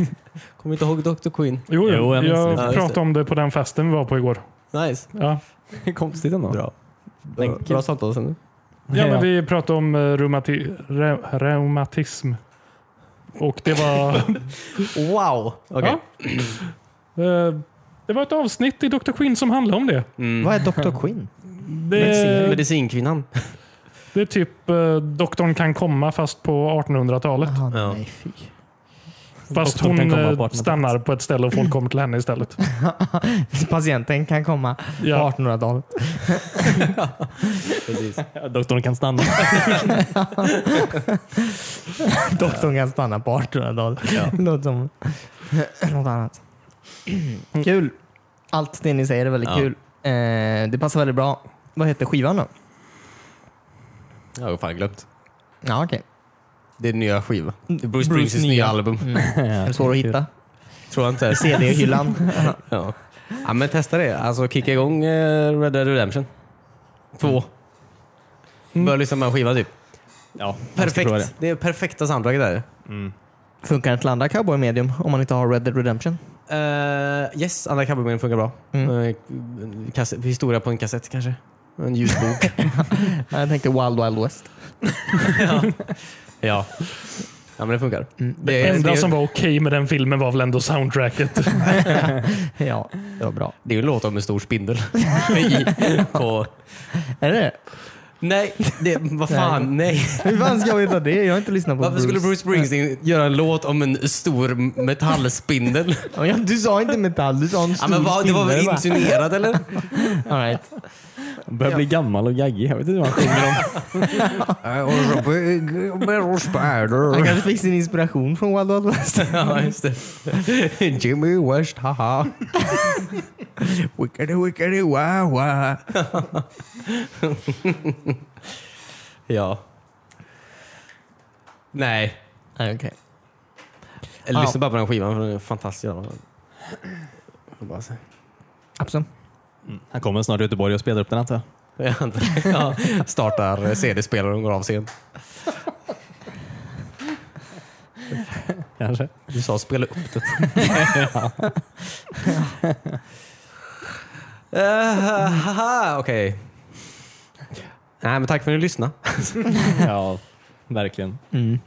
[SPEAKER 4] <laughs> kommer inte ihåg Dr. Queen.
[SPEAKER 1] Jo,
[SPEAKER 2] Jo,
[SPEAKER 1] jo,
[SPEAKER 2] jag minns
[SPEAKER 1] jag
[SPEAKER 2] det.
[SPEAKER 4] Ja, just
[SPEAKER 1] pratade
[SPEAKER 4] det.
[SPEAKER 1] om det på den festen vi var på igår.
[SPEAKER 4] Nice.
[SPEAKER 1] Ja.
[SPEAKER 2] Konstigt ändå.
[SPEAKER 4] Bra. Bra,
[SPEAKER 2] Enkelt.
[SPEAKER 4] samtal sen.
[SPEAKER 1] Ja,
[SPEAKER 2] Ja.
[SPEAKER 1] men vi pratade om eh, reumati re reumatism. Och det var,
[SPEAKER 4] Wow! Okej.
[SPEAKER 1] Ja. <clears throat> eh, det var ett avsnitt i Dr. Quinn som handlade om det.
[SPEAKER 4] Mm.
[SPEAKER 3] Vad är Dr. Quinn?
[SPEAKER 1] Det,
[SPEAKER 4] Medicinkvinnan.
[SPEAKER 1] det är typ eh, doktorn kan komma fast på 1800-talet.
[SPEAKER 3] Jaha,
[SPEAKER 4] Ja.
[SPEAKER 3] nej fy.
[SPEAKER 1] Fast
[SPEAKER 2] Doktorn
[SPEAKER 1] hon
[SPEAKER 2] kan komma på
[SPEAKER 1] eh,
[SPEAKER 2] 1800-talet.
[SPEAKER 1] stannar på ett ställe och folk kommer till henne istället.
[SPEAKER 3] Patienten kan komma
[SPEAKER 1] Ja.
[SPEAKER 3] på 1800-talet.
[SPEAKER 4] Precis.
[SPEAKER 2] <laughs> Doktorn kan <laughs> stanna.
[SPEAKER 3] Doktorn kan stanna på 1800-talet. Låter som något annat. Kul. Allt det ni säger är väldigt
[SPEAKER 4] Ja.
[SPEAKER 3] kul. Eh, det passar väldigt bra. Vad heter skivan då?
[SPEAKER 4] Jag har fan glömt.
[SPEAKER 3] Ja, okej.
[SPEAKER 4] Det är nya skiva. Det är Mm. Bruce
[SPEAKER 3] Bruce
[SPEAKER 4] Springsteens nya.
[SPEAKER 3] nya.
[SPEAKER 4] album.
[SPEAKER 3] Mm. Är det Svår att hitta.
[SPEAKER 4] Tror jag inte.
[SPEAKER 3] CD-hyllan.
[SPEAKER 4] <laughs> ja. ja men testa det. Alltså kicka igång eh, Red Dead Redemption. Två. Mm. Börja lyssna på en skiva typ.
[SPEAKER 2] Ja, jag ska prova det. Mm.
[SPEAKER 4] Perfekt. Det är perfekta soundtracket där.
[SPEAKER 3] Funkar inte till andra cowboy-medium om man inte har Red Dead Redemption?
[SPEAKER 4] Uh, yes, andra coverbilden funkar bra.
[SPEAKER 3] Mm.
[SPEAKER 4] Eh, kassett, historia på en kassett kanske. En ljudbok.
[SPEAKER 3] Nej, Jag tänkte Wild Wild West.
[SPEAKER 4] ja. <laughs> ja, men det funkar.
[SPEAKER 1] Det
[SPEAKER 4] är,
[SPEAKER 1] enda
[SPEAKER 4] det,
[SPEAKER 1] som var okej med den filmen var väl ändå soundtracket.
[SPEAKER 3] Ja, det var bra.
[SPEAKER 4] det är ju en låt om en stor spindel. <laughs> I, på,
[SPEAKER 3] Är det det?
[SPEAKER 4] nej, det, vad fan, nej.
[SPEAKER 3] Hur fan ska jag veta det? Jag har inte lyssnat på
[SPEAKER 4] Varför
[SPEAKER 3] Bruce.
[SPEAKER 4] skulle Bruce Springsteen göra en låt om en stor metallspindel?
[SPEAKER 3] Ja, men du sa inte metall, du sa en
[SPEAKER 4] ja,
[SPEAKER 3] stor
[SPEAKER 4] men vad, det var väl
[SPEAKER 3] spindel, va?
[SPEAKER 4] insinuerat eller?
[SPEAKER 3] All right.
[SPEAKER 2] Han börjar bli gammal och gaggig. Jag vet inte vad han sjunger om.
[SPEAKER 3] Han kanske fick sin inspiration från Wild Wild West.
[SPEAKER 4] <laughs> ja, just det. <laughs> Jimmy West, haha. <laughs>
[SPEAKER 3] Wickedy, wickedy, wow, wow.
[SPEAKER 4] <laughs> Ja. Nej.
[SPEAKER 3] Nej, okej.
[SPEAKER 4] Eller
[SPEAKER 3] Ja.
[SPEAKER 4] Lyssna bara på den här skivan, för den är fantastisk. Jag bara så-
[SPEAKER 3] Absolut.
[SPEAKER 2] Han kommer snart till Göteborg och spelar upp den antar jag.
[SPEAKER 4] Jag antar- <laughs> ja, startar eh, CD-spelaren och går av scen.
[SPEAKER 2] Kanske.
[SPEAKER 4] Du sa spela upp det. Eh, <laughs> haha, Okej. Nej, men tack för att ni lyssnade.
[SPEAKER 2] Ja, verkligen.
[SPEAKER 3] Mm.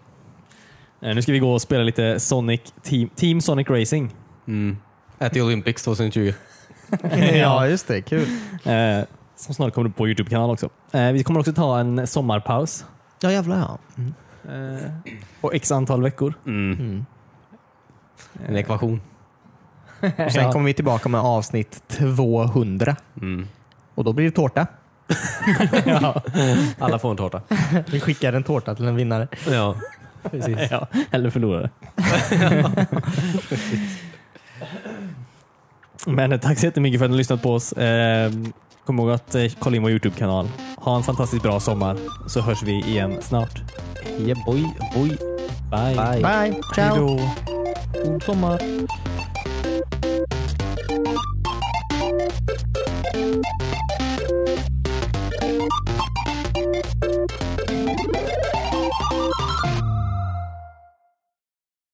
[SPEAKER 2] Eh, Nu ska vi gå och spela lite Sonic Team, team Sonic Racing.
[SPEAKER 4] At the Olympics 2020.
[SPEAKER 3] ja, just det. Kul.
[SPEAKER 2] Eh, som snart kommer upp på Youtube-kanal också. Eh, vi kommer också ta en sommarpaus
[SPEAKER 3] Ja, jävlar ja.
[SPEAKER 2] på x antal veckor.
[SPEAKER 4] En ekvation.
[SPEAKER 3] Och sen kommer vi tillbaka med avsnitt 200. Och då blir det tårta.
[SPEAKER 4] Alla får en tårta.
[SPEAKER 3] Vi skickar en tårta till en vinnare.
[SPEAKER 4] ja.
[SPEAKER 2] Ja, eller förlorare. Men eh, tack så jättemycket för att ni har lyssnat på oss. Eh, kom ihåg att eh, kolla in vår Youtube-kanal. Ha en fantastiskt bra sommar så hörs vi igen snart.
[SPEAKER 4] Yeah boy, boy.
[SPEAKER 2] Bye.
[SPEAKER 3] Bye. Ciao.
[SPEAKER 1] Hejdå.
[SPEAKER 3] God sommar.